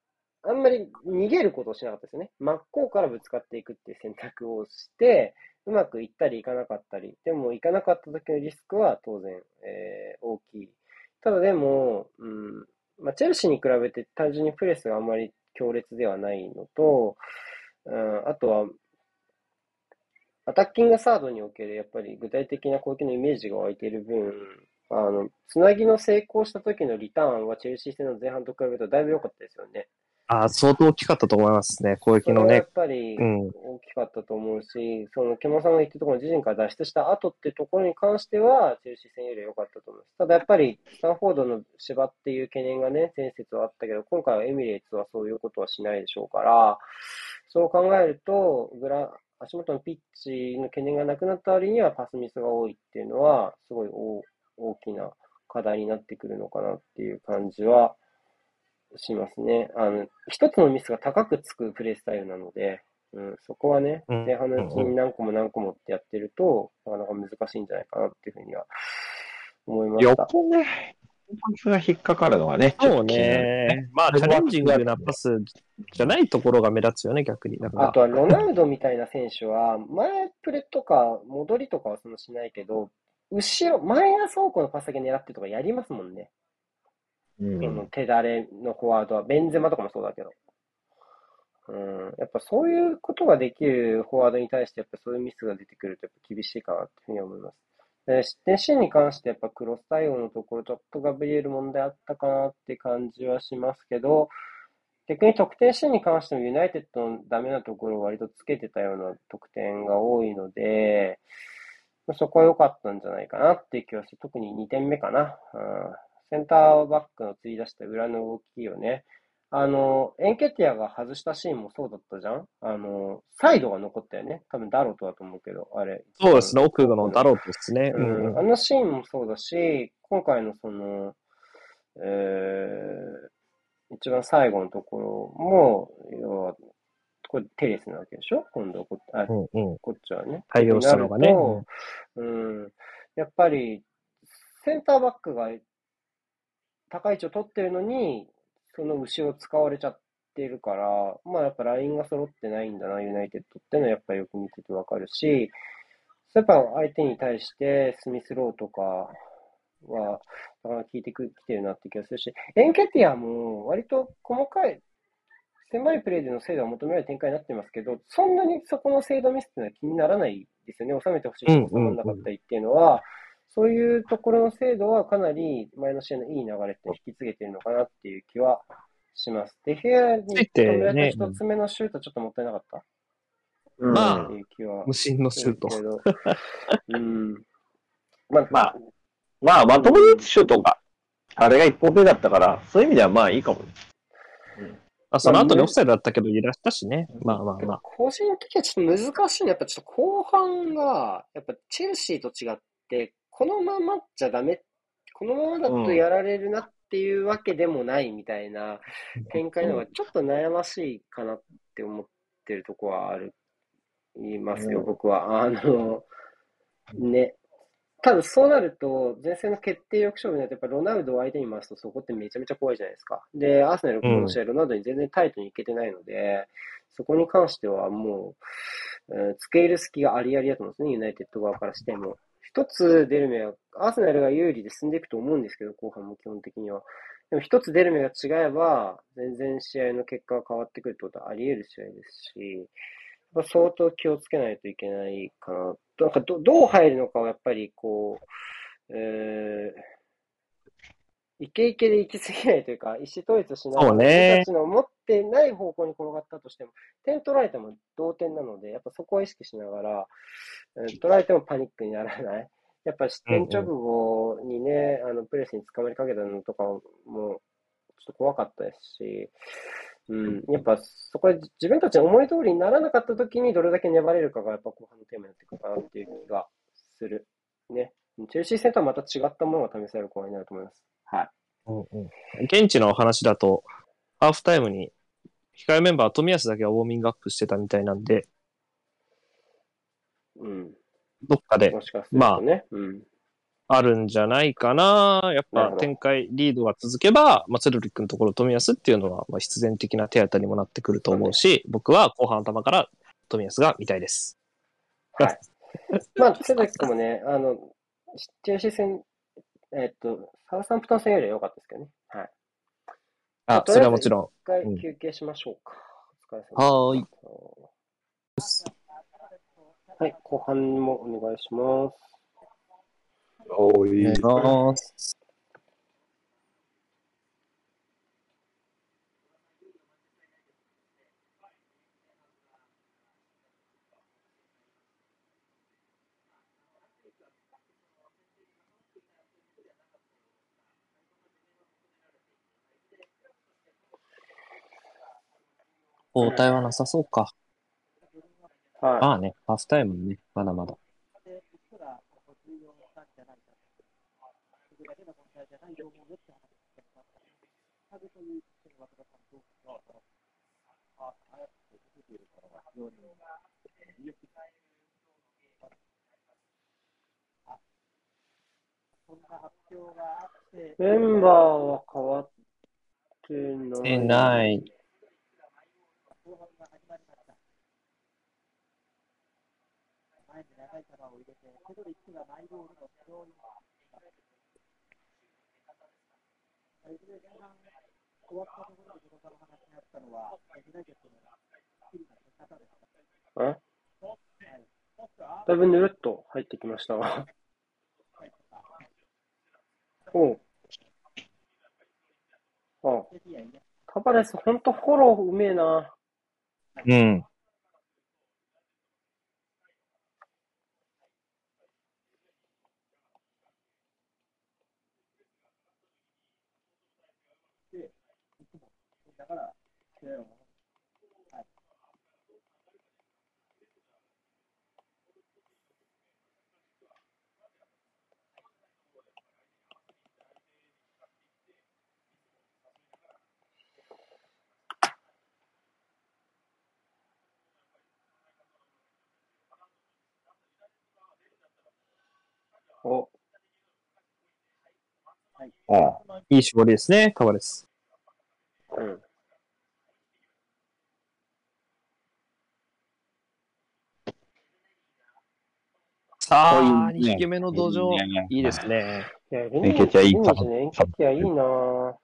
A: あんまり逃げることをしなかったですよね。真っ向からぶつかっていくっていう選択をして、うまくいったりいかなかったり、でもいかなかった時のリスクは当然、えー大きい。ただでも、うんまあ、チェルシーに比べて単純にプレスがあんまり強烈ではないのと、うん、あとは、アタッキングサードにおける、やっぱり具体的な攻撃のイメージが湧いている分、あの、つなぎの成功した時のリターンはチェルシー戦の前半と比べるとだいぶ良かったですよね。
B: ああ、相当大きかったと思いますね、攻撃
A: それ
B: の
A: はや
B: ね
A: っ。ぱり
B: うん。
A: 大きかったと思うし、その、ケモさんが言ったところの自陣から脱出した後ってところに関しては、チェルシー戦よりは良かったと思います。ただやっぱり、スタンフォードの芝っていう懸念がね、前節はあったけど、今回はエミレーツはそういうことはしないでしょうから、そう考えると、グラ、足元のピッチの懸念がなくなった割にはパスミスが多いっていうのは、すごい大大きな課題になってくるのかなっていう感じはしますね。あの、一つのミスが高くつくプレースタイルなので、うん、そこはね、
B: うん
A: 前半のうちに何個も何個もってやってると、なかなか難しいんじゃないかなっていうふうには思いました。
C: 横ね、パスが引っかかるのがね、ちょっ
B: そう
C: と気になる。
B: ね。まあ、チャレンジングなパスじゃないところが目立つよね、逆に。だから
A: あとはロナウドみたいな選手は、前プレとか戻りとかはそんなしないけど、後ろ、前の走行のパスだけ狙ってとかやりますもんね。
C: うん
A: その手だれのフォワードは、ベンゼマとかもそうだけど。うん、やっぱそういうことができるフォワードに対して、やっぱそういうミスが出てくるとやっぱ厳しいかなっていうふうに思います。で、失点シーンに関してやっぱクロス対応のところ、ちょっとガブリエル問題あったかなって感じはしますけど、逆に得点シーンに関してもユナイテッドのダメなところを割とつけてたような得点が多いので、まあそこは良かったんじゃないかなっていう気はして、特に2点目かな。うんセンターバックの釣り出した裏の動きをね、あの、エンケティアが外したシーンもそうだったじゃんあの、サイドが残ったよね。多分ダロトだと思うけど、あれ。
B: そうですね、奥のだろうとですね。う
A: うん
B: ん
A: あのシーンもそうだし、今回のその、えー、一番最後のところも、要は、これテレスなわけでしょ今度こ、あ、
B: うんうんうん。
A: こっちはね。
B: 対応したのがね
A: なるとうん、やっぱり、センターバックが高い位置を取ってるのに、その後ろ使われちゃってるから、まあやっぱラインが揃ってないんだな、ユナイテッドってのはやっぱりよく見ててわかるし、やっぱ相手に対してスミスローとかは、なかなか効いてく、きてるなって気がするし、エンケティアも割と細かい、狭いプレーでの精度は求められる展開になってますけど、そんなにそこの精度ミスっていうのは気にならないですよね。収めてほしいとこ収まらなかったりっていうのは、そういうところの精度はかなり前の試合のいい流れって引き継げてるのかなっていう気はします。デフェアに止められた一つ目のシュートちょっともったいなかった
C: うん
B: まあ
A: っていう気は
B: 無。心のシュート。
A: けど。うん。まあ、
C: まあ、まあ、まともに打つシュートが、あれが一方目だったから、そういう意味ではまあいいかもね。
B: まあ、その後にオフサイドだったけど、揺らしたしね。まあまあ
A: で
B: ま
A: も
B: あ。
A: 個人的にはちょっと難しいのは、やっぱちょっと後半が、やっぱチェルシーと違って、このままじゃダメ、このままだとやられるなっていうわけでもないみたいな展開の方がちょっと悩ましいかなって思ってるとこはある、言いますよ、
C: うん
A: 僕は。あの、ね。ただそうなると、前線の決定力勝負になると、やっぱロナウドを相手に回すとそこってめちゃめちゃ怖いじゃないですか。で、アーセナルこの試合、ロナウドに全然タイトにいけてないので、そこに関してはもう、えーつけ入る隙がありありだと思うんですね、ユナイテッド側からしても。一つ出る目は、アーセナルが有利で進んでいくと思うんですけど、後半も基本的には。でも一つ出る目が違えば、全然試合の結果が変わってくるってことはあり得る試合ですし、やっぱ相当気をつけないといけないかな。なんかどどう入るのかはやっぱりこう、えー、イケイケで行き過ぎないというか、意思統一しない
B: そう
A: 自分
B: ね
A: たちの持ってない方向に転がったとしても、点取られても同点なので、やっぱそこは意識しながら、えー取られてもパニックにならない。 やっぱ失点直後にね、あのプレスに捕まりかけたのとかも、ちょっと怖かったですし、うん、やっぱそこで自分たちの思い通りにならなかった時にどれだけ粘れるかがやっぱ後半のテーマになってくるかなっていう気がする。ね。チェルシー戦とはまた違ったものが試される後半になると思います。はい。
B: 現地のお話だと、ハーフタイムに、控えメンバー、冨安だけはウォーミングアップしてたみたいなんで、
A: うん。
B: どっかで
A: もしかするとね。うん。
B: あるんじゃないかな。やっ
A: なる
B: ぱ
A: ほど
B: 展開、リードが続けば、まあ、セルリックのところ、冨安っていうのは、まあ、必然的な手当たりもなってくると思うし、僕は後半頭から冨安が見たいです。
A: はい。まあ、セドリックもね、あの、チェルシー戦、えっと、サウサンプトン戦よりは良かったですけどね。はい。
B: あ、
A: とりあえず
B: それはもちろ
A: 一回
B: うん
A: 休憩しましょうか。お疲れ様で
B: ん。はーい。
A: す。はい、後半もお願いします。
C: おーいい。
B: お願いします。交代はなさそうか。
A: は
B: まあね、ハーフタイムもね、まだまだ。
A: い。メンバーは変わってない。
B: え、ない。
A: だいぶぬるっと入ってきましたが。おう。あ、タバレス、ほんとフォローうめえな。
B: うん。
A: お、
C: あ
B: いい絞りですね、タバレス。
A: うん。
B: さあ、
C: はい
B: 2匹目の土壌
C: いいね。
B: いいですね。
A: いや、エ
C: いけちゃいい
A: リ
C: か
A: ンジね、エンケティアいいな。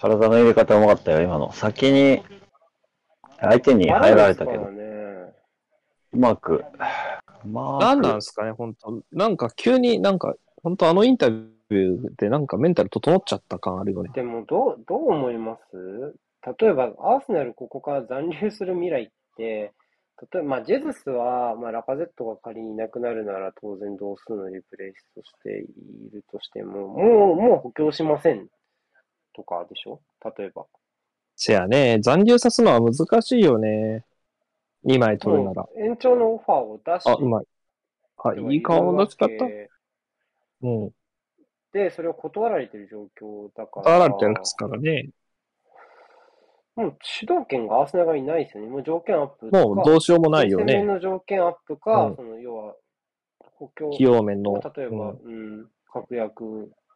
C: 体の入れ方うまかったよ、今の。先に、相手に入られたけ
A: バランスか
C: ど、
A: らね。
C: うまく。ま
B: なんなんですかね、本当なんか急になんか、本当あのインタビューでなんかメンタル整っちゃった感あるよね。
A: でも、どう、どう思います例えば、アーセナルここから残留する未来って、例えば、まあ、ジェズスは、まあ、ラカゼットが仮にいなくなるなら当然同数のリプレイスとしているとしても、もう、もう補強しませんとかでしょ例えば。
B: せやね、残留さすのは難しいよね。2枚取るなら
A: も。う延長のオファーを出して
B: あ、うまい。はい、いい顔の出し方。うん。
A: で、それを断られてる状況だから。
B: 断られてるんですからね。
A: もう主導権がアーセナルがいないですよね。もう条件アップか。
B: もうどうしようもないよ
A: 金銭面
B: ね。
A: の条件アップか、
B: うん
A: その要は補強、
B: 費用面の。
A: 例えば、
B: うん
A: うん、確約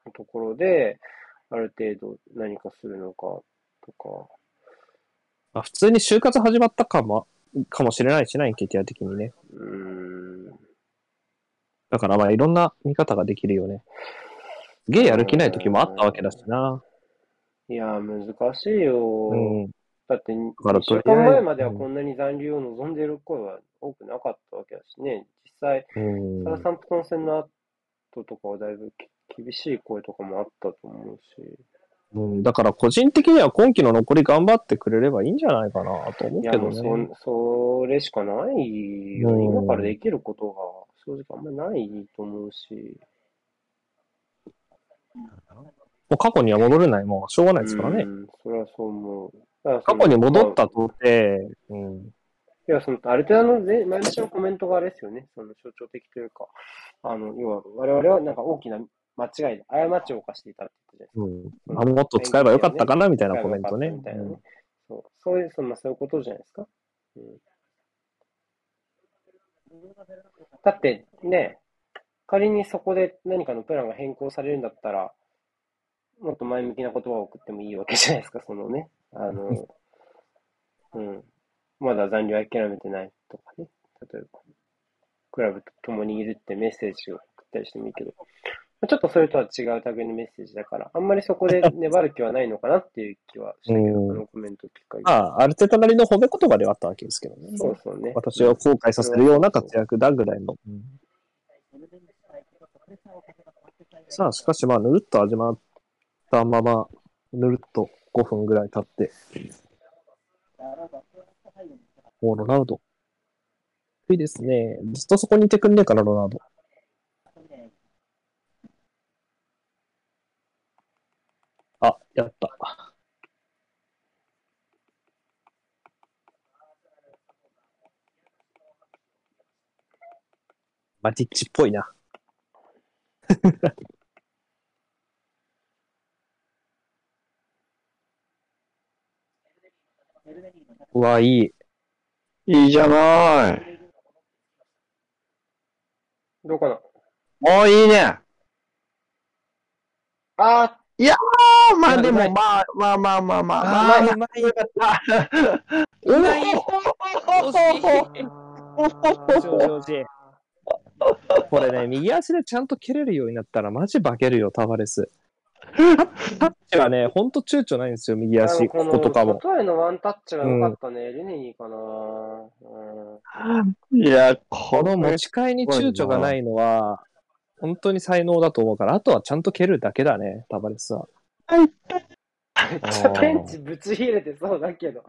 A: のところで、ある程度何かするのかと
B: まあ、普通に就活始まったかも、かもしれないしな、インケティア的にね。
A: か、うん。
B: だからまあいろんな見方ができるよね。すげえやる気ない時もあったわけだしな。
A: いやー、難しいよ。
B: うん。
A: だって、
B: から
A: 2
B: とり
A: 週
B: あえず
A: 間前まではこんなに残留を望んでいる声は多くなかったわけだしね。実際、
B: うん
A: サ。ラサンプトン戦の後とかはだいぶき厳しい声とかもあったと思うし。
B: うん、だから個人的には今季の残り頑張ってくれればいいんじゃないかなと思う
A: い
B: け
A: や、も
B: ど
A: うそ
B: ね。
A: ん、それしかないよね。
B: うん
A: 今からできることが正直あんまりないと思うし。
B: もう過去には戻れない、もうしょうがないですからね。
A: うん、それはそう思う。だからそ
B: 過
A: の
B: 去に戻っ
A: まあ
B: たとて、うん。
A: いや、その、アルテナの前前日のコメントがあれですよね。その象徴的というか、あの、要は、我々はなんか大きな間違いで、過ちを犯していたって言ってたじゃないですか
B: うん、あもっと使えばよかったかなみたいなコメントね。
A: みたいなね。そうそういう、そんなそういうことじゃないですか。うん、だってね、仮にそこで何かのプランが変更されるんだったら、もっと前向きな言葉を送ってもいいわけじゃないですか、そのね。あの、うん。まだ残留は諦めてないとかね。例えば、クラブと共にいるってメッセージを送ったりしてもいいけど、ちょっとそれとは違う類のメッセージだから、あんまりそこで粘る気はないのかなっていう気はしたけど、
B: うん
A: このコメントを聞く限り
B: まあ、ある程度なりの褒め言葉ではあったわけですけどね。
A: そうそうね。
B: 私を後悔させるような活躍だぐらいの。さあ、しかしまあ、ぬるっと始まったまま、ぬるっと5分ぐらい経って、おーロナウド。いいですね。ずっとそこにいてくんねえから、ロナウド。あ、やった。マティッチっぽいな。うわ、いい。
C: いいじゃない。
A: どうかな
C: もういいね。
A: あー
C: あまあで
B: うまい
C: も、まあ、まあまあまあまあ。
B: あー、うまい。
C: うまい。
B: ジョージョージこれね、右足でちゃんと蹴れるようになったら、マジ化けるよ、タバレス。タッチはね、ほんと躊躇ないんですよ、右
A: あの
B: 足、
A: こ
B: こ
A: の
B: ことかも。
A: 外へのワンタッチが良かったね。ルネニーかな、うん
C: いや、
B: こ
C: こ
B: の
C: の
B: 持
C: め
B: ち替えに躊躇がないのは、本当に才能だと思うから、あとはちゃんと蹴るだけだね、タバレスは。
A: ちょベンチぶち入れてそうだけど。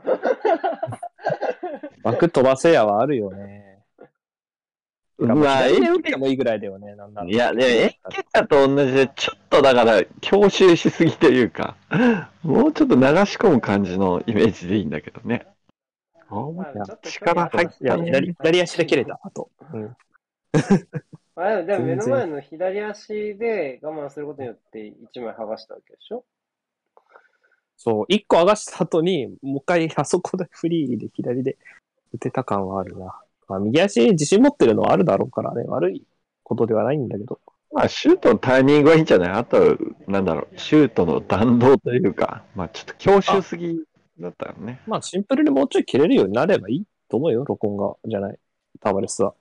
B: 枠飛ばせやはあるよね。
C: うまい
B: 左。で打ってもいいぐらいだよね、なんなら。
C: いや、ね、エンケタと同じで、ちょっとだから、強襲しすぎというか、もうちょっと流し込む感じのイメージでいいんだけどね。
A: まあ
B: いや
A: ちょっと距離あ
C: 力
A: った
C: 入っ
B: いや
C: たね。
B: 左左足で蹴れた、あと。うん
A: まあ、でも目の
B: 全然
A: 前の左足で我慢することによって一枚剥がしたわけでしょ
B: そう、一個上がした後に、もう一回あそこでフリーで左で打てた感はあるな。まあ、右足自信持ってるのはあるだろうからね、悪いことではないんだけど。
C: まあ、シュートのタイミングはいいんじゃないあと、なんだろう、シュートの弾道というか、まあ、ちょっと強襲すぎだったよね。
B: まあ、シンプルにもうちょい蹴れるようになればいいと思うよ、ロコンが。じゃない。タバレスは。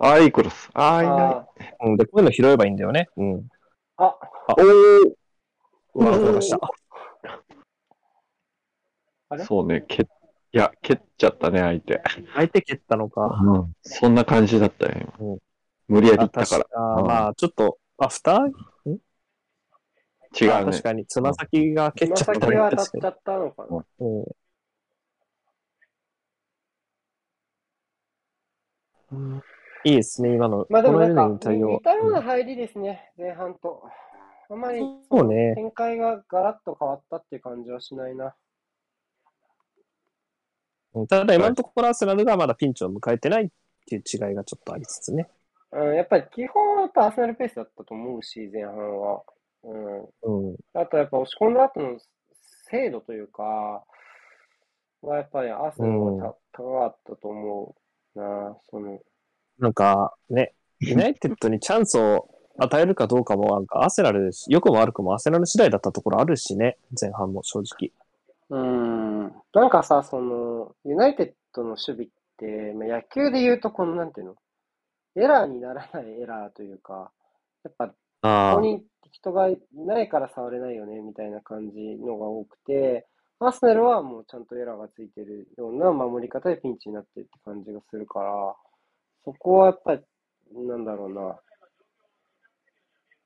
C: ああ、いいクロス。ああ、いいな。
A: あ
B: うん、で、こういうの拾えばいいんだよね。うん。
A: ーあ、
C: おー
B: うわ、取れました。
A: あれ
C: そうね、蹴っ、いや、蹴っちゃったね、相手。
B: 相手蹴ったのか。
C: うん、そんな感じだったよ、
B: う
C: 今
B: ん。
C: 無理やり行
B: あ、
C: った
B: 確
C: か
B: か、あーまあ、ちょっと、あ、蓋
C: ら。
B: あ
C: 違うね
B: 確。かに、つま先が蹴
A: つ
B: っ
A: ま
B: ちゃった
A: 先
B: ね。
A: が当たっ
B: 確か
A: ちゃったのかな
B: にうんいいですね、今の。
A: まあでもなん
B: この
A: か
B: ように、対応
A: 似たような入りですね、前半と。あんまり
B: そうね。
A: 展開がガラッと変わったっていう感じはしないな。
B: ただ今のところアスナルがまだピンチを迎えてないっていう違いがちょっとありつつね。
A: うん、やっぱり基本はやっぱアーセナルペースだったと思うし、前半は。うん、
B: うん。
A: あとやっぱ押し込んだ後の精度というか、はやっぱりアーセナルの方がた高かったと思うな、その、
B: なんかね、ユナイテッドにチャンスを与えるかどうかも、なんかアセナルです、良くも悪くもアセナル次第だったところあるしね、前半も正直。
A: うん、なんかさ、その、ユナイテッドの守備って、まあ、野球で言うとこの、なんていうの、エラーにならないエラーというか、やっぱこ
B: あ
A: こに人がいないから触れないよねみたいな感じのが多くて、アーセナルはもうちゃんとエラーがついてるような守り方でピンチになってるって感じがするから、そこはやっぱり、なんだろうな、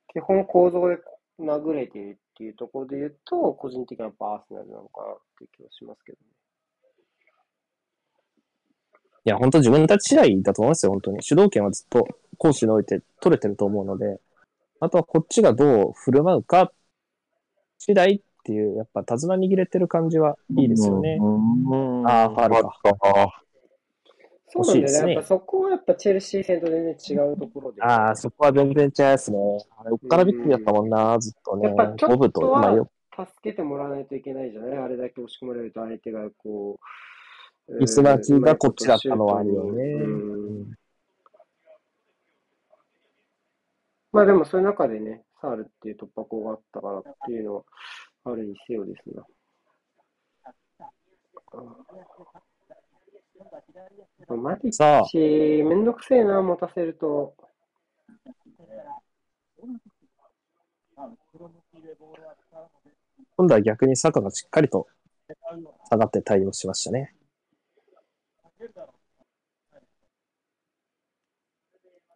A: 基本構造で殴れているっていうところで言うと、個人的にはやっぱアーセナルなのかなっていう気はしますけどね。
B: いや、本当自分たち次第だと思いますよ、本当に。主導権はずっと攻守において取れてると思うので、あとはこっちがどう振る舞うか次第っていう、やっぱ手綱握れてる感じはいいですよね。
C: うん
B: あーファウルか。
A: そうなんだ
B: 欲しいで
A: よ
B: す
A: ね。
B: ね
A: やっぱそこはやっぱチェルシー戦と全然違うところで。
B: ああ、そこは全然違いますね。あれ、おっからびっくりだったもんな、ずっとね。
A: やっぱちょっとは
B: ボブと、まあよ、
A: 助けてもらわないといけないじゃないあれだけ押し込まれると相手がこう、
B: ミスマッチがこっちだったのはあるよね。
A: うんまあでもそういう中でね、サールっていう突破口があったからっていうのはあるにせよですね。マティ
B: さあ
A: ッチ、めんどくせえな、持たせると。
B: 今度は逆に坂がしっかりと下がって対応しましたね。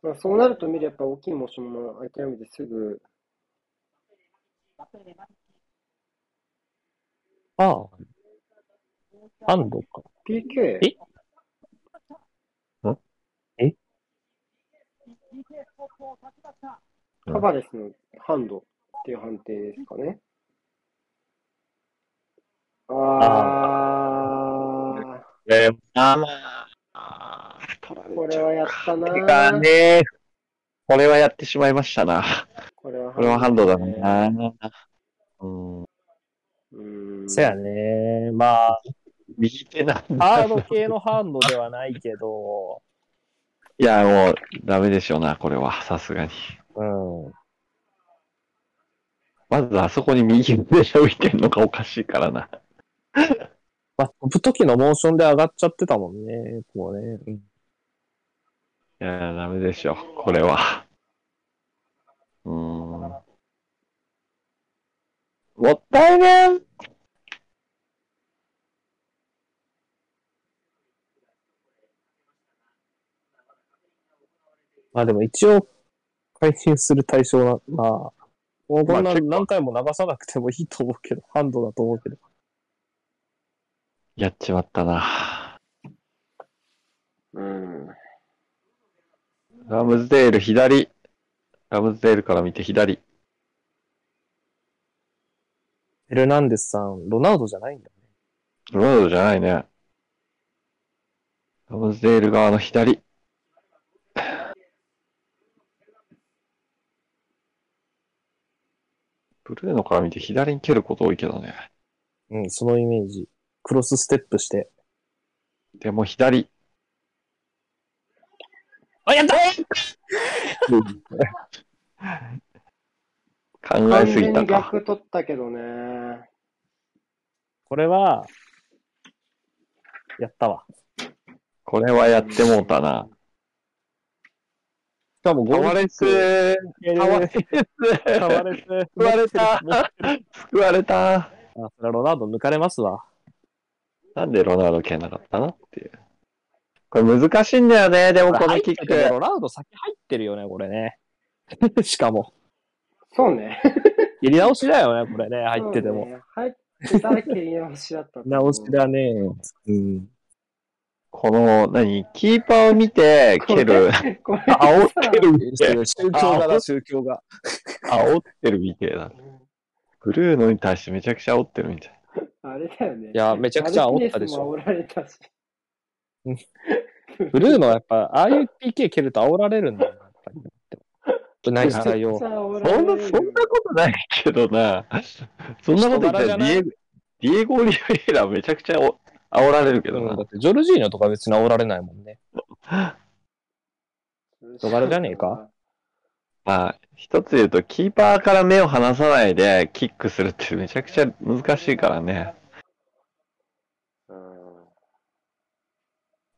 A: まあ、そうなると見れば大きいモーションも諦めてすぐ、
B: ああ、ハンドか。
A: PK?
B: え
A: タバレスのハンドっていう判定ですかね。ああ
C: えー、まあまあ、取られちゃう
A: これはやったな
C: 手がね、これはやってしまいましたな。
A: これは
C: これはハンドだ
A: ね。
C: な。うん、
A: うーん。
B: そやね。まあ、
C: 右手なんだ。
B: ハード系のハンドではないけど、
C: いや、もう、ダメでしょうな、これは。さすがに。
B: うん。
C: まず、あそこに右腕で浮いてるのがおかしいからな。
B: まあ、飛ぶ時のモーションで上がっちゃってたもんね。こうね。うん
C: いや、ダメでしょう、これは。うーん。もったいね
B: まあでも一応、回避する対象な、まあ、もうこん
C: まあ
B: な
C: チェックは
B: 何回も流さなくてもいいと思うけど、 ハンドだと思うけど。
C: やっちまったな。
A: うん。
C: ラムズデール、左。ラムズデールから見て左。
B: エルナンデスさん、ロナウドじゃないんだ。
C: ロナウドじゃないね。ラムズデール側の左。ブルーノから見て左に蹴ること多いけどね。
B: うん、そのイメージ。クロスステップして。
C: でも左。
B: あ、やった
C: 考え
A: 完
C: すぎ
A: 全
C: た
A: に
C: か。
A: 逆取ったけどね。
B: これは、やったわ。
C: これはやってもうたな。
B: しかも
C: タワレス、タワレス、
B: タワレス。
C: 救われた。救われた。
B: あ、それはロナウド抜かれますわ。
C: なんでロナウド蹴らなかったなっていう。これ難しいんだよね、でもこの
B: 入っ
C: キ
B: て
C: ッ
B: ても
C: ク。
B: ロナウド先入ってるよね、これね。 しかも。
A: そうね。
B: やり直しだよね、これね、入ってて
A: そう
B: も。
A: ね。入ってたら蹴り直しだったと思う。
B: 直しだね。うん。
C: この、何、キーパーを見て蹴る。
A: これさ。
C: 煽ってるみた いな。
B: 宗教がだ、宗教が。
C: 煽ってるみたいな。ブルーノに対してめちゃくちゃ煽ってるみたい。
A: あれだよね。
B: いや、めちゃくちゃ
A: マル
B: 煽
A: ティ
B: ったで
A: ネ
B: し
A: スも
B: ょ。
A: 煽られたし。
B: ブルーのやっぱ、ああいう PK 蹴ると煽られるんだよな、やっぱり。ナイス対応。
A: そ
C: そんな、そんなことないけどな。そんなこと言ったらディエゴ、ディエゴ・オリベイラめちゃくちゃお煽られるけど
B: う
C: な。
B: ん、だってジョルジーニョとか別に煽られないもんね。
A: 人
B: 人柄じゃねえか
C: まあ、一つ言うと、キーパーから目を離さないでキックするってめちゃくちゃ難しいからね。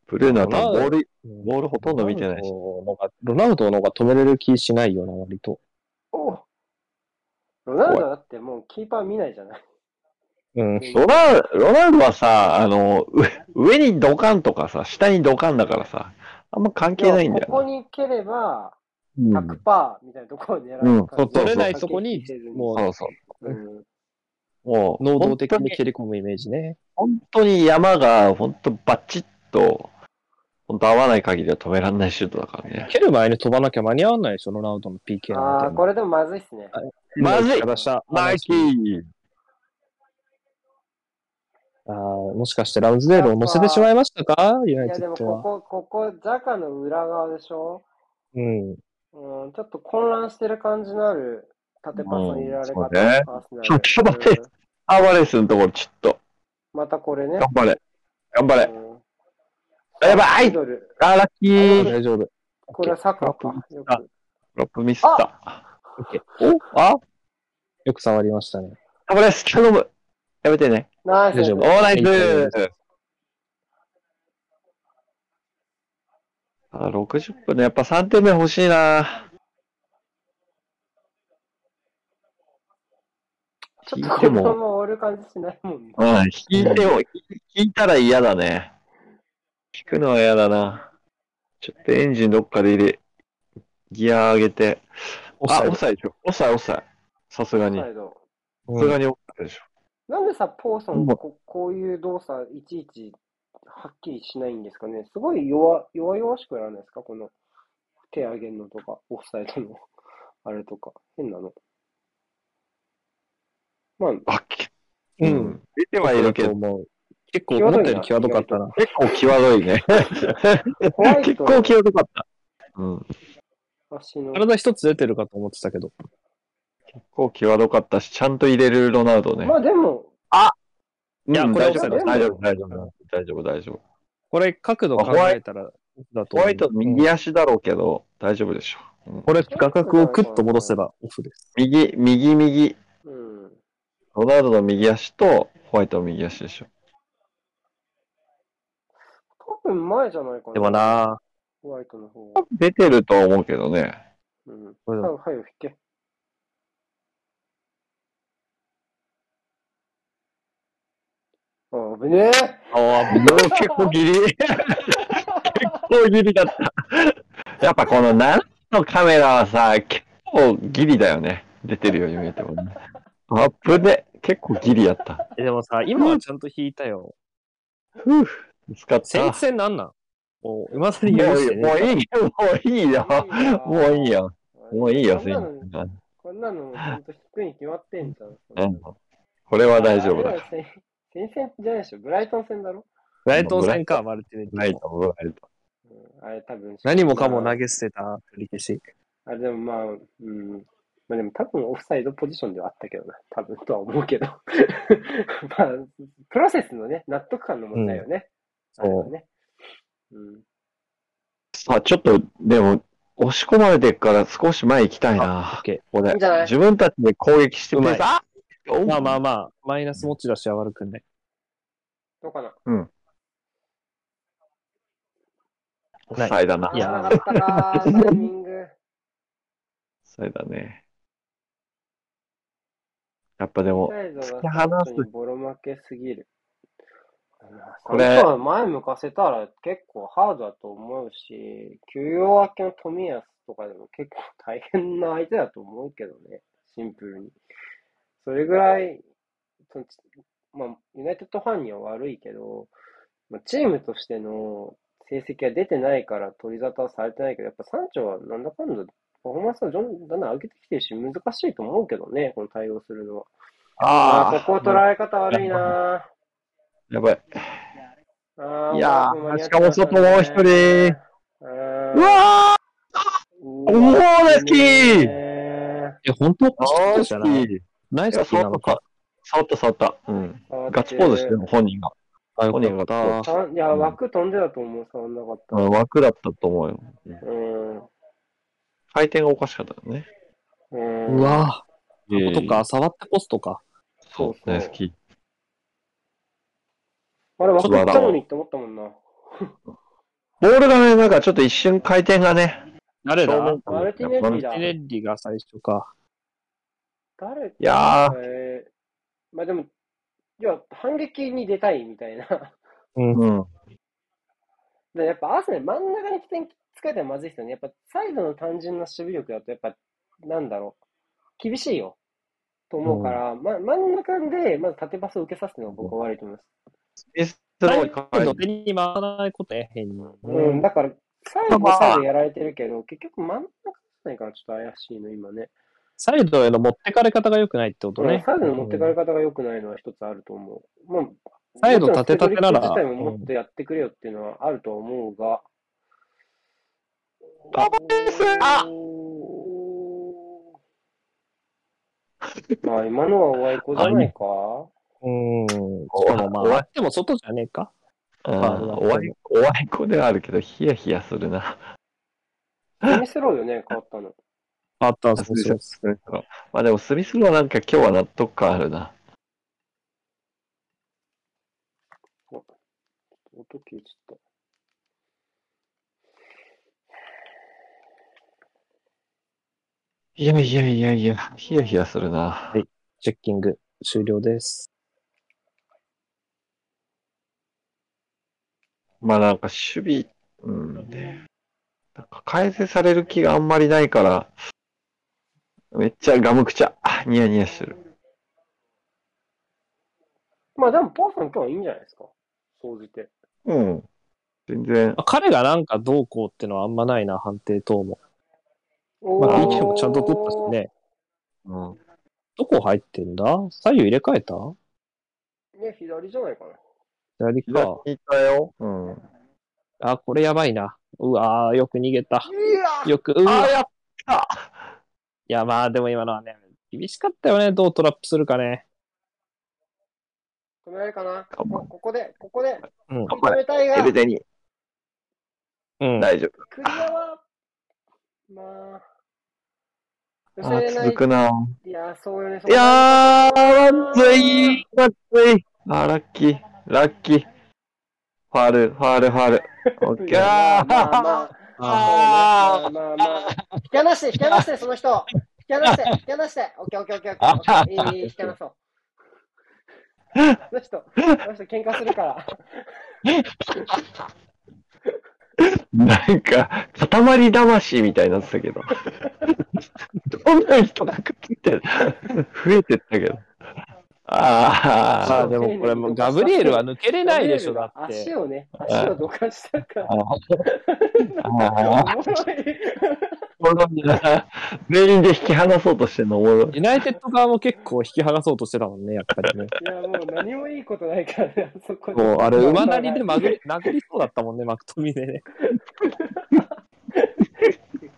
C: ブルーノは多分ボール、ボールほとんど見てないし。
B: ロナウドの方が止めれる気しないよな、割と。
A: おうロナウドだってもうキーパー見ないじゃない。
B: うん。
C: ロナウロナウドはさ、あの、上上にドカンとかさ、下にドカンだからさ、あんま関係ないんだよ
A: ここ
C: な。
A: に蹴れば
C: うん
A: 100%みたいなところを狙う
C: う
A: 感じ
C: んそうそうそう取れ
B: ないとこにも
C: そうそう。
A: うん
C: もう、
B: 能動的
C: 本当
B: に蹴り込むイメージね。
C: 本当に山が、本当バチッと、本当合わない限りは止められないシュートだからね。
B: 蹴る前に飛ばなきゃ間に合わないでしょ、ロナウドの PK
A: あ
B: な
A: あ、
B: んて。
A: これでもまずいっすね。
C: まずい
B: 出した。
C: マーキー
B: あーもしかしてラウンズデールを乗せてしまいましたかユナ
A: い
B: イ
A: や、
B: テ
A: で
B: ッ
A: も
B: ド
A: こ
B: は。
A: こ、ここ、ジャカの裏側でしょ
B: うん。
A: うん、ちょっと混乱してる感じのある縦パスの入れられ
C: うんそ
A: 方
C: うね、
A: パスの
C: ちょちょっと待って
A: うん
C: アバレスのところ、ちょっと、
A: またこれね
C: 頑。張れ。頑張れ。
A: うん
C: やばい
A: ミドル
C: あー、ラッキー。
B: 大丈夫。
A: これはサッカーか。よく。
C: ロップミスった。おあ
B: よく触りましたね。
C: アバレス、頼む。やめてね。
A: ナイス
B: 大丈
C: オ
B: 夫
C: ーナイスあ、60分ね。やっぱ3点目欲しいな。
A: ちょ
C: 引
A: っ
C: い
A: と
C: て
A: こ
C: も
A: のまま終わる感じしないもんね。
C: うん、引いても、引いたら嫌だね。引くのは嫌だな。ちょっとエンジンどっかで入れ、ギア上げて。
B: オフ
C: あ、
B: サイド
C: オフサイド。オフサイド、オフサイド。さすがに。
A: サ
C: さ
A: イド
C: す
B: うん
C: がにオフサイドでしょ。
A: なんでさ、ポーソ
C: う
A: ン
C: ん
A: こ、こういう動作、いちいちはっきりしないんですかね。すごい弱弱々しくやらないですか、この手上げんのとか、オフサイドの あれとか、変なの。まあ、
C: あ、き
B: うん。
C: 出てはいるけど、
B: 思う。結構思ったより際どかったな。
C: 結構際どいね。
A: 怖いと
C: 結構際どかった。うん。
A: 足の、
B: 体一つ出てるかと思ってたけど。
C: 結構際どかったし、ちゃんと入れるロナウドね。
A: まあでも、
B: いや
C: うん
B: これ
C: 大丈夫
A: オフサイ
C: 大丈
A: ド
C: 夫、大丈夫、大丈夫、大丈夫。
B: これ角度考えたら、だと思
C: ホ
B: う
C: ワイト右足だろうけど、大丈夫でしょ。うん
B: これ画角をクッと戻せばオフです。
C: 右、右、右。
A: うん、
C: ロナウドの右足とホワイトの右足でしょ。
A: 多分前じゃないかな。
B: でもな
A: ホワイトの方が。
C: 出てるとは思うけどね。
A: うん。
B: これ
A: 多分、はい、引け。あ、危ねえ。
C: ああ、結構ギリ。結構ギリだった。やっぱこの7のカメラはさ、結構ギリだよね。出てるように見えてもね。アップで結構ギリやった。
B: えでもさ、今はちゃんと引いたよ。
C: ふぅ、見つかった。
B: 先
C: も
B: 戦なんなんもう、今だ
C: う
B: に許してね。
C: もういい、もういいよ。もういいよ。もういいよ、
A: こん
C: 先
A: な
C: 生
A: の、こんなのもちゃんと低いに決まってんじゃ。
C: うんんこれは大丈夫だ。
A: あれはせ先戦じゃないでしょ。ブライトン戦だろ。
B: ブライトン戦か、マルティネッ
C: ない
B: リ。
C: と思う。ないと
A: うん、あれ多分。
B: 何もかも投げ捨てた取り消し。
A: あれでもまあ、うん。まあでも多分オフサイドポジションではあったけどな。多分とは思うけど。 まあ、プロセスのね、納得感の問題よね。
B: う
A: あ
B: ん
A: れはね。うん。
C: さあ、ちょっと、でも、押し込まれてるから少し前行きたい
B: オッ
C: な。
B: ケ
C: これ
A: いいんじゃない
C: 自分たちで攻撃して
B: うまい
C: ペースあ
B: ー。まあまあまあ、マイナス持ち出しは悪くない。
A: どうかな。
C: オフサイだな。
B: いや
A: あーなかったかー、タイミング。
C: オフサイだね。やっぱでも、
A: サイド
C: 突き
A: が
C: 放す
A: 本当にボロ負けすぎる。
C: これ
A: サッカー前向かせたら結構ハードだと思うし、休養明けの冨安とかでも結構大変な相手だと思うけどね、シンプルに。それぐらい、そのちまあ、ユナイテッドファンには悪いけど、まあ、チームとしての成績が出てないから取り沙汰はされてないけど、やっぱサンチョはなんだかんだパフォーマンスはどんだんだん上げてきてるし、難しいと思うけどね、この対応するのは。ああ、
C: あ
A: ここ捉え方悪いな
C: あ、やばい。
A: ぁ。あ
C: いやー
A: 小川君間に合ってまたね
C: しかも外もう一人。
A: あー
C: うわ
A: う
C: ーお
A: わ
C: ーラッキー
A: ね
B: え、本当
C: おーラ
B: 好きじゃな
C: ッ
B: い
C: キー
B: ナイスキーなのか。
C: 触った、触った。うん。
A: ー
C: ガッツポーズしてる本人が。
B: あ、よ
C: 触った
B: かった。
A: たいや、枠飛んでたと思う、触んなかっ
C: うん枠だったと思うよ。
A: た。うん。
C: 回転がおかしかったよね。
A: うん。
B: うわ
C: ええ
B: ぁ。とか、触ってポストか。
C: そう
A: そうそう
C: ね、好き。
A: あれ、枠行ったのにって思ったもんな。
C: ボールがね、なんかちょっと一瞬回転がね、
B: 誰だマル
A: マルティネッリだ
B: ティ。ネッリが最初か。
A: 誰
C: いや
A: えー、まあでも、要は反撃に出たいみたいな。
C: ー、うん。
A: でやっぱアーセナル真ん中に起点使えたらまずいですよね。やっぱサイドの単純な守備力だと、やっぱ、なんだろう、厳しいよ。と思うから、ま、真ん中で、まず縦パスを受けさせるのが僕は悪いと思います。
C: ミスド
B: サ
C: ロ
B: イ
C: ーか
B: ド手に回らないことね、変に。
A: うん、だから、サイド
C: まあ
A: サイドやられてるけど、結局真ん中じゃないから、ちょっと怪しいの、今ね。
B: サイドへの持ってかれ方が良くないってこと
A: うん
B: ね。
A: サイドの持ってかれ方が良くないのは一つあると思う。まあ、
B: サイド縦立てな
A: も
B: ら
A: ちろんスペドリック自体ももっとやってくれよっていうのはあると思うが。
C: パパですあ
A: まあ、今のはおわいこじゃないか。
B: うん。しかもま
C: お
B: あ、あっても外じゃねえか。
C: うん
B: あまあ
C: おわい、おわいこではあるけど、ヒヤヒヤするな。
A: フミスローよね、変わったの。
B: あったん
C: あ
B: で
C: ス
B: す
C: ミ
B: ね
C: スロースミスローまあでも、スミスローはなんか今日は納得感あるな。
A: 音消えちゃっ
C: いやいやいやいや、ヒヤヒヤするな。
B: チェッキング。終了です。
C: まあなんか守備、うん、なんか改善される気があんまりないから、めっちゃがむくちゃ、あニヤニヤしてる。
A: まあでも、ポーさん今日はいいんじゃないですか。総じて。
C: うん。全然、
B: まあ彼がなんかどうこうってのはあんまないな、判定等も。
A: お
B: まあ、
C: おー
B: PK もちゃんと取ったし。ね。
C: うん、
B: どこ入ってんだ左右入れ替えた
A: ね、左じゃないかな。
B: 左
C: 左
B: か。
C: にいたよ。うん。
B: あ、これやばいな。うわー、よく逃げた。
A: いや
B: よく、う
C: あ
B: わ
C: ー
B: い
C: やった
B: や、まあでも今のはね、厳しかったよね。どうトラップするかね。
A: 止められるかな。
C: 頑張
A: こ
C: れ
A: ここで、ここで、
B: うん。
C: 頑張
A: 止
C: れ
A: めたいが、
C: エ
A: クリ
C: ベデに
B: うん。
C: 大丈夫。
A: アは、まあ、寄
C: あ
A: せれ
C: ー、
A: ない。
C: 続くな。
A: いやー、そうよね。そ
C: いうやー、まずい、まずい。あー、ラッキー、ラッキー。ファール、ファール、ファール。オッ
A: い
C: ケー。
A: やまあまあまあ。
C: あ
A: そうねまあまあまあ。引き離して、引き離して、その人。引き離して、引き離して。オッケーオッケーオッケーオッケーオッケー。いいいい、引き離そう。その人、その人喧嘩するから。
C: なんか、塊魂みたいになってたけど。どんな人がくっついてる増えてったけど。あ
B: ま
C: ー
B: あでもこれもうガブリエルは抜けれないでしょ、だって
A: 足。をね、足をどかしたから。
C: あー、
A: おもろい。
C: おもろいな全員で引き離そうとしてんのおもろい。
B: ユナイテッド側も結構引き剥がそうとしてたもんね、やっぱりね。
A: いや、もう何もいいことないからね、あそこに
B: もうあれ、馬なりでまぐり殴りそうだったもんね、マクトミネね。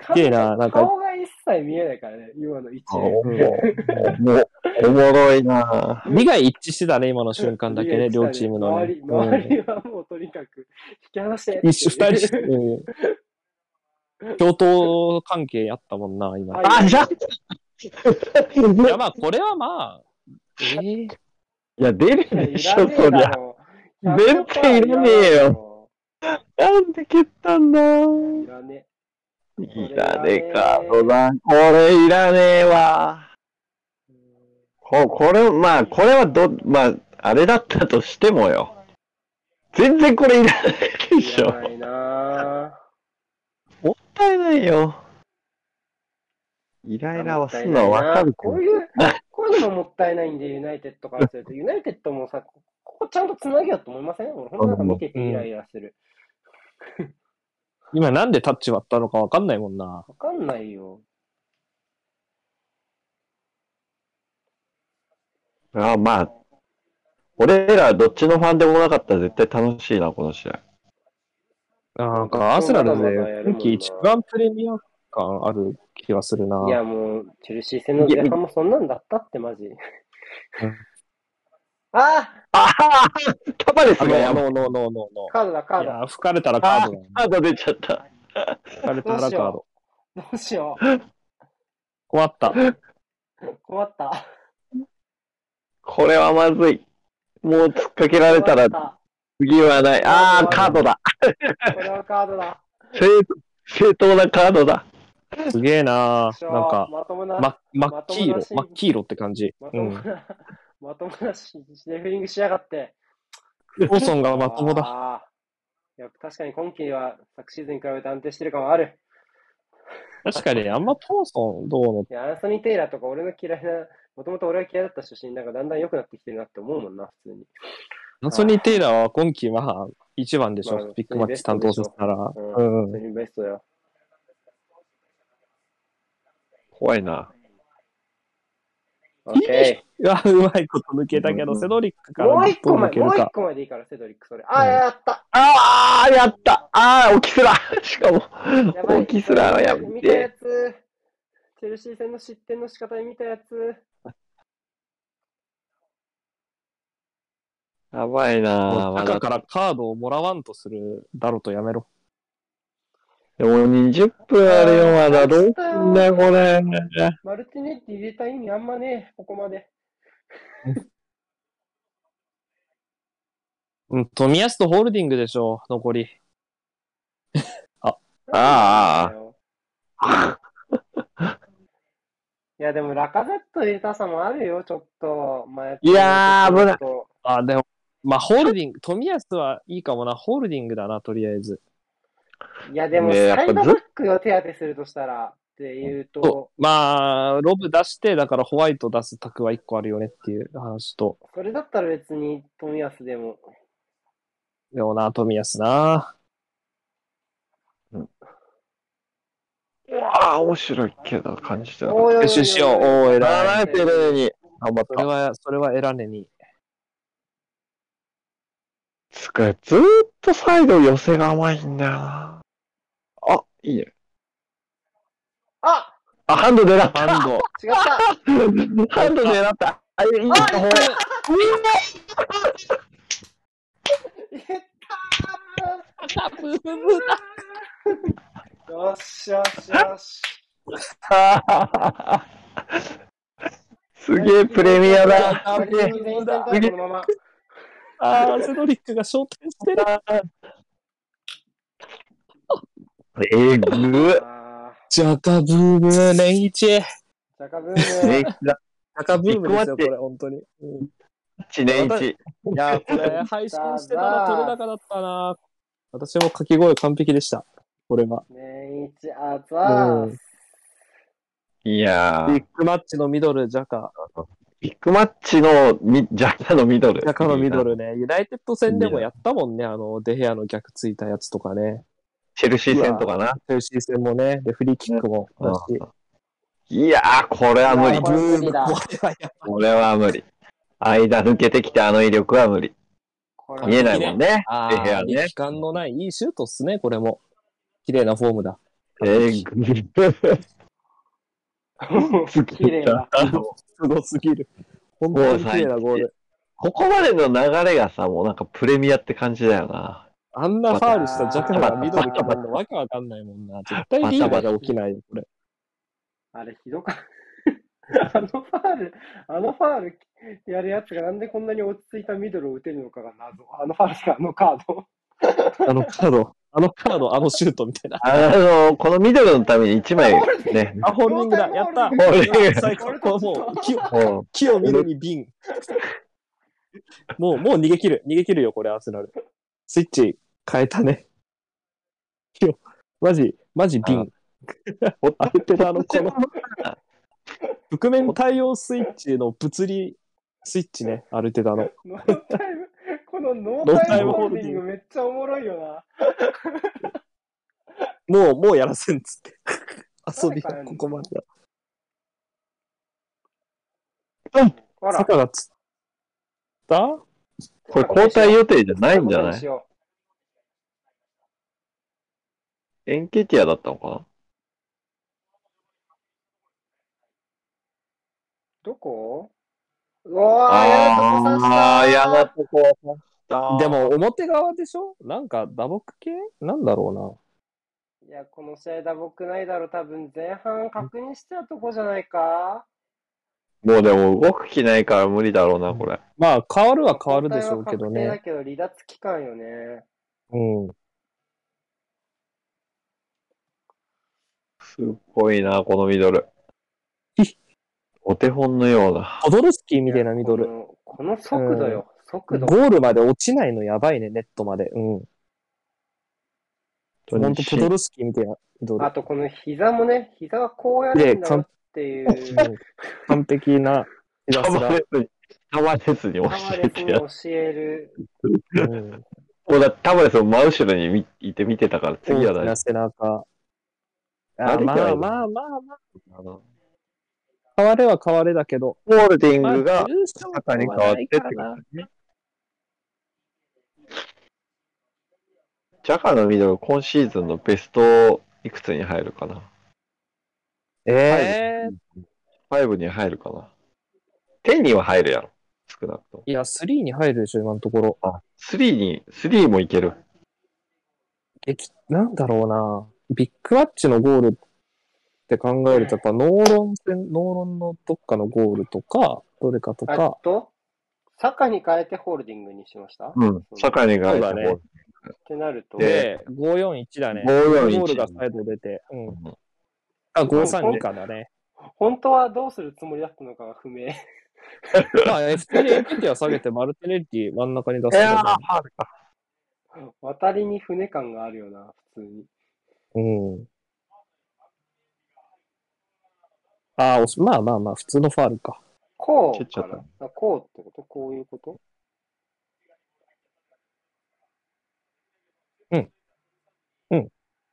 B: すげえななんか
A: 顔が一切見えないからね、今の位置。
C: あおもろおもろいな
B: 利害一致してたね、今の瞬間だけね、
A: 見えてた
B: 両チームの、
A: 周
B: ね
A: り、。
B: う
A: 周
B: ん
A: りはもうとにかく、引き離してっていう。
B: 一緒、二人して、うん共闘関係あったもんな、今。
C: あ、じゃあ
B: いや、まあ、これはまあ、ええ
C: いや、出る
A: いや
C: でしょ、そりゃ。
A: ゃ
C: 全然いらねえ
A: よ。
C: なんで蹴ったんだ
A: いらね
C: いらねえか、ロダン。これいらねえわ。
A: え。
C: ここれ、まあ、これはど、まあ、あれだったとしてもよ。全然これいらないで
A: い
C: しょ。
A: ら
C: も
A: ないな
C: ったいないよ。イ
A: ぁ。
C: ライラはすんのはわかるけ
A: こ
C: ど
A: ういう、こういうのももったいないんで、ユナイテッドからすると、ユナイテッドもさ、ここちゃんとつなげようと思いません俺、ほんとなんか見ててイライラする。
B: 今なんでタッチ割ったのかわかんないもんな。
A: わかんないよ。
C: あまあ、俺らどっちのファンでもなかったら絶対楽しいな、この試合。
B: なんか、アーセナルで、今季一番プレミア感ある気がするな。
A: いや、もう、チェルシー戦の前半もそんなんだったって、マジ。 あ
C: ああタバレス
B: あ
C: がやばい
B: の、ノーノーノーノーノ
A: あカードだ、カー
B: ー。い
A: ド。
B: や、吹かれたらカードだよ。
C: カード出ちゃった。
B: 吹かれたらカード。
A: どうしよう。
B: 困った。
A: 困った。
C: これはまずい。もう突っかけられたら
A: 困っ
C: 次はない。ああ、カードだ。
A: たこれはカードだ。
C: 正正当なカードだ。
B: すげえな
A: しょ
B: なんか、
A: まともな、
B: ま、真
A: ま
B: っ
A: とも
B: 黄色
A: だ、し
B: 真っ黄色って感じ。
A: まと
B: う
A: も
B: ん。
A: な、 まともなし、レフェリングしやがって。
B: オーソンがまともだ。
A: だ。いや、確かに今季は昨シーズンに比べて安定してる感はある。
B: 確かに、あんまポーソンどうの
A: いや、アンソニー・テイラーとか俺の嫌いな、もともと俺が嫌いだった出身なんかだんだん良くなってきてるなって思うもんな、普通に。
B: アンソニー・テイラーは今季まあ、一番でしょ、
A: まあ
B: ビッグマッチ担当させたら。
A: う、
B: うんん。
A: 普通にベストだよ。
C: 怖いな。
A: オッケ
B: うわ、うまいこと抜けたけ
C: うん
B: ど、
C: うん
B: セドリック
A: ー。
B: から
A: もう
B: 1
A: 一個
B: 本抜
A: 前、
B: け
A: も
B: る
A: う一
B: か。
A: 個前でいいから、セドリック、それ。あー、
B: うん
A: やった。
C: ああ、やったああ、オキ スラしかも、
A: やばい。
C: オキスラはやめ
A: 見たや
C: て。
A: つ。チェルシー戦の失点の仕方で見たやつ。
C: やばいな
B: もう
C: ま
B: 中か
C: だ。
B: らカードをもらわんとするだろとやめろ。
C: でも20分あるよ、まだ。どうすんだよ、これ。
A: マルティネッティ入れた意味あんまねえ、ここまで。
B: うん、富安とホールディングでしょ、残り。
C: ああ
A: なんだよ いや、でも、ラカゼット入れたさもあるよ、ちょっと。前
C: いやー危ない
A: ちょっ
B: あ、でも、まあ、ホールディング、冨安はいいかもな、ホールディングだな、とりあえず。
A: といや、でも、
C: ねえやっぱ
A: サイドバ
C: ずっ
A: ックを手当てするとしたら、っていうと、
B: まあ、ロブ出して、だからホワイト出す択は1個あるよねっていう話と、
A: それだったら別に、冨安でも、
B: でもな、冨安な。
C: うわあ、面白いけど、感じちゃう。
A: おいおいおいおい
B: 練習しよう、おお、
C: な
B: 偉い。
C: られてるのに、頑張っ
B: それ
C: た。
B: は、それはエラネに。
C: つか、ずーっとサイド寄せが甘いんだよな。あ、いいね。
A: あ
C: あ、ハンド狙った。
B: ハンド。
A: 違った
C: ハンド狙った。あ、いい、いい、もう。
A: やったーよしよしよし。
C: すげえプレミアだ。
A: マ
C: す
A: リ
C: げ
A: キン
C: え
A: 全員センターこのまま。
B: あーセドリックが焦点してる。
C: えぐ。
A: あ
B: ジャカブーム、年一。ジ
A: ー、ジャカブー
C: 年
A: ム
C: 一。だ。
B: ャカブームですよ、
C: 一個待って
B: これ、本当に。うん
C: 一年一。
B: いやー、これ、配信してたら取れ高だったな。私も掛け声完璧でした。これは。
A: 年一アザース。
C: いや
B: ビ
C: ー
B: ッ。グマッチのミドル、ジャカ。
C: ビッグマッチのみジャカのミドル。
B: ジャカのミド。ルね。ユナイテッド戦でもやったもんね。あの、デヘアの逆ついたやつとかね。
C: チェルシー戦とかな。
B: チェルシー戦もね。で、フリーキックもだし。
C: いやー、これは無理
A: こ。れ無理だ
B: これはや
C: これは無理。間抜けてきたあの威力は無理。
A: こ
C: 見えないもんね。
B: あ
C: デヘア
B: あ、
C: ね。
B: 力感のないいいシュートっすね、これも。綺麗なフォームだ。
C: えぐ。
A: 綺麗だ。
B: すごすぎる。本当に綺麗なゴール。
C: ここまでの流れがさ、もうなんかプレミアって感じだよな。
B: あんなファールしたジャカがミドル決まるのわけわかんないもんな。絶対リーガが起きないよ、これ。
A: あれひどかった。あのファール、あのファールやるやつがなんでこんなに落ち着いたミドルを打てるのかが謎。あのファールか、あのカード。
B: あのカード、あのカード、あのシュートみたいな。
C: あの、このミドルのために1枚ね。
B: あ、ホールディングだ、やった
A: ホ
C: ールディング
B: 最高、こうもう、木を、
C: も
B: 木を見るに瓶。もう、もう逃げ切る、逃げ切るよ、これ、アーセナル。スイッチ変えたね。木を、マジ、マジ瓶。
C: う、
B: アルペラのこの、覆面対応スイッチの物理スイッチね、アルテダの。
A: ノータイム、このノータイムホールディングめっちゃおもろいよな。
B: もう、もうやらせんっつって。遊
A: 誰
B: び
A: かや
B: が
A: んの
B: ここまでだ。
A: ほら、
B: 坂がつった
C: これ交代予定じゃないんじゃ
A: こ
C: な
A: にし
C: い
A: よ
C: エンケティアだったのか
A: うどこうわー、やだ、
C: あ
A: 刺した
C: あー、やなとこ刺した。
B: で、も、表側でしょなんか、打撲系なんだろ
A: いや、この試合打撲ないだろ、多分前半確認してたとこじゃないか。
C: もうでも動く気ないから無理だろうな、これ。
B: うな。まあ、変わるは変わるでしょうけど
A: 交代は
B: ね。
A: 確定だけど、離脱期間よね。
B: うん。
C: すっごいな、このミドル。お手本のような。
B: ポドルスキーみたいなミドル。
A: この。この速度よ、速
B: ゴ
A: 度。
B: ールまで落ちないのやばいね、ネットまで。うん。ほんと、ポドルスキーみたいなミドル
A: あ。と、この膝もね、膝がこうやるんだよっていう、
B: うん完璧なひたす
C: 束
B: ら。
C: ねずに、束ねずに
A: タ
C: 教
A: ワ
C: え
A: レス
C: て
A: に
C: やる。
A: 教える。
B: うん
C: もうだってタバレスの真後ろに見いて見てたから、次
B: 大
C: は
B: き
C: 大
B: な
C: 丈
B: 背中。
C: 慣
B: あ
C: れて
B: ま
C: はい
B: あ
C: る
B: まあまあまあ、
C: 夫あの。
B: 変われは変われだけど。
C: ホールディ
B: まあ
C: ングが
B: 重傷は
C: 中に変わってってこ
B: ない
C: と
B: かな
C: だね。ジャカのミドル、今シーズンのベストいくつに入るかな
B: ええ
C: ?5 に入るかな ?10 には入るやろ。少なくとも。
B: いや、3に入るでしょ、今のところ。
C: あ、3に、3もいける。
B: 激なんだろうな。ビッグマッチのゴールって考えると、やっぱ、ノーロン戦、ノーロンのどっかのゴールとか、どれかと
A: あ
B: か、
A: と、坂に変えてホールディングにしました
C: うん。坂にが入
B: そうだね
C: る。
A: ってなると、
C: で
B: で、541だね。
C: 541
B: ゴールがサイド出て、うん。
C: うん
B: あ、532かだね。
A: 本当はどうするつもりだったのかが不明。
B: まあ、F2 にエンペティは下げて、マルティネッリ真ん中に出
C: い
B: す
C: やー、
B: の
C: ハールか。
A: 渡りに船感があるよな、普通に。
B: も。うん。ああ、おしまあまあまあ、普通のファールか。
A: こ
C: 蹴っ
A: う
C: ちゃ
A: か
C: った
A: な。あこうってことこういうこと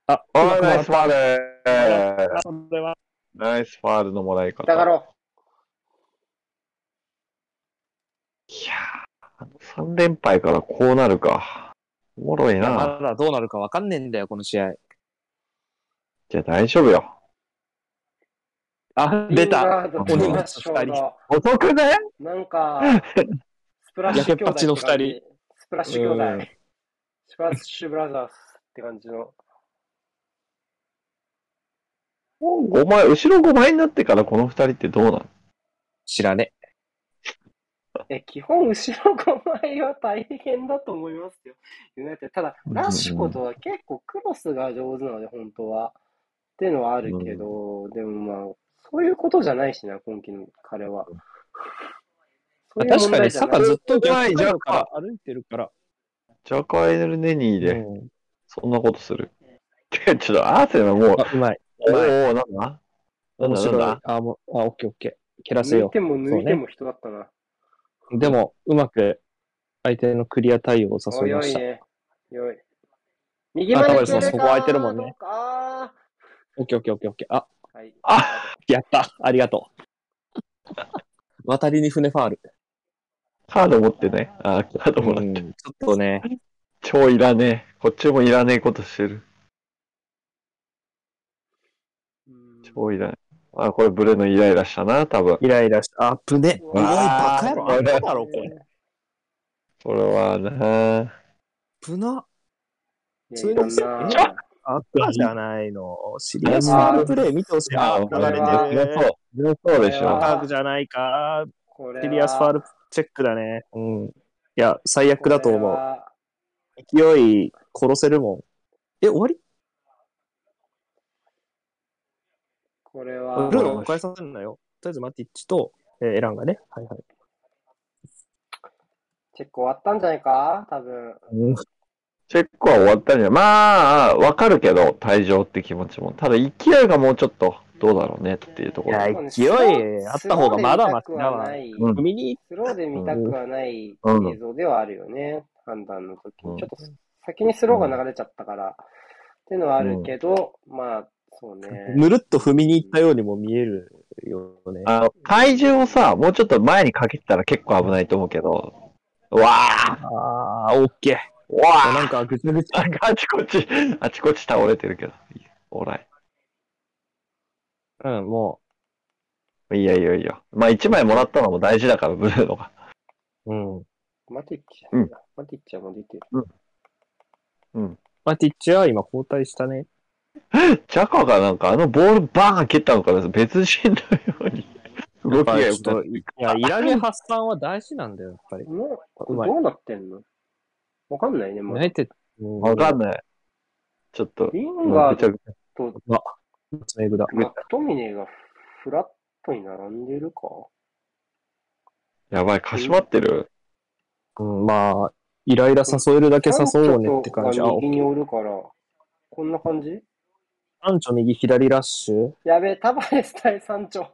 B: あ、
C: お
B: うま
C: ー、
B: く
C: ナ
B: 回
C: イ
B: っ
C: スファール
B: たこれは
C: ナイスファールのもらい方。
A: だか
C: いや
A: ら、
C: ー、3連敗からこうなるか。おもろいな。
B: まだどうなるかわかんねえんだよ、この試合。
C: じゃあ大丈夫よ。
B: あ、出た。
A: リンガードと
C: 鬼の
A: ラッシュが
B: 二
C: 遅くね
A: なんか、 スプラッシュ兄弟って
B: 焼けっぱ
A: 感
B: ちの
A: じ。スプラッシュ兄弟。スプラッシュブラザーズって感じの。
C: ?5 枚、後ろ5枚になってからこの2人ってどうなの
B: 知らね
A: え、基本、後ろ5枚は大変だと思いますよ。ユナイテッドただ、
C: うんうん
A: ラッシュことは結構クロスが上手なので、本当は。っていうのはあるけど、でもまあ、そういうことじゃないしな、今季の彼は。そう
B: え。
A: いう
B: 確
A: 問
B: か
A: 題
B: に、
A: じゃ
B: サ
A: な
B: カ
A: い。
B: ずっと逆
C: ない
B: サイ
C: じゃん
B: ドから歩いてるから。
C: ジャカエル・ネニー
B: う
C: で、
B: ん。
C: そんなことする。 てかちょっと、アーセナもう、
B: あ、うまい。
C: おー
B: うまい
C: おー、なんだなん
B: 面
C: だなん
B: 白い
C: だ。
B: あ、もう、あ、オッケーオッケー。蹴らせ
A: 抜い
B: よ
A: ても抜いて
B: そう
A: も人だったな。
B: う。でも、うまく相手のクリア対応を
A: お
B: 誘
A: い
B: い
A: お
B: まし
A: い
B: た。
A: ね。よい。右
B: あ
A: 前
B: 高橋さん
A: 来る
B: そこ
A: か
B: 空いてるもんね
A: どうか
B: オッケーオッケーオッケーオッケー。あ、
A: はい。
C: あ
B: やった。ありがとう。 渡りに船ファール。
C: カード持ってね。あー、カードもら
B: う
C: っ
B: ん
C: て。
B: ちょっとね、
C: 超いらねえ。こっちもいらねえことしてる。
A: うん
C: 超いらねえ。あ、これブレのイライラしたな、多分。
B: イライラした。あ、ぶね。
A: う
B: う
A: わ
B: わ
A: ー
B: い、バカ野郎。あんただろ、これ。
A: い
C: これはな
B: ぶな。
A: やいらんな
B: ちょ赤じゃないの。シリアスファールプレイ見てほしい。あ、流れ
A: あ
B: て
C: 強
B: る。
C: そう。強そうでし
A: これ
C: ょ。
A: は
B: 赤じゃないか。
A: これは
B: シリアスファールチェックだね。うん。いや、最悪だと
A: これ
B: 思う。
A: は
B: 勢い殺せるもん。え、終わり
A: これは
B: ルーのお返させるなよ。とりあえずマティッチと、えーエランがね。はいはい。
A: チェック終わったんじゃないか多分。
C: チェックは終わったんじゃ、まあ、わかるけど、退場って気持ちも。ただ、勢いがもうちょっと、どうだろうねっていうところ。
B: や勢いあった方がまだマシだわ
C: うん
B: 踏みに、
A: スローで見たくはない
C: うん
A: 映像ではあるよね、判断の時
C: うん
A: に。ちょっと先にスローが流れちゃったから、っていうのはあるけど、まあ、そうね。
B: ぬるっと踏みに行ったようにも見えるよね。
C: あの、体重をさ、もうちょっと前にかけてたら結構危ないと思うけど。うわあ
B: あー、オッケー。
C: うわあ
B: なんかぐちぐち。
C: なんかあちこち、あちこち倒れてるけど。いいオーライ
B: うん、も
C: いいよいいよいいよ。まあ1枚もらったのも大事だから、ブルーノが。
B: う。うん。
A: マティッチ、
C: うん
A: マティッチはもう出てる。
B: マティッチは今交代したね。
C: ジャカがなんかあのボールバーン蹴ったのから別人のように動きが
B: や
C: 良
B: っぱ
C: く
B: ちょ
C: な
B: っと、いや、イラゲ発散は大事なんだよ、やっぱり。
A: もう、こ
B: うま
A: れ
B: い
A: どうなってんのわかんないね、ま
B: ユ
A: だ
B: ナイテッド。
C: わかん
B: ない。
C: ない。ちょっと、
A: リンガ
C: ぐちゃ
A: ー
C: ぐちゃ
A: ドと
B: メグだ。
A: マクトミネがフラットに並んでるか
C: やばい、かしまってる。
B: うん、まあ、イライラ誘えるだけ誘おうねって感じ。あ
A: サンチョ、が右におるから、こんな感じ
B: アンチョ右左ラッシュ
A: やべえ、タバレス対サンチョ。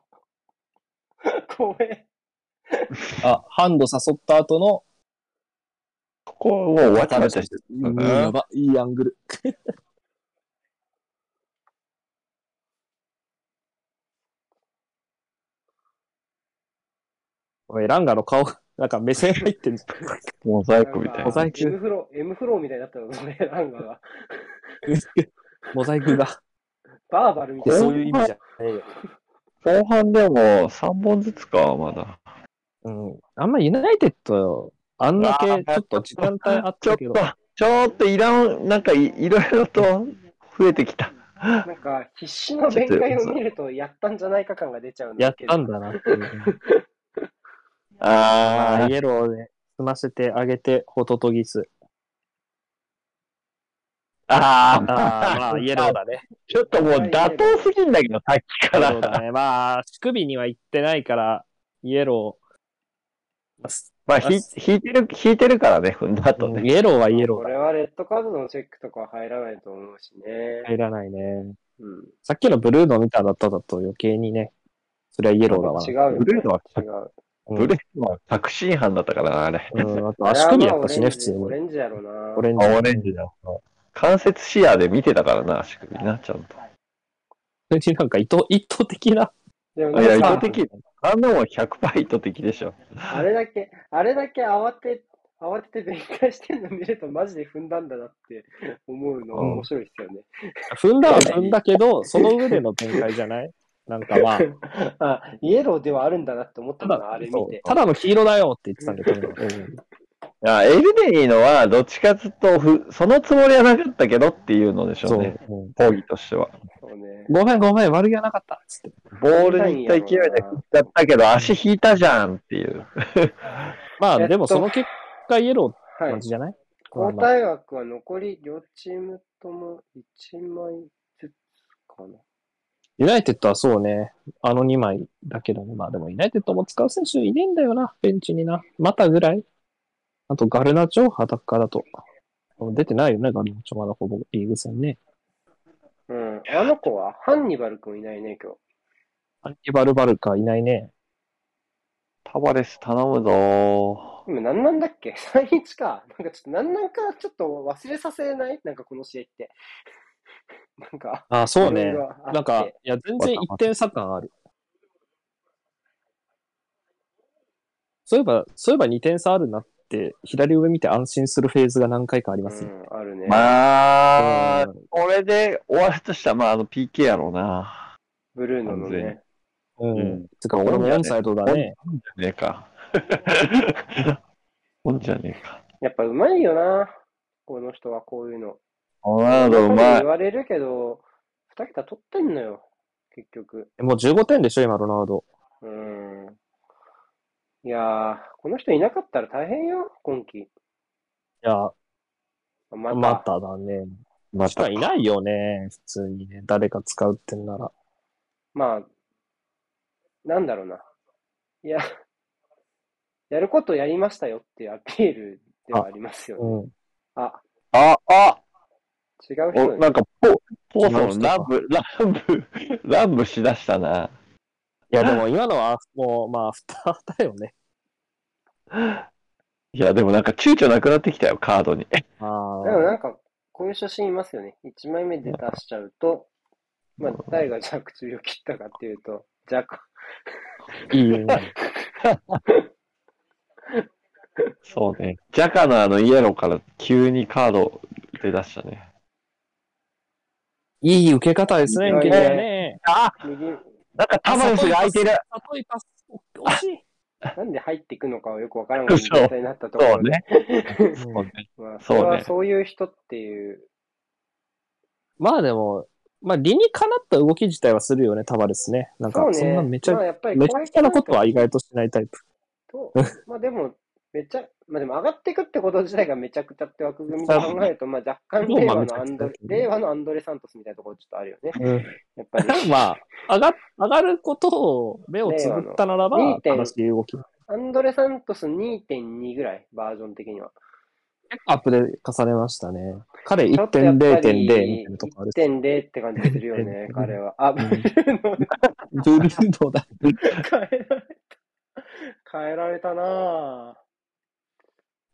A: 怖え。
B: あ、ハンド誘った後の、
C: ここはもう終わっちゃったし。
B: うんやば、いいアングル。おい、ランガの顔、なんか目線入ってる。
C: モザイクみたい
B: モザ
C: な。
B: イク
A: M フロー、M フローみたいになったの、それ、ランガが。
B: モザイクが。
A: バーバルみ
B: い
A: た
B: や
A: いな。
B: そういう意味じゃないよ。
C: 後半でも3本ずつか、まだ。
B: うん。あんまユナイテッド、あんだけ、ちょっと時間帯あっ
C: ちょ
B: た
C: っ
B: けど
C: と、、ちょっといらん、なんかいいろいろと増えてきた。
A: なんか、必死の弁解を見ると、やったんじゃないか感が出ちゃうん
B: や
A: だ
B: っ
A: けど。
B: たんだなっていう。
C: あ
B: まあ、
C: ー
B: イエローで済ませてあげて、ホトトギス。
C: ああ、
B: ああ、まあ、イエローだね。
C: ちょっともう妥当すぎんだけど、さっき
B: イエ
C: か
B: ロー。
C: ら
B: だね。まあ、乳首には行ってないから、イエロー。まあす
C: まあ、ひ引いてる、引いてるからね、この後
B: うん
C: ね。
B: イエローはイエロ
A: こ
B: ーだ。
A: れはレッドカードのチェックとかは入らないと思うしね。
B: 入らないね。
A: うん。
B: さっきのブルーの見ただっただと余計にね、それはイエローだわ。
A: 違うよ、ね。
C: ブルーのは
A: 違う。
B: うん
C: ブレーは確信犯だったからな、あれ。
B: うん、あと足首やったしね、
A: あれはまあ
B: 普通に。
A: オ
B: オレ
A: レンジやろな。
B: ンジ。
C: あ、オレンジだ。関節視野で見てたからな、足首な、ちゃんと。
B: オレンジなんか意図、意図的な。
A: でも
C: いや、
A: なん
C: 意
A: か
C: 図的。あんなもん100%意図的でしょ。
A: あれだけ、あれだけ慌て、慌てて弁解してるの見るとマジで踏んだんだなって思うの
B: うん
A: 面白いですよね。
B: 踏んだは踏んだけど、その上での展開じゃない なんかまあ、
A: あ、イエローではあるんだなって思った
B: た
A: んだ、
B: だ
A: あれ、見
B: そう
A: て。
B: ただの黄色だよって言ってたんだけど、うん
C: あエルデニーのは、どっちかずっとふ、そのつもりはなかったけどっていうのでしょ
B: そうう
C: ね。。
B: うん
C: 講義としては。
A: そうね。
B: ごめんごめん、悪気はなかったっつって。
C: ボールに行った勢いで振っちゃったけど、足引いたじゃんっていう。
A: えっ
B: まあ、
A: と
B: でもその結果、イエローって
A: はい
B: 感。じじゃないまあ
A: 交
B: まあ
A: 代枠は残り両チームとも1枚ずつかな。
B: ユナイテッドはそうね、あの2枚だけどね。まあでも、ユナイテッドも使う選手いねえんだよな、ベンチにな。またぐらいあと、ガルナチョ、アタッカーだと。出てないよね、ガルナチョ、まだほぼリーグ戦ね。
A: うん。あの子は、ハンニバル君いないね、今日。
B: アンニバルバルカいないね。
C: タバレス頼むぞー
A: 今何なんだっけ ?3 日か。なんかちょっと何なんかちょっと忘れさせないなんかこの試合って。 なんか、
B: ああ、そうね。
A: いろいろあって
B: なんか、いや、全然一点差感ある。そういえば、そういえば2点差あるなって、左上見て安心するフェーズが何回かあり
A: う
B: ますね。
A: ん、あるね。
C: まあ、
B: う
C: これで終わるとしたら、まあ、あの PK やろうな。
A: ブルーノの
C: 完全に
A: ね。
B: ん。
C: う
B: うんん。つうか、俺もオンサイドだね。
C: ねえ か。ほんじゃねえか。
A: やっぱうまいよな。この人はこういうの。
C: ロナウドうまい
A: 言。われるけど、2桁取ってんのよ。結局。
B: もう15点でしょ、今、ロナウド。
A: うん。いやー、この人いなかったら大変よ、今季。
B: いや、
A: また。
B: まただね。
C: ま
B: 人
C: た
B: は。いないよね、普通にね。誰か使うってんなら。
A: まあ、なんだろうな。いや、 やることやりましたよっていうアピールではありますよね。
B: うん。
A: あ、
C: あ、あ、
A: 違う人
C: お
A: ね
C: なんかポ、ポーソ
B: 違う人
C: ン、
B: か
C: ランブ、ランブ、 ランブしだしたな。
B: いや、で も今のは、もう、まあ、アフターだよね。
C: いや、でもなんか躊躇なくなってきたよ、カードに。
B: あ
A: でもな
B: あ。
A: んか、こういう写真いますよね。1枚目で出しちゃうと、まあ、誰が弱中を切ったかっていうと、弱、
B: いいね。
C: そうね。ジャカのあのイエローから急にカード出だしたね。
B: いい受け方ですね、受け手がね。
C: あ、
A: 右、
C: なんかタバレスが空いてる。
B: 里井パス。惜しい。
A: なんで入っていくのかはよくわからんが
C: そう
A: 状態になったとこ
C: そう
A: ろで、
C: ね。
B: うん
A: まあ、そ
C: そうね
A: れはそういう人っていう、
B: まあでも、まあ理にかなった動き自体はするよね、タバレスね。なんか
A: そう、
B: そん
A: ね、
B: なめちゃ、
A: まあ、やっぱり
B: めちゃくちゃなことは意外としないタイプ。
A: と、 まあでも、めっちゃ、まあでも上がっていくってこと自体がめちゃくちゃって枠組みで考えると、まあ若干
B: そう
A: 令
B: まあ
A: 和
B: めち
A: の
B: ゃ
A: ア
B: くちゃ
A: ンドレ、令和のアンドレ・サントスみたいなところちょっとあるよね。やっぱり。
B: まあ、上が、上がることを目をつぶったならば
A: ね、えあの
B: 正しい動き。
A: アンドレ・サントス2.2ぐらい、バージョン的に は。
B: アップで重ねましたね。彼
A: ちょっとやっぱ
B: 1.0.0みた
A: り
B: いなとこあるし。、
A: 1.0って感じするよね彼は。 あ、ブルーの
B: ブルーノだ。
A: 変えられた。変えられたなぁ。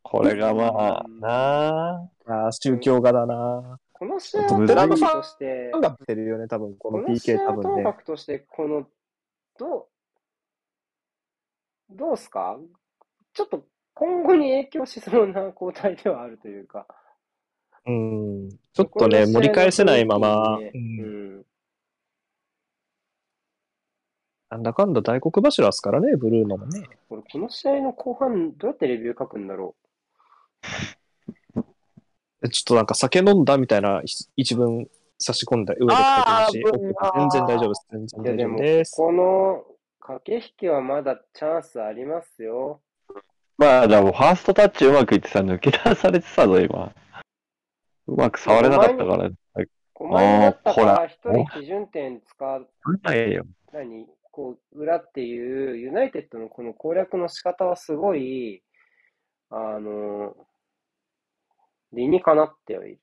C: これがまあ、
A: うん
C: なあ。
B: ああ、宗教画だな。
A: この試合
C: ちょっ
A: は
C: と
A: と
C: 難
A: に
B: しい
A: かくとして、
B: なんか出てるよね、多分、こ
A: こ
B: の
A: の試
B: PK
A: 合
B: 多
A: はと
B: 分
A: も
B: ね
A: か。くとして、この、どう、どうすかちょっと今後に影響しそうな交代ではあるというか。
B: うん。ちょっと
A: こ
B: ね、
A: の試合の
B: 盛り返せないまま、
A: 雰囲気
B: う
A: にね
B: ん
A: うん。
B: なんだかんだ大黒柱ですからね、ブルーノもね。
A: 俺、この試合の後半、どうやってレビュー書くんだろ
B: ちょっとなんか酒飲んだみたいな一文差し込んだ上で書いてるし、
C: あー
B: OK 全然大丈夫です。全
A: う。いや、で
B: 然大丈
A: も、
B: 夫です。
A: この駆け引きはまだチャンスありますよ。
C: まあ、でも、ファーストタッチうまくいってさ、抜け出されてたぞ、今。うまく触れなかったから、
A: 5枚になったか
C: あ
A: ら、
C: ー
A: 1人基準点使う、
C: ないよ。
A: 何、こう、裏っていう、ユナイテッドのこの攻略の仕方はすごい、あの、理にかなってはいる。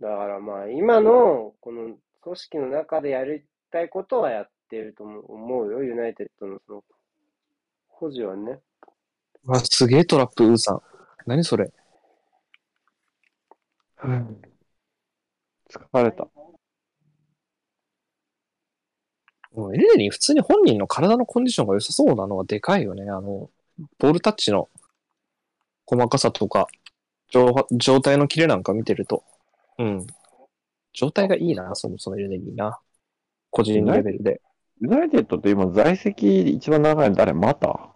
A: だからまあ、今の、この組織の中でやりたいことはやってると思う思うよ、ユナイテッドのその、保持はね。
B: わ、すげえトラップ、ウーさん。何それ。
C: 疲れた。
B: もうエレデに普通に本人の体のコンディションが良さそうなのはでかいよね。あの、ボールタッチの細かさとか、状状態のキレなんか見てると。うん。状態がいいな、そもそもエレデにな。個人レベルで。
C: ユナイテッドって今在籍一番長いの誰また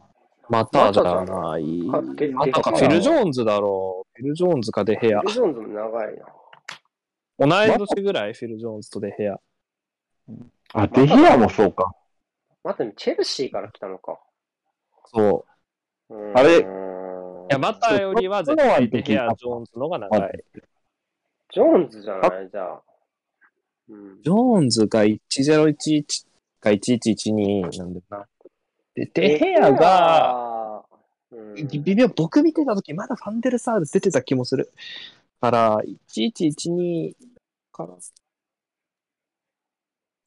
B: またじゃない。
A: 勝手に
B: またか、フィル・ジョーンズだろう。フィル・ジョーンズかデヘア
A: ル。ジョーンズも長いな。
B: 同い年ぐらい、フィル・ジョーンズとデヘア。
C: あ、デヒアもそうか。
A: また、チェルシーから来たのか。
B: そう。
A: う
C: あれ
A: ーん
B: いや、またよりは絶対デヘア・ジョーンズの方が長い。
A: ジョーンズじゃないじゃあ。うん
B: ジ。ョーンズが1011か1112なんだよな。で、デヘアが、、
A: うん、
B: 微妙、僕見てた時まだファンデルサール出てた気もする。から、1112から、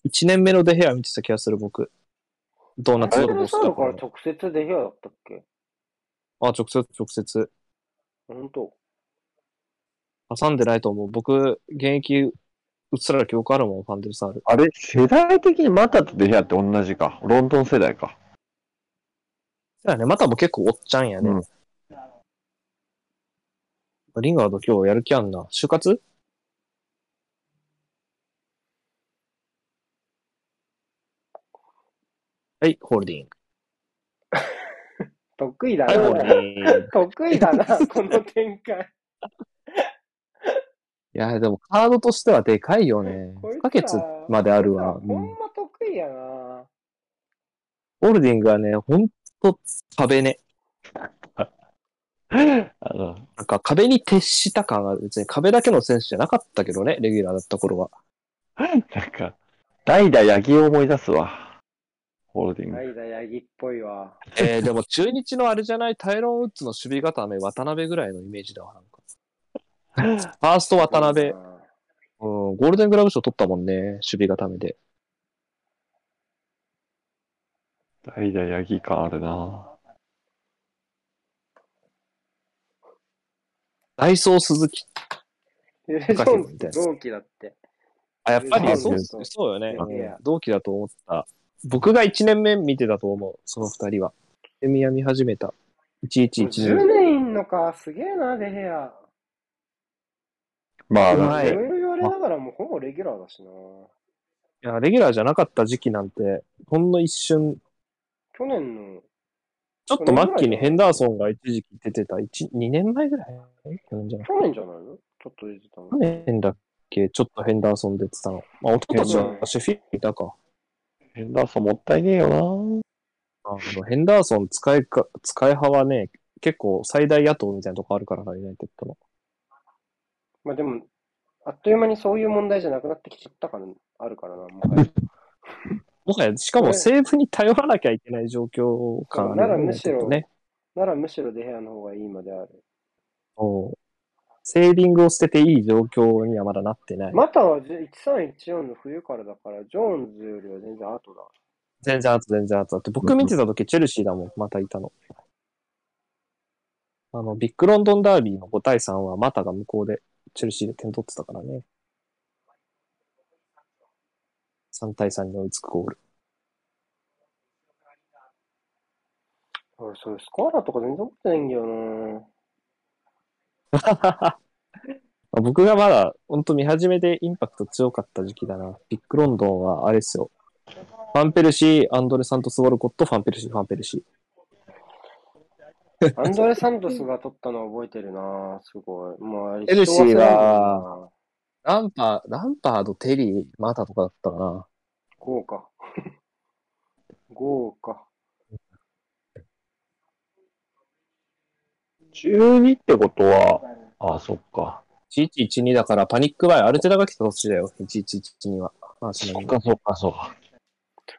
B: 1年目のデヘア見てた気がする、僕。ドーナツ
A: あ
B: ド
A: れ
B: ロボスだ
A: だか
B: からら。
A: 直接で部屋だったっけ
B: あ、直接、直接。
A: 本当
B: 挟んでないと思う。僕、現役、うっすら記憶あるもん、ファンデルサール。
C: あれ、世代的にマタとデヒアって同じか。ロンドン世代か。
B: そうやね、またも結構おっちゃんやね。リンガード今日やる気あんな。就活はい、ホールディング。
A: 得意だ
B: はい、ホール
A: な。
B: ディング。 い
A: 得意だな、 この展開。
B: や、でもカードとしてはでかいよね。
A: こい
B: 不
A: つ
B: 可欠まであるわ。
A: ほん
B: うん
A: ま得意やな。
B: ホールディングはね、ほんと壁ね。
C: あ
B: な
C: の、
B: んか壁に徹した感がある。別に壁だけの選手じゃなかったけどね、レギュラーだった頃は。
C: なんか、代打八木を思い出すわ。ホールディング。
A: 代打ヤギっぽいわ。
B: えー、でも中日のあれじゃない、タイロン・ウッズの守備固め、渡辺ぐらいのイメージだわ。なん かファースト渡辺。うん、ゴールデングラブ賞取ったもんね、守備固めで。
C: 代打八木感あるな。
B: ダイソー鈴木。
A: ユレジョーンズって同期だって。
B: あ、やっぱり
C: そ
B: そうう
A: そう
B: そうよね、
A: うん
B: うん同期だと思った。僕が1年目見てたと思う、その2人は。で、見やみ始めた。
A: 10
B: 1110。
A: 年いんのか、すげえな、デヘア。
C: まあ、
B: う
C: だ
B: ま
C: っ
A: い
B: い
C: て、
A: ろいろ言われながらもうほぼレギュラーだしな。
B: いや、レギュラーじゃなかった時期なんて、ほんの一瞬、
A: 去年の、
B: ちょっと末期にヘンダーソンが一時期出てた、1、2年前ぐらい去年じゃない
A: 去年じゃないのちょっと出てたの。
B: 去年だっけちょっとヘンダーソン出てたの。まあ、一昨年はシェフィールいたか。
C: ヘンダーソンもったいねえよ
B: あの、ヘンダーソン使いか、使い派はね、結構最大野党みたいなとこあるからな、ユナイテッドの。
A: まあでも、あっという間にそういう問題じゃなくなってきちゃったから、あるからな、もはや。
B: もはや、しかもセーブに頼らなきゃいけない状況感あるよ
A: な
B: ね
A: らむしろ
B: ちょっとね。
A: ならむしろデヘアの方がいいまであ る。
B: そうセービングを捨てていい状況にはまだなってない。
A: または1314の冬からだから、ジョーンズよりは全然後だ。
B: 全然後、全然後だって。僕見てた時、チェルシーだもん、またいたの。あの、ビッグロンドンダービーの5対3は、またが向こうで、チェルシーで点取ってたからね。3対3に追いつくゴール。
A: 俺、そういうスコアラーとか全然持ってないんだよな。
B: 僕がまだ、本当見始めでインパクト強かった時期だな。ビッグロンドンは、あれですよ。ファンペルシー、アンドレ・サントス・ウォルコット、ファンペルシー、ファンペルシー。
A: アンドレ・サントスが取ったのは覚えてるな、すごい。もうあれ、
B: エルシ
A: 人忘
B: ーは
A: れんだよな、
B: ランパー、ランパード、テリー、マータとかだったかな。
A: 豪華。 豪華。
C: な。中2ってことは、あ、そっか。
B: 1112だからパニックバイ、アルテラが来た年だよ、1112は。まあ、
C: そっかそっかそっか。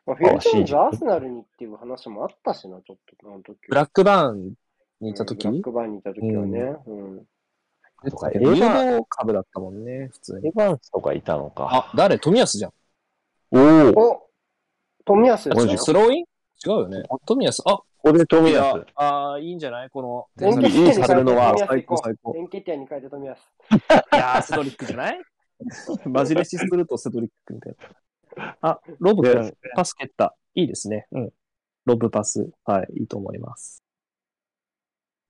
A: まあ、フィル・ジョーンズ、アーセナルにっていう話もあったしな、ちょっと、あの時。
B: ブラックバーンにいた
A: うん
B: 時、
A: ブラックバーンにいた時はね。うん。
C: とかエ
B: 有
C: ヴァン
B: 能株だったもんね、普通
C: エ
B: に。
C: ヴァンスとかいたのか。
B: あ、誰富安じゃん。
C: おおこ
A: お富安です
C: マ
A: ね
C: ジ。
B: スローイン違うよね。富安。あ、
C: こで富
B: いや
C: 安。
B: あーいいんじゃないこの、
A: 電
C: 気
A: 気
C: いいサルノは
B: 最高最高。
A: 連携点に変えて富安。
B: いやーセドリックじゃないマジレシするとセドリックみたいな。あ、ロブ君
C: ね
B: パス蹴った。いいですね。うん。ロブパス。はい、いいと思います。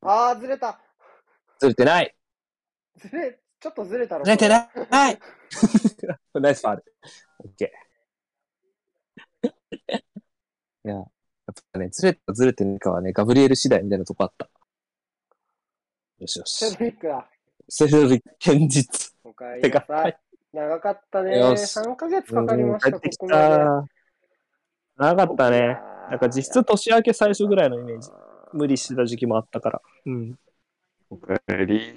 A: あー、ずれた。
B: ずれてない
A: ずれ、ちょっとずれたろ。
B: ずれてない ナイスファール。オッケ ー。いや、やっぱね、ずれたずれてないかはね、ガブリエル次第みたいなとこあった。よしよ
A: セ
B: し。
A: ドリックだ。
B: セドリック堅実。
A: おかえ
B: て
A: りな
B: か、
A: さい。長かったね。
B: よし
A: 3ヶ月かかりました、
B: う
A: こ
B: ん帰ってき
A: こ
B: た
A: ま
B: なかった
A: で。
B: ね。なんか実質年明け最初ぐらいのイメージ。無理してた時期もあったから。うん。
C: おかえり。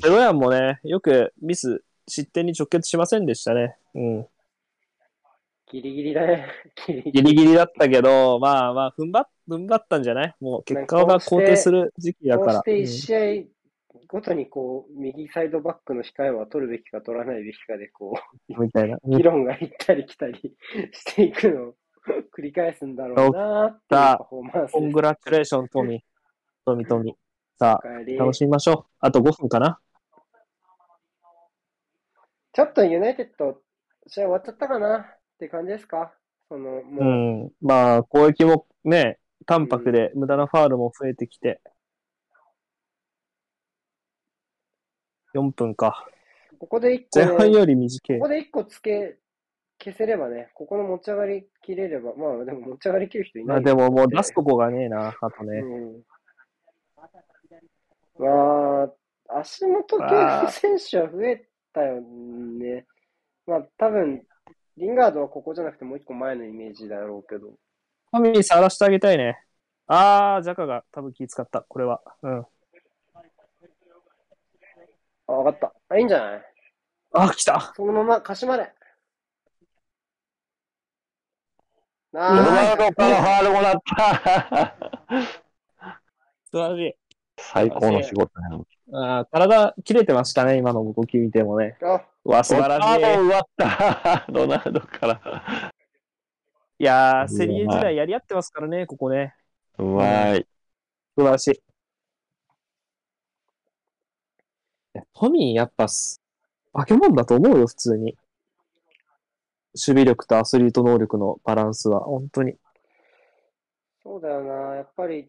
B: セロヤンもね、よくミス、失点に直結しませんでしたね。うん。
A: ギリギリだね。ギリギリ。
B: ギリギリだったけど、まあまあ、踏ん張っ踏ん張ったんじゃないもう結果が肯定する時期だ
A: こ
B: か
A: う
B: ら。
A: して1
B: うん
A: 試合ごとにこう、右サイドバックの控えは取るべきか取らないべきかで、こ
B: みたいな。
A: う、議論が行ったり来たりしていくのを 繰り返すんだろうなーっていうパフォーマンス
B: コン
A: です。
B: グラチュレーション、トミー。トミー、トミー。
A: お
B: さ
A: かえ
B: あ、
A: り
B: 楽しみましょう。あと5分かな。
A: ちょっとユナイテッド、試合終わっちゃったかなって感じですかその、
B: う
A: もう、
B: ん。まあ、攻撃もね、淡白で、無駄なファールも増えてきて。4分か。
A: ここで一個
B: 前
A: ね、
B: 半より短い
A: ここ。で一個つけ、消せればね、ここの持ち上がり切れれば、まあでも持ち上がり切る人いな
B: まあ
A: い
B: で
A: よ。
B: ももう出すとこがねえな、あとね。
A: うん。まあ、足元系
B: あー
A: の選手は増えたよね。まあ多分、リンガードはここじゃなくてもう一個前のイメージだろうけど。
B: トミー晒してあげたいね。あー、ジャカが多分気使った、これは。うん。
A: あ、わかった。あ、いいんじゃない
B: あ、来た
A: そのまま鹿島で。
C: ロ
A: な
C: ナ
A: あ
C: ウ、ドからファールもらった。
B: 素晴らし
C: 最高の仕事だね。
B: い。あー体切れてましたね、今の動き見てもね。
A: あ
B: うわ、素晴らしい。
C: ロナウド奪った。ロナウドから。
B: いやー、セリエ時代やり合ってますからね、ここね。
C: うまい。
B: 素晴らしい。いやトミーやっぱす、化け物だと思うよ、普通に。守備力とアスリート能力のバランスは、本当に。
A: そうだよな。やっぱり、ちょ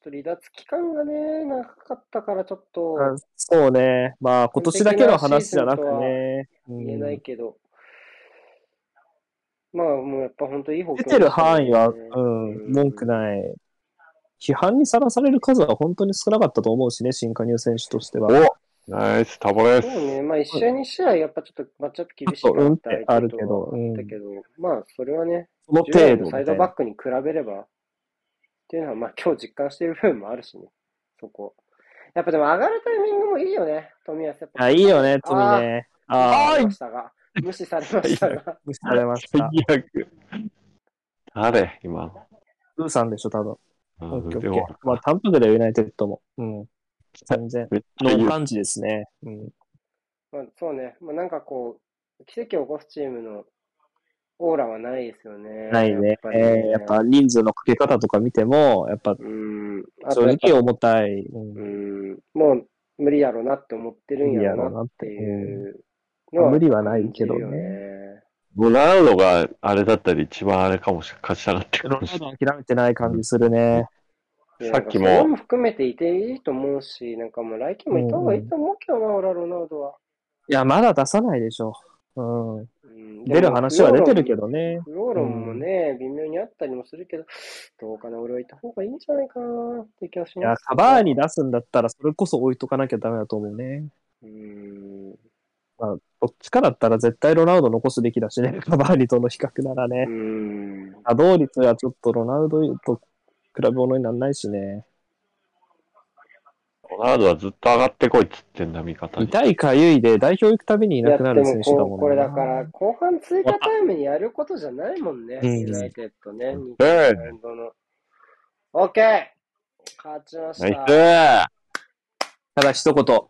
A: っと離脱期間がね、長かったからちょっと
B: あそうね。まあ、今年だけの話じゃなくね。うん
A: 言えないけど。まあ、もうやっぱ本当いい方
B: 出てる範囲は、
A: ね
B: うん、文句ない。批判にさらされる数は本当に少なかったと思うしね、新加入選手としては。
C: おナイス、タボです。
A: そうね、まあ一試合に試合やっぱちょっとマッチアップ厳し
B: ちょ
A: い
B: っとうんって
A: 相手とは
B: あるけどうん
A: だけど、まあそれはね、
B: その
A: 従来
B: 程度
A: の
B: み
A: サ
B: た
A: イド
B: い
A: バッ
B: な。
A: クに比べれば、っていうのはまあ今日実感している部分もあるしね、そこ。やっぱでも上がるタイミングもいいよね、富安。やっぱ
B: あ、いいよね、トミーね。あ
A: 無視さ
B: あ
A: れましたが、無視されましたが、
B: 無視されまし
C: 最
B: た。
C: 悪。誰今の。
B: ウーさんでしょ、多分。
C: あ
B: オッケーオ
C: で
B: ッケー
C: も。
B: まあ、単幅ではユナイテッドも。うん。全然。
C: めっちゃいい
B: の
C: よ
B: 感じですね。うん。
A: まあ、そうね、まあ、なんかこう、奇跡を起こすチームのオーラはないですよね。
B: ない
A: や
B: ね
A: っ。ぱりね
B: えーやっぱ人数のかけ方とか見ても、やっぱ
A: うん、あと
B: 正
A: やっぱ
B: 直重たい。うん
A: うん、もう無理やろなって思ってるんやろなっていうのは
B: 無理やろなってうんまあ無理はないけどね
A: 感じるよね
C: ロナウドがあれだったり、一番あれかもしれない。勝ちたなって
B: ロ
C: か
B: ナウ
C: もしれない。
B: ド諦めてない感じするね。
A: いや
C: さっきも
A: なんかそれも含めていていいと思うし、なんかもう来季もいた方がいいと思うけどな、俺はロナウドは。
B: いや、まだ出さないでしょ。うん。
A: うん
B: 出る話は出てるけ。どね。
A: でもフローロンもね、微妙にあったりもするけど、どうかな、俺はいた方がいいんじゃないかなって気がし
B: い
A: ま
B: や、
A: す。
B: カバーに出すんだったら、それこそ置いとかなきゃダメだと思うね。
A: うん。
B: どっちかだったら絶対ロナウド残すべきだしね。 カバーニとの比較なら
A: う
B: ね。
A: ん。
B: 稼働率はちょっとロナウドと比べ物にならないしね。
C: ロナウドはずっと上がってこいっつってんだ、味方に。
B: 痛いかゆいで代表行くたびにいなくなる選手
A: い
B: だ
A: やで
B: もん
A: こうこれだから、後半追加タイムにやることじゃないもんね、
B: うん
A: ユナイテッドね。
C: ん
A: 2回のエンドの。オッケー勝ちまし
C: ナイ
A: た。
C: ス
B: ただ一言、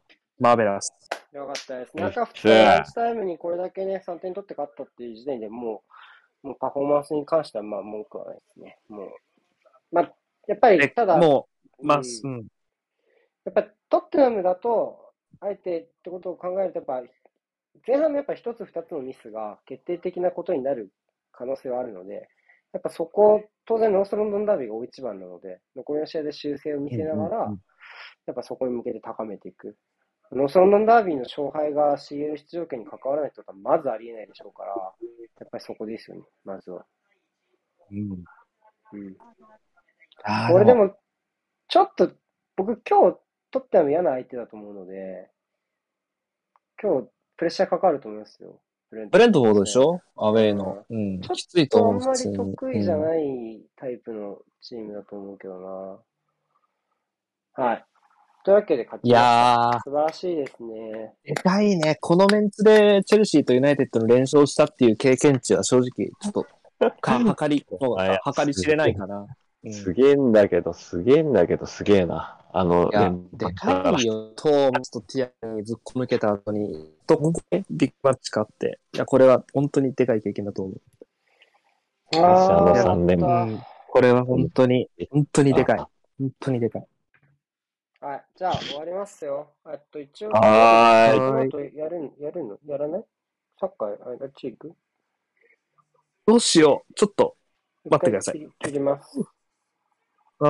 B: マーベラス。
A: よかったです。
C: ナイス
A: 中2日のランチタイムにこれだけね、3点取って勝ったっていう時点でもう、もうパフォーマンスに関しては、まあ、文句はないですね。もう。まあ、やっぱり、ただ、
B: もう、まあ、
A: うん
B: うん。
A: やっぱりトッテナムだと、あえてってことを考えると、やっぱ前半のやっぱ一つ二つのミスが決定的なことになる可能性はあるので、やっぱそこ、当然ノースロンドンダービーが大一番なので、残りの試合で修正を見せながら、
B: うんうんうん
A: やっぱそこに向けて高めていく。ノースロンドンダービーの勝敗が CL 出場権に関わらないってことはまずありえないでしょうから、やっぱりそこですよね、まずは。
B: うん、
A: うん
B: あー
A: これで、も、ちょっと、僕今日、とっても嫌な相手だと思うので、今日、プレッシャーかかると思いますよ。ブレン
B: ブレントフォードでしょアウェイの。うん。
A: ちょっと
B: きついと
A: あん
B: 思
A: ま
B: う、普
A: り
B: 通に。
A: 得意じゃ
B: うん
A: ないタイプのチームだと思うけどな。はい。というわけで勝ち
B: い
A: ました。
B: やー、
A: 素晴らしいですね。
B: でかいね。このメンツでチェルシーとユナイテッドの連勝したっていう経験値は正直、ちょっ と、か、測り、そう
C: あいや
B: か、測り知れないかな。うん
C: すげえんだけど、すげえんだけど、すげえな。あ
B: い
C: の、
B: や
C: 連、
B: でかいよ。トーマスとティアにずっこ抜けた後に、どこでビッグマッチ勝って。いや、これは本当にでかい経験だと思う。
A: あー
C: の三連
A: よかっ
B: うんこれは本当に、本当にでかい。本当にでかい。
A: たはい。じゃあ、終わりますよ。えっと、一応、こ
C: はーい
A: の後やるん、やるのやらないサッカー、あっち行く
B: どうしよう。ちょっと、待ってください
A: 一回切り切ります。